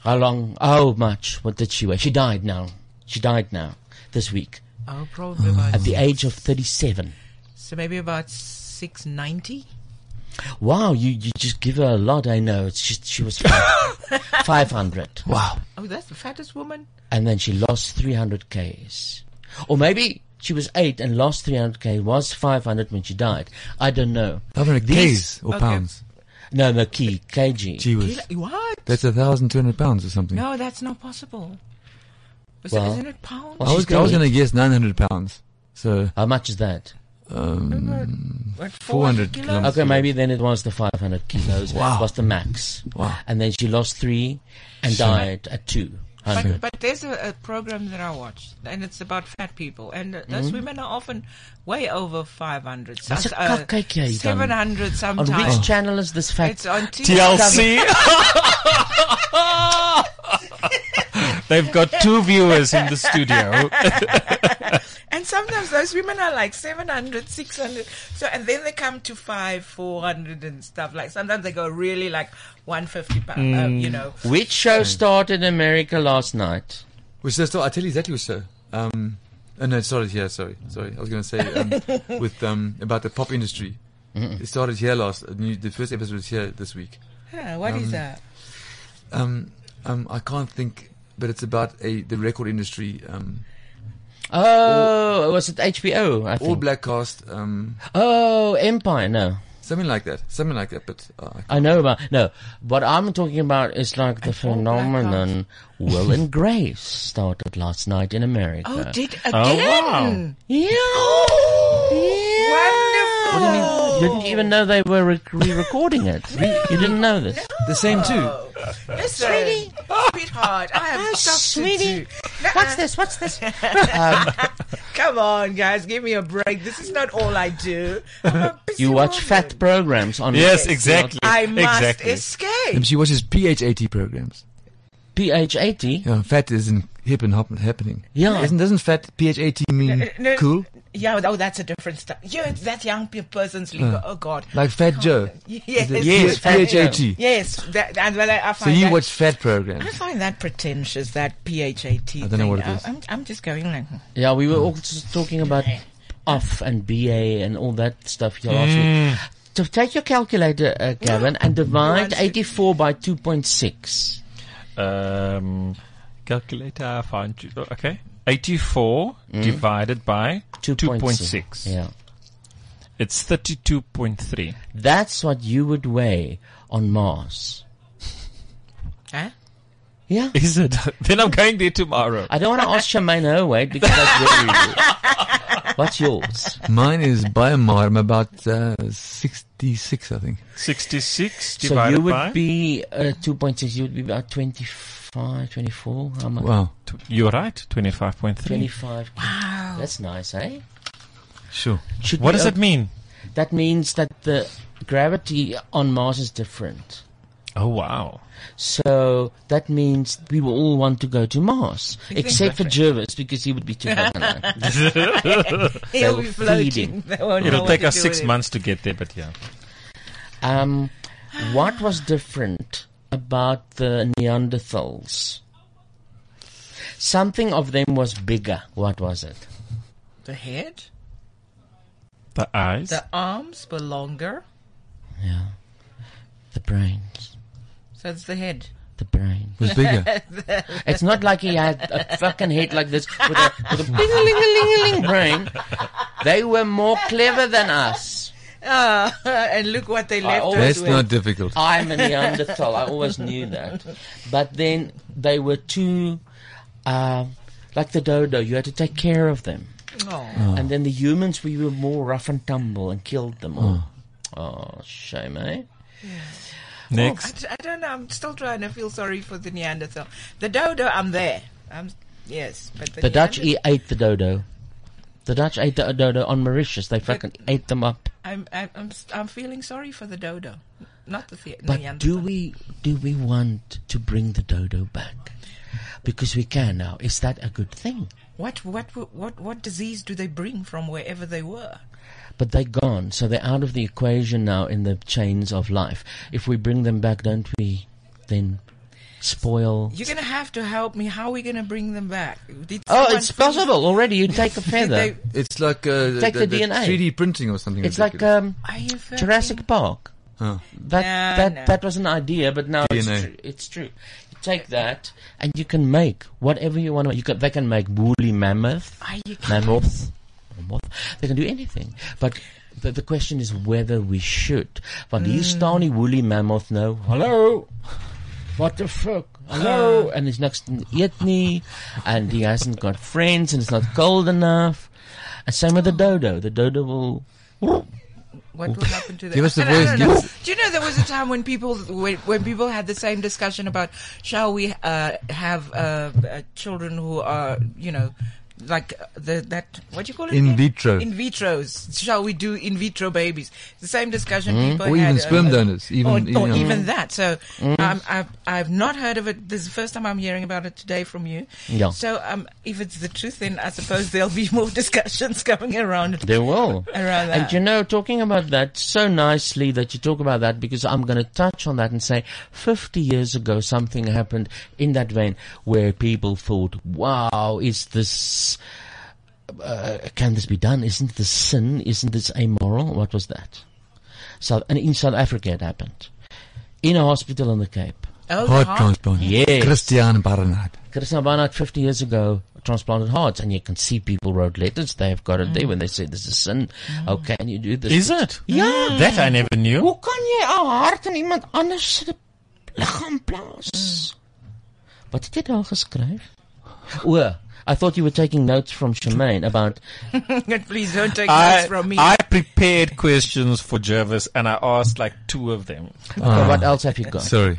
S4: How long? How much? What did she weigh? She died now. She died now this week
S11: oh
S23: Mm.
S11: probably about
S4: at the age of 37.
S23: [LAUGHS]
S11: so maybe about 690
S4: Wow, you, you just give her a lot. I know. It's just, she was five, 500. Wow.
S11: Oh, that's the fattest woman.
S4: And then she lost 300 Ks. Or maybe she was 8 and lost 300 K, was 500 when she died. I don't know.
S23: 500
S4: These-
S23: Ks or pounds?
S4: No, no, K, KG.
S23: Gee whiz.
S11: Kilo- what?
S23: That's a thousand two hundred pounds or something.
S11: No, that's not possible. Is
S23: Mm. Well,
S11: isn't it pounds?
S23: I was, I was going to guess nine hundred pounds. So
S4: how much is that?
S23: Um,
S11: Like
S23: 400 kilos?
S4: Okay, maybe then it was the 500 kilos.
S23: Wow.
S4: Was the max.
S23: Wow.
S4: And then she lost three and
S11: Sure.
S4: died at two.
S11: But, but there's a, a program that I watched, and it's about fat people, and uh, those
S4: Mhm.
S11: women are often way over 500.
S4: That's
S11: some-
S4: a cupcake here, you done.
S11: 700 sometimes.
S4: On
S23: Oh.
S4: which channel is this fact?
S11: It's on TV. [LAUGHS] [LAUGHS]
S10: They've got two viewers in the studio.
S11: and sometimes those women are like 700, 600. So, and then they come to five, 400 and stuff. Like sometimes they go really like 150 pounds, uh,
S23: Mm.
S4: Mm.
S11: you know.
S4: Which show started in America last night?
S23: Which so I tell you exactly which show. Um, oh no, it started here. Sorry, sorry. I was going to say
S4: [LAUGHS]
S23: um, with um, about the pop industry. It started here last. uh, New, the first episode was here this week.
S11: Huh, what is that?
S23: Um, um, I can't think, but it's about a the record industry. Um,
S4: Oh, was it HBO? I think.
S23: all black cast. Um,
S4: Oh, Empire. No,
S23: something like that. Something like that. But uh,
S4: I know about no. What I'm talking about is like the phenomenon Will
S11: [LAUGHS]
S4: and Grace started last night in America.
S11: Oh, did again?
S4: Yeah.
S11: Wonderful.
S4: You didn't even know they were re- re-recording
S11: [LAUGHS]
S4: it. You didn't know this.
S23: The same too.
S11: Listen,
S25: Sweetie.
S11: sweetheart, I have
S4: Oh,
S11: stuff to
S25: sweetie.
S11: do. What's this? What's [LAUGHS] this?
S4: Um,
S11: Come on, guys, give me a break. This is not all I do.
S4: You watch fat programs on.
S23: Yes, exactly.
S11: I must
S23: Exactly.
S11: escape.
S23: And she watches PH80 programs.
S4: PH80?
S23: Yeah, fat isn't hip and hop happening.
S4: Yeah.
S23: Isn't, doesn't fat PH80 mean
S4: Eh,
S11: Uh, no,
S23: cool?
S11: Yeah, oh, that's a different stuff. Yeah, it's that young pe- person's lingo.
S23: Uh,
S11: oh, God.
S23: Like Fat Joe.
S11: Yes,
S23: Is it Yes, P- Fat Joe. PHAT?
S11: Yes, that, and well, I, I
S23: So
S11: find
S23: you
S11: that,
S23: watch
S4: [LAUGHS]
S23: fat programs.
S11: I find that pretentious, that PHAT. I don't
S23: know what it is.
S11: I'm, I'm just going like,
S4: Yeah, we
S10: Hmm.
S4: were also talking about off and BA and all that stuff here last
S11: Mm.
S10: Hmm.
S4: week. So take your calculator, uh, Gavin, and divide 84 by 2.6.
S10: Um, calculator, I found you. oh, Okay. 84
S4: Hmm?
S10: divided by 2.6.
S4: Yeah.
S10: It's 32.3.
S4: That's what you would weigh on Mars.
S11: Huh?
S4: Yeah.
S10: Is it? [LAUGHS] Then I'm going there tomorrow.
S4: I don't
S10: [LAUGHS]
S4: want to ask Charmaine her weight because that's very What's yours?
S23: Mine is by a mile. I'm about uh, 66, I think.
S10: 66
S4: So
S10: divided
S4: you would
S10: by.
S4: be uh, 2.6, you would be about 25, 24. How much?
S10: Tw- You're right. 25.3.
S4: 25. Wow. That's nice, eh?
S10: Sure.
S4: Should
S10: what
S4: we
S10: does
S4: op-
S10: it mean?
S4: That means that the gravity on Mars is different.
S10: Oh wow!
S4: So that means we will all want to go to Mars,
S11: You think
S4: except for
S11: different.
S4: Jervis because he would be too high.
S11: [LAUGHS]
S4: They
S11: He'll
S4: will
S11: be
S4: feed him.
S11: floating. They won't know
S10: It'll
S11: what
S10: take
S11: to
S10: us
S11: do
S10: six
S11: with it.
S10: months to get there, but yeah.
S4: Um, what was different about the Neanderthals? Something of them was bigger. What was it?
S11: The head,
S10: The eyes.
S11: the arms were longer.
S4: Yeah. The brains.
S11: So it's the head.
S4: The brain.
S11: Was bigger.
S4: it's not like he had a fucking head like this with a,
S11: [LAUGHS]
S4: with a ding-a-ling-a-ling-a-ling brain. They were more clever than us.
S11: [LAUGHS] Ah, and look what they left
S4: always
S11: us with.
S4: will. I'm a Neanderthal. I always knew that. But then they were too, uh, like the dodo. You had to take care of them.
S11: Oh.
S6: Oh.
S4: And then the humans, we were more rough and tumble and killed them all. Oh, shame, eh?
S11: Oh, I d- I, don't know. I'm still trying to feel sorry for the Neanderthal. The dodo, I'm there. I'm yes, but the,
S4: The Dutch
S11: Neander-
S4: e- ate the dodo. The Dutch ate the dodo on Mauritius. They fucking ate them up.
S11: I'm, I'm I'm s- I'm feeling sorry for the dodo, not the, the
S4: But
S11: Neanderthal.
S4: do we do we want to bring the dodo back? Because we can now. Is that a good thing?
S11: What what what- what what disease do they bring from wherever they were?
S4: But they're gone, so they're out of the equation now in the chains of life. If we bring them back, don't we then spoil?
S11: You're gonna have to help me. How are we gonna bring them back? Did
S4: Oh,
S11: someone
S4: it's
S11: find-
S4: possible already. You
S23: [LAUGHS]
S4: take a feather.
S11: They-
S23: It's like uh,
S4: Take the DNA.
S23: 3D printing or something.
S4: It's like um,
S11: Are you fucking-
S4: Jurassic Park.
S23: Huh.
S4: That
S11: No,
S4: that
S11: no.
S4: that was an idea, but now it's
S23: DNA.
S4: true. It's true. You take that and you can make whatever you want. to. You can, they can make woolly mammoth,
S11: Are you kidding?
S4: mammoth, mammoth. They can do anything. But the, the question is whether we should. Want hier staan die woolly mammoth nou. Hallo. What the fuck? Hallo. and it's next eet nie and he hasn't got friends and it's not cold enough. And same with the dodo. The dodo will
S11: What will happen to them?
S4: Give us the
S11: And [LAUGHS] I
S4: voice,
S11: don't
S4: give
S11: know.
S4: us-
S11: Do you know there was a time when people when, when people had the same discussion about shall we uh, have uh, uh, children who are you know like uh, the that what do you call it
S23: In
S11: again?
S23: vitro.
S11: in vitros shall we do in vitro babies the same discussion
S23: Mhm.
S11: people
S23: Or
S11: had
S23: even
S11: uh,
S23: sperm
S11: uh,
S23: donors, even-
S11: or,
S23: even-
S11: or
S23: Mhm.
S11: even that so
S23: Mhm.
S11: um, I've I've not heard of it this is the first time I'm hearing about it today from you
S4: Yeah.
S11: so um if it's the truth then I suppose there'll be [LAUGHS] more discussions coming [LAUGHS] around
S4: They will.
S11: Around that.
S4: And you know, talking about that so nicely that you talk about that because I'm going to touch on that and say 50 years ago something happened in that vein where people thought, wow, is this, uh, can this be done? Isn't this sin? Isn't this amoral? What was that? South, and in South Africa it happened. In a hospital on the Cape.
S11: Oh, the Heart heart. transplant.
S4: Yes.
S23: Christian Barnard.
S4: Krishna Barnard 50 years ago transplanted hearts, and you can see people wrote letters. They have got it there when they say this is sin. How can you do this?
S10: Is it? Mm.
S4: Yeah.
S10: That I never knew.
S4: Hoe kan jy 'n hart in iemand anders se liggaam plaas? Wat het jy daar geskryf? O, I thought you were taking notes from Charmaine about
S11: [LAUGHS] God, please don't take
S10: I,
S11: notes from me.
S10: I prepared questions for Jervis and I asked like two of them.
S4: Okay, what else have you got?
S10: Ah. Sorry.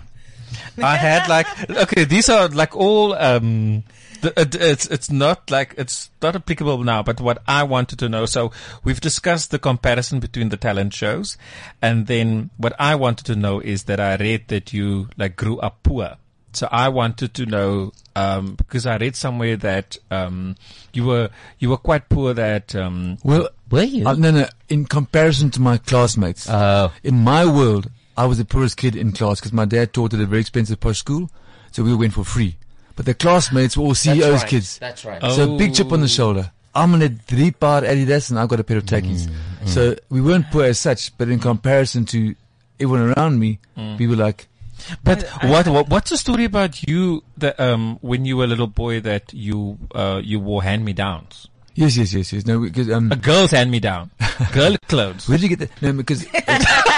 S10: I had like okay, these are like all um the, it, it's it's not like it's not applicable now, but what I wanted to know. So we've discussed the comparison between the talent shows and then what I wanted to know is that I read that you like grew up poor. So I wanted to know um, because I read somewhere that um, you were you were quite poor that um,
S23: Well, uh,
S4: were you? Oh.
S23: no, no. In comparison to my classmates, in my world, I was the poorest kid in class because my dad taught at a very expensive posh school, so we went for free. But the classmates were all CEOs'
S4: right,
S23: kids.
S4: that's right.
S23: So big chip on the
S4: Oh.
S23: shoulder. I'm in a three part Adidas and I've got a pair of
S4: Mm,
S23: tackies. So we weren't poor as such, but in comparison to everyone around me,
S10: Mm.
S23: we were like,
S10: But what, what what's the story about you that um when you were a little boy that you uh you wore hand me downs?
S23: Yes, yes, yes, yes. No, because um,
S10: a girl's hand me down,
S23: [LAUGHS]
S10: girl clothes.
S23: Where did you get that? No, because
S11: [LAUGHS]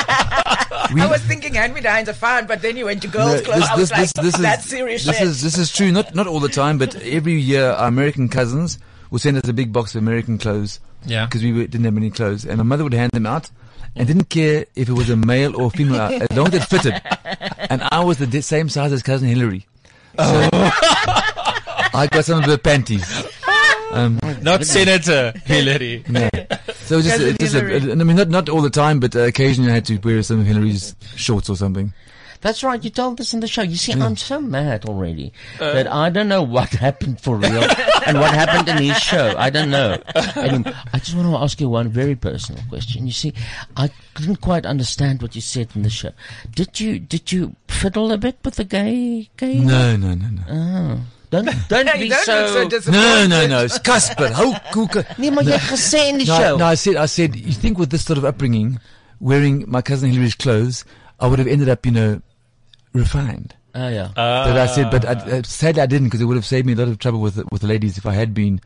S11: I was thinking hand me downs are fine, but then you went to girls'
S23: No,
S11: club. I was like, that's
S23: is,
S11: serious
S23: This
S11: shit. [LAUGHS]
S23: is this is true. Not not all the time, but every year, our American cousins would send us a big box of American clothes.
S10: Yeah.
S23: because we were- didn't have many clothes, and my mother would hand them out, and didn't care if it was a male or female,
S11: [LAUGHS]
S23: as long as it fitted. And I was the di- same size as cousin Hillary.
S11: [LAUGHS]
S23: So I got some of her panties. Um,
S10: Not Senator Hillary.
S23: no. So just,
S10: Cousin
S23: it just a-
S10: Hillary.
S23: I mean, not not all the time, but uh, occasionally I had to wear some of Hillary's shorts or something.
S4: That's right. You told us in the show. You
S23: Hmm.
S4: see, I'm so mad already
S23: Uh.
S4: that I don't know what happened for real and what happened in his show. I don't know. Anyway, I just want to ask you one very personal question. You see, I didn't quite understand what you said in the show. Did you did you fiddle a bit with the gay gay?
S23: No, no, no, no.
S4: Oh. [LAUGHS] Don't don't
S23: Hey,
S4: be
S23: don't
S4: so.
S23: look so disappointed. No, no, no. It's Casper. How cool can-
S4: Nee, maar
S23: No.
S4: jy het gesê in die
S23: no,
S4: show.
S23: No, I said, I said, you think with this sort of upbringing, wearing my cousin Hillary's clothes, I would have ended up, you know, refined.
S4: Oh yeah.
S23: but I said, but I, uh, sadly I didn't because it would have saved me a lot of trouble with the, with the ladies if I had been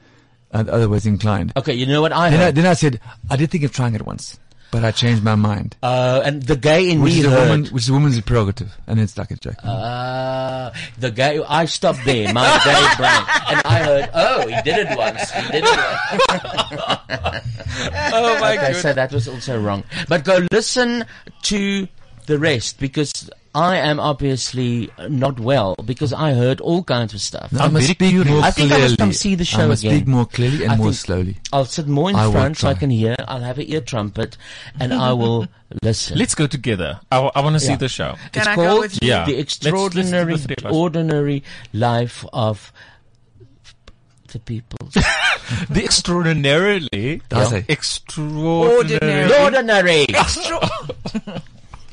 S23: uh, otherwise inclined.
S4: Okay, you know what I
S23: then I,
S4: heard?
S23: then I said, I did think of trying it once, but I changed my mind.
S4: Uh, and the gay in
S23: which
S4: me
S23: is a
S4: heard.
S23: woman, which is a woman's prerogative, and it's like a joke.
S4: Ah, the gay. I stopped there.
S23: [LAUGHS]
S4: My gay brain, and I heard, oh, he did it once. He did it
S23: [LAUGHS]
S4: once.
S10: [LAUGHS] oh my
S4: okay,
S10: goodness.
S4: so that was also wrong. But go listen to the rest because I am obviously not well because I heard all kinds of stuff.
S23: I must speak more
S4: I think I
S23: clearly.
S4: must come see the show
S23: I must
S4: again.
S23: speak more clearly and
S4: I
S23: more
S4: think
S23: slowly.
S4: I'll sit more in
S23: I will
S4: front so I
S23: try.
S4: can hear. I'll have an ear trumpet, and I
S23: [LAUGHS]
S4: will listen.
S10: Let's go together. I, want to see
S4: Yeah.
S10: the show.
S4: It's called The Extraordinary,
S10: Let's, let's do the three of us.
S4: Ordinary Life of the People.
S10: the extraordinarily
S4: Does it?
S10: extraordinary
S4: Ordinary. [LAUGHS]
S6: [LAUGHS]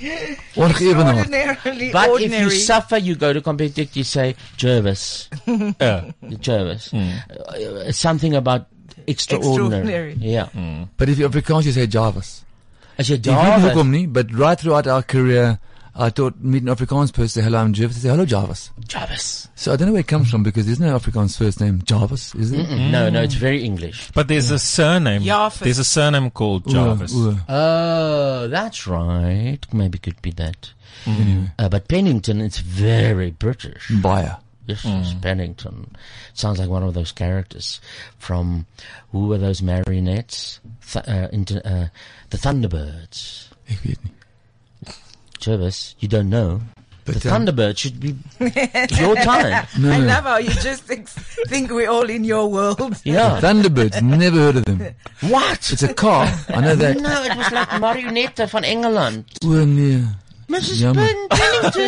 S11: Extraordinarily
S4: But if you
S11: ordinary.
S4: suffer, you go to competitive, you say, Jervis.
S10: Uh.
S4: Jervis. Uh, something about extraordinary.
S23: Extraordinary. Hmm.
S4: Yeah.
S10: Hmm.
S23: But if you Afrikaans, you say Jarvis.
S4: As jy
S23: Ek weet
S4: daar
S23: nie
S4: was-
S23: hoekom nie, but right throughout our career, I thought meet an Afrikaans person, hello, I'm Jervis. I say, hello, Jarvis.
S4: Jarvis.
S23: So I don't know where it comes from because there's no Afrikaans first name, Jarvis, is there?
S4: [LAUGHS] Mm-mm. No, no, it's very English.
S10: But there's a surname.
S4: Jarvis.
S10: There's a surname called
S4: Oeh,
S10: Jarvis.
S4: oeh. Oh,
S10: [LAUGHS]
S4: that's right. Maybe could be that.
S10: Mm. Anyway.
S4: Uh, but Pennington, it's very British.
S23: Buyer.
S4: Yes, yes, Pennington. Sounds like one of those characters from who were those marionettes? Th- uh, into, uh, the Thunderbirds. Jervis, you don't know. the
S11: um,
S4: Thunderbird should be your time.
S11: I love how you just ex- think we're all in your world. [LAUGHS]
S23: The Thunderbirds, never heard of
S4: [LAUGHS]
S23: them.
S4: What?
S23: It's a car, I know that.
S4: No, it was like marionette van Engeland.
S23: Oeh, nee. Jammer.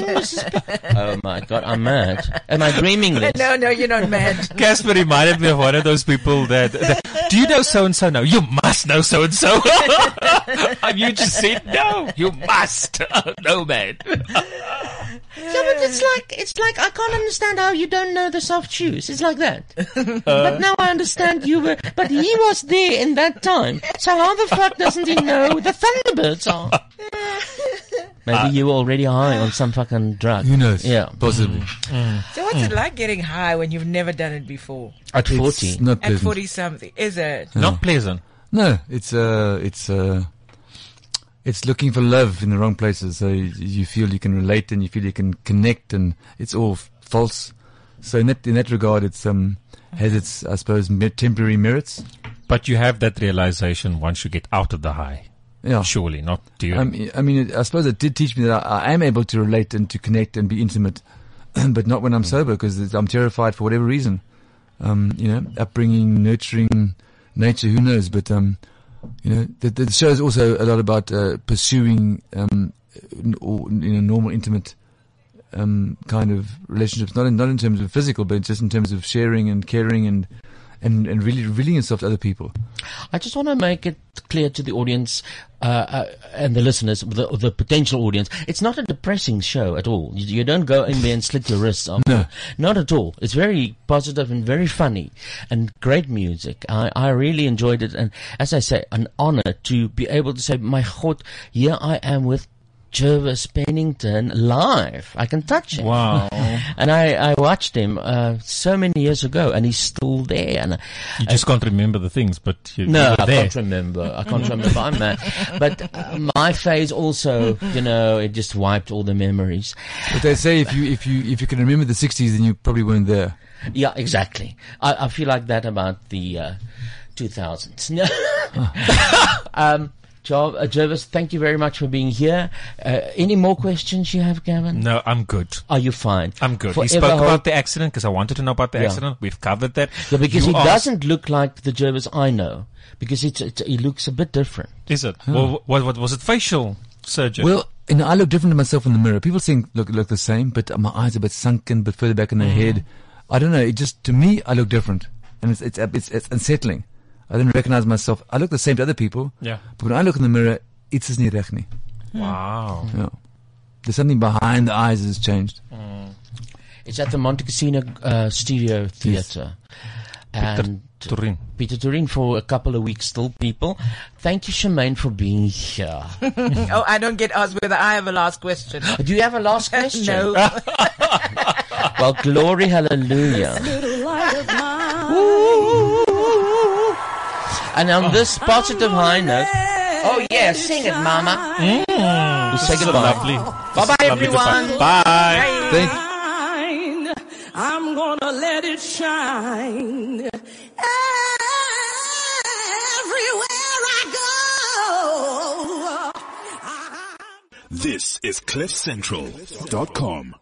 S4: Oh my god, I'm mad. Am I dreaming this?
S11: no, no, you're not mad.
S10: [LAUGHS] Casper reminded me of one of those people that, that do you know so and so? No, you must know so and so. And you just said no, you must. [LAUGHS] no, man.
S4: Yeah, but it's like it's like I can't understand how you don't know the soft shoes. It's like that.
S13: Uh,
S4: but now I understand you were. But he was there in that time. So how the fuck doesn't he know who the Thunderbirds are? Maybe you were already high on some fucking drug. Who
S23: Uh, knows?
S4: Yeah,
S23: possibly. Mm.
S11: So what's it like getting high when you've never done it before?
S4: At It's 40.
S23: not
S11: At
S23: pleasant.
S11: 40 something. Is it?
S10: Not pleasant.
S23: No, it's uh, it's uh, it's looking for love in the wrong places. So you, you feel you can relate and you feel you can connect, and it's all f- false. So in that in that regard, it's um has its I suppose me- temporary merits.
S10: [LAUGHS] But you have that realization once you get out of the high.
S23: Yeah.
S10: Surely not during.
S23: Um, I mean, it, I suppose it did teach me that I, I am able to relate and to connect and be intimate, [CLEARS THROAT] but not
S10: Mm.
S23: when I'm sober because I'm terrified for whatever reason. Um, you know, upbringing, nurturing, nature, who knows? But um, you know, the, the show is also a lot about uh, pursuing um, n- or, you know normal, intimate um, kind of relationships, not in not in terms of physical, but just in terms of sharing and caring and and, and really revealing yourself to other people.
S4: I just want to make it clear to the audience uh, uh, and the listeners, the, the potential audience, it's not a depressing show at all. You, you don't go in there and slit your wrists. After.
S23: No.
S4: Not at all. It's very positive and very funny and great music. I, I really enjoyed it. And as I say, an honor to be able to say, my God, here I am with Jervis Pennington live. I can touch him.
S10: Wow.
S4: [LAUGHS] and I, I watched him uh, so many years ago and he's still there. And
S10: You just can't remember the things, but you, you
S4: no,
S10: were
S4: I
S10: there.
S4: can't remember. I
S23: [LAUGHS]
S4: can't remember. I'm mad. But uh, my phase also, you know, it just wiped all the memories.
S23: But they say if you if you if you can remember the '60s, then you probably weren't there.
S4: Yeah, exactly. I, I feel like that about the uh, [LAUGHS] 2000s. No.
S23: Ah.
S4: um, Jar- uh, Jervis, thank you very much for being here. Uh, any more questions you have, Gavin?
S10: No, I'm good.
S4: Are you fine?
S10: I'm good.
S4: Forever
S10: he spoke
S4: hold-
S10: about the accident because I wanted to know about the
S4: Yeah.
S10: accident. We've covered that.
S4: Yeah, because
S10: You
S4: he
S10: asked-
S4: doesn't look like the Jervis I know. Because it's, it's, he looks a bit different.
S10: Is it? Well, what, what was it? Facial surgery.
S23: Well, you know, I look different to myself in the mirror. People think look look the same, but my eyes are a bit sunken, but further back in the
S10: Mhm.
S23: head. I don't know. It just to me, I look different, and it's it's it's, it's unsettling. I didn't recognize myself. I look the same to other people.
S10: Yeah. Hmm.
S23: But when I look in the mirror, it's as near rechni.
S10: wow.
S23: Yeah. There's something behind the eyes that has changed.
S4: It's at Mm. the Monte Cassino uh, Studio Theatre. And
S10: Peter Turin.
S4: Peter Turin for a couple of weeks still, people. Thank you, Shemaine, for being here.
S11: [LAUGHS] oh, I don't get asked whether I have a last question.
S4: Do you have a last question?
S11: [LAUGHS] no.
S4: Well, glory, [LAUGHS] hallelujah.
S21: Little light of mine.
S4: And on this positive high note,
S13: Oh yeah, sing it, Mama.
S4: we say
S13: So
S4: goodbye.
S13: lovely.
S4: Bye-bye,
S13: Lovely to find-
S4: everyone.
S10: Bye.
S21: Thank I'm gonna let it shine everywhere I go.
S9: This is CliffCentral.com.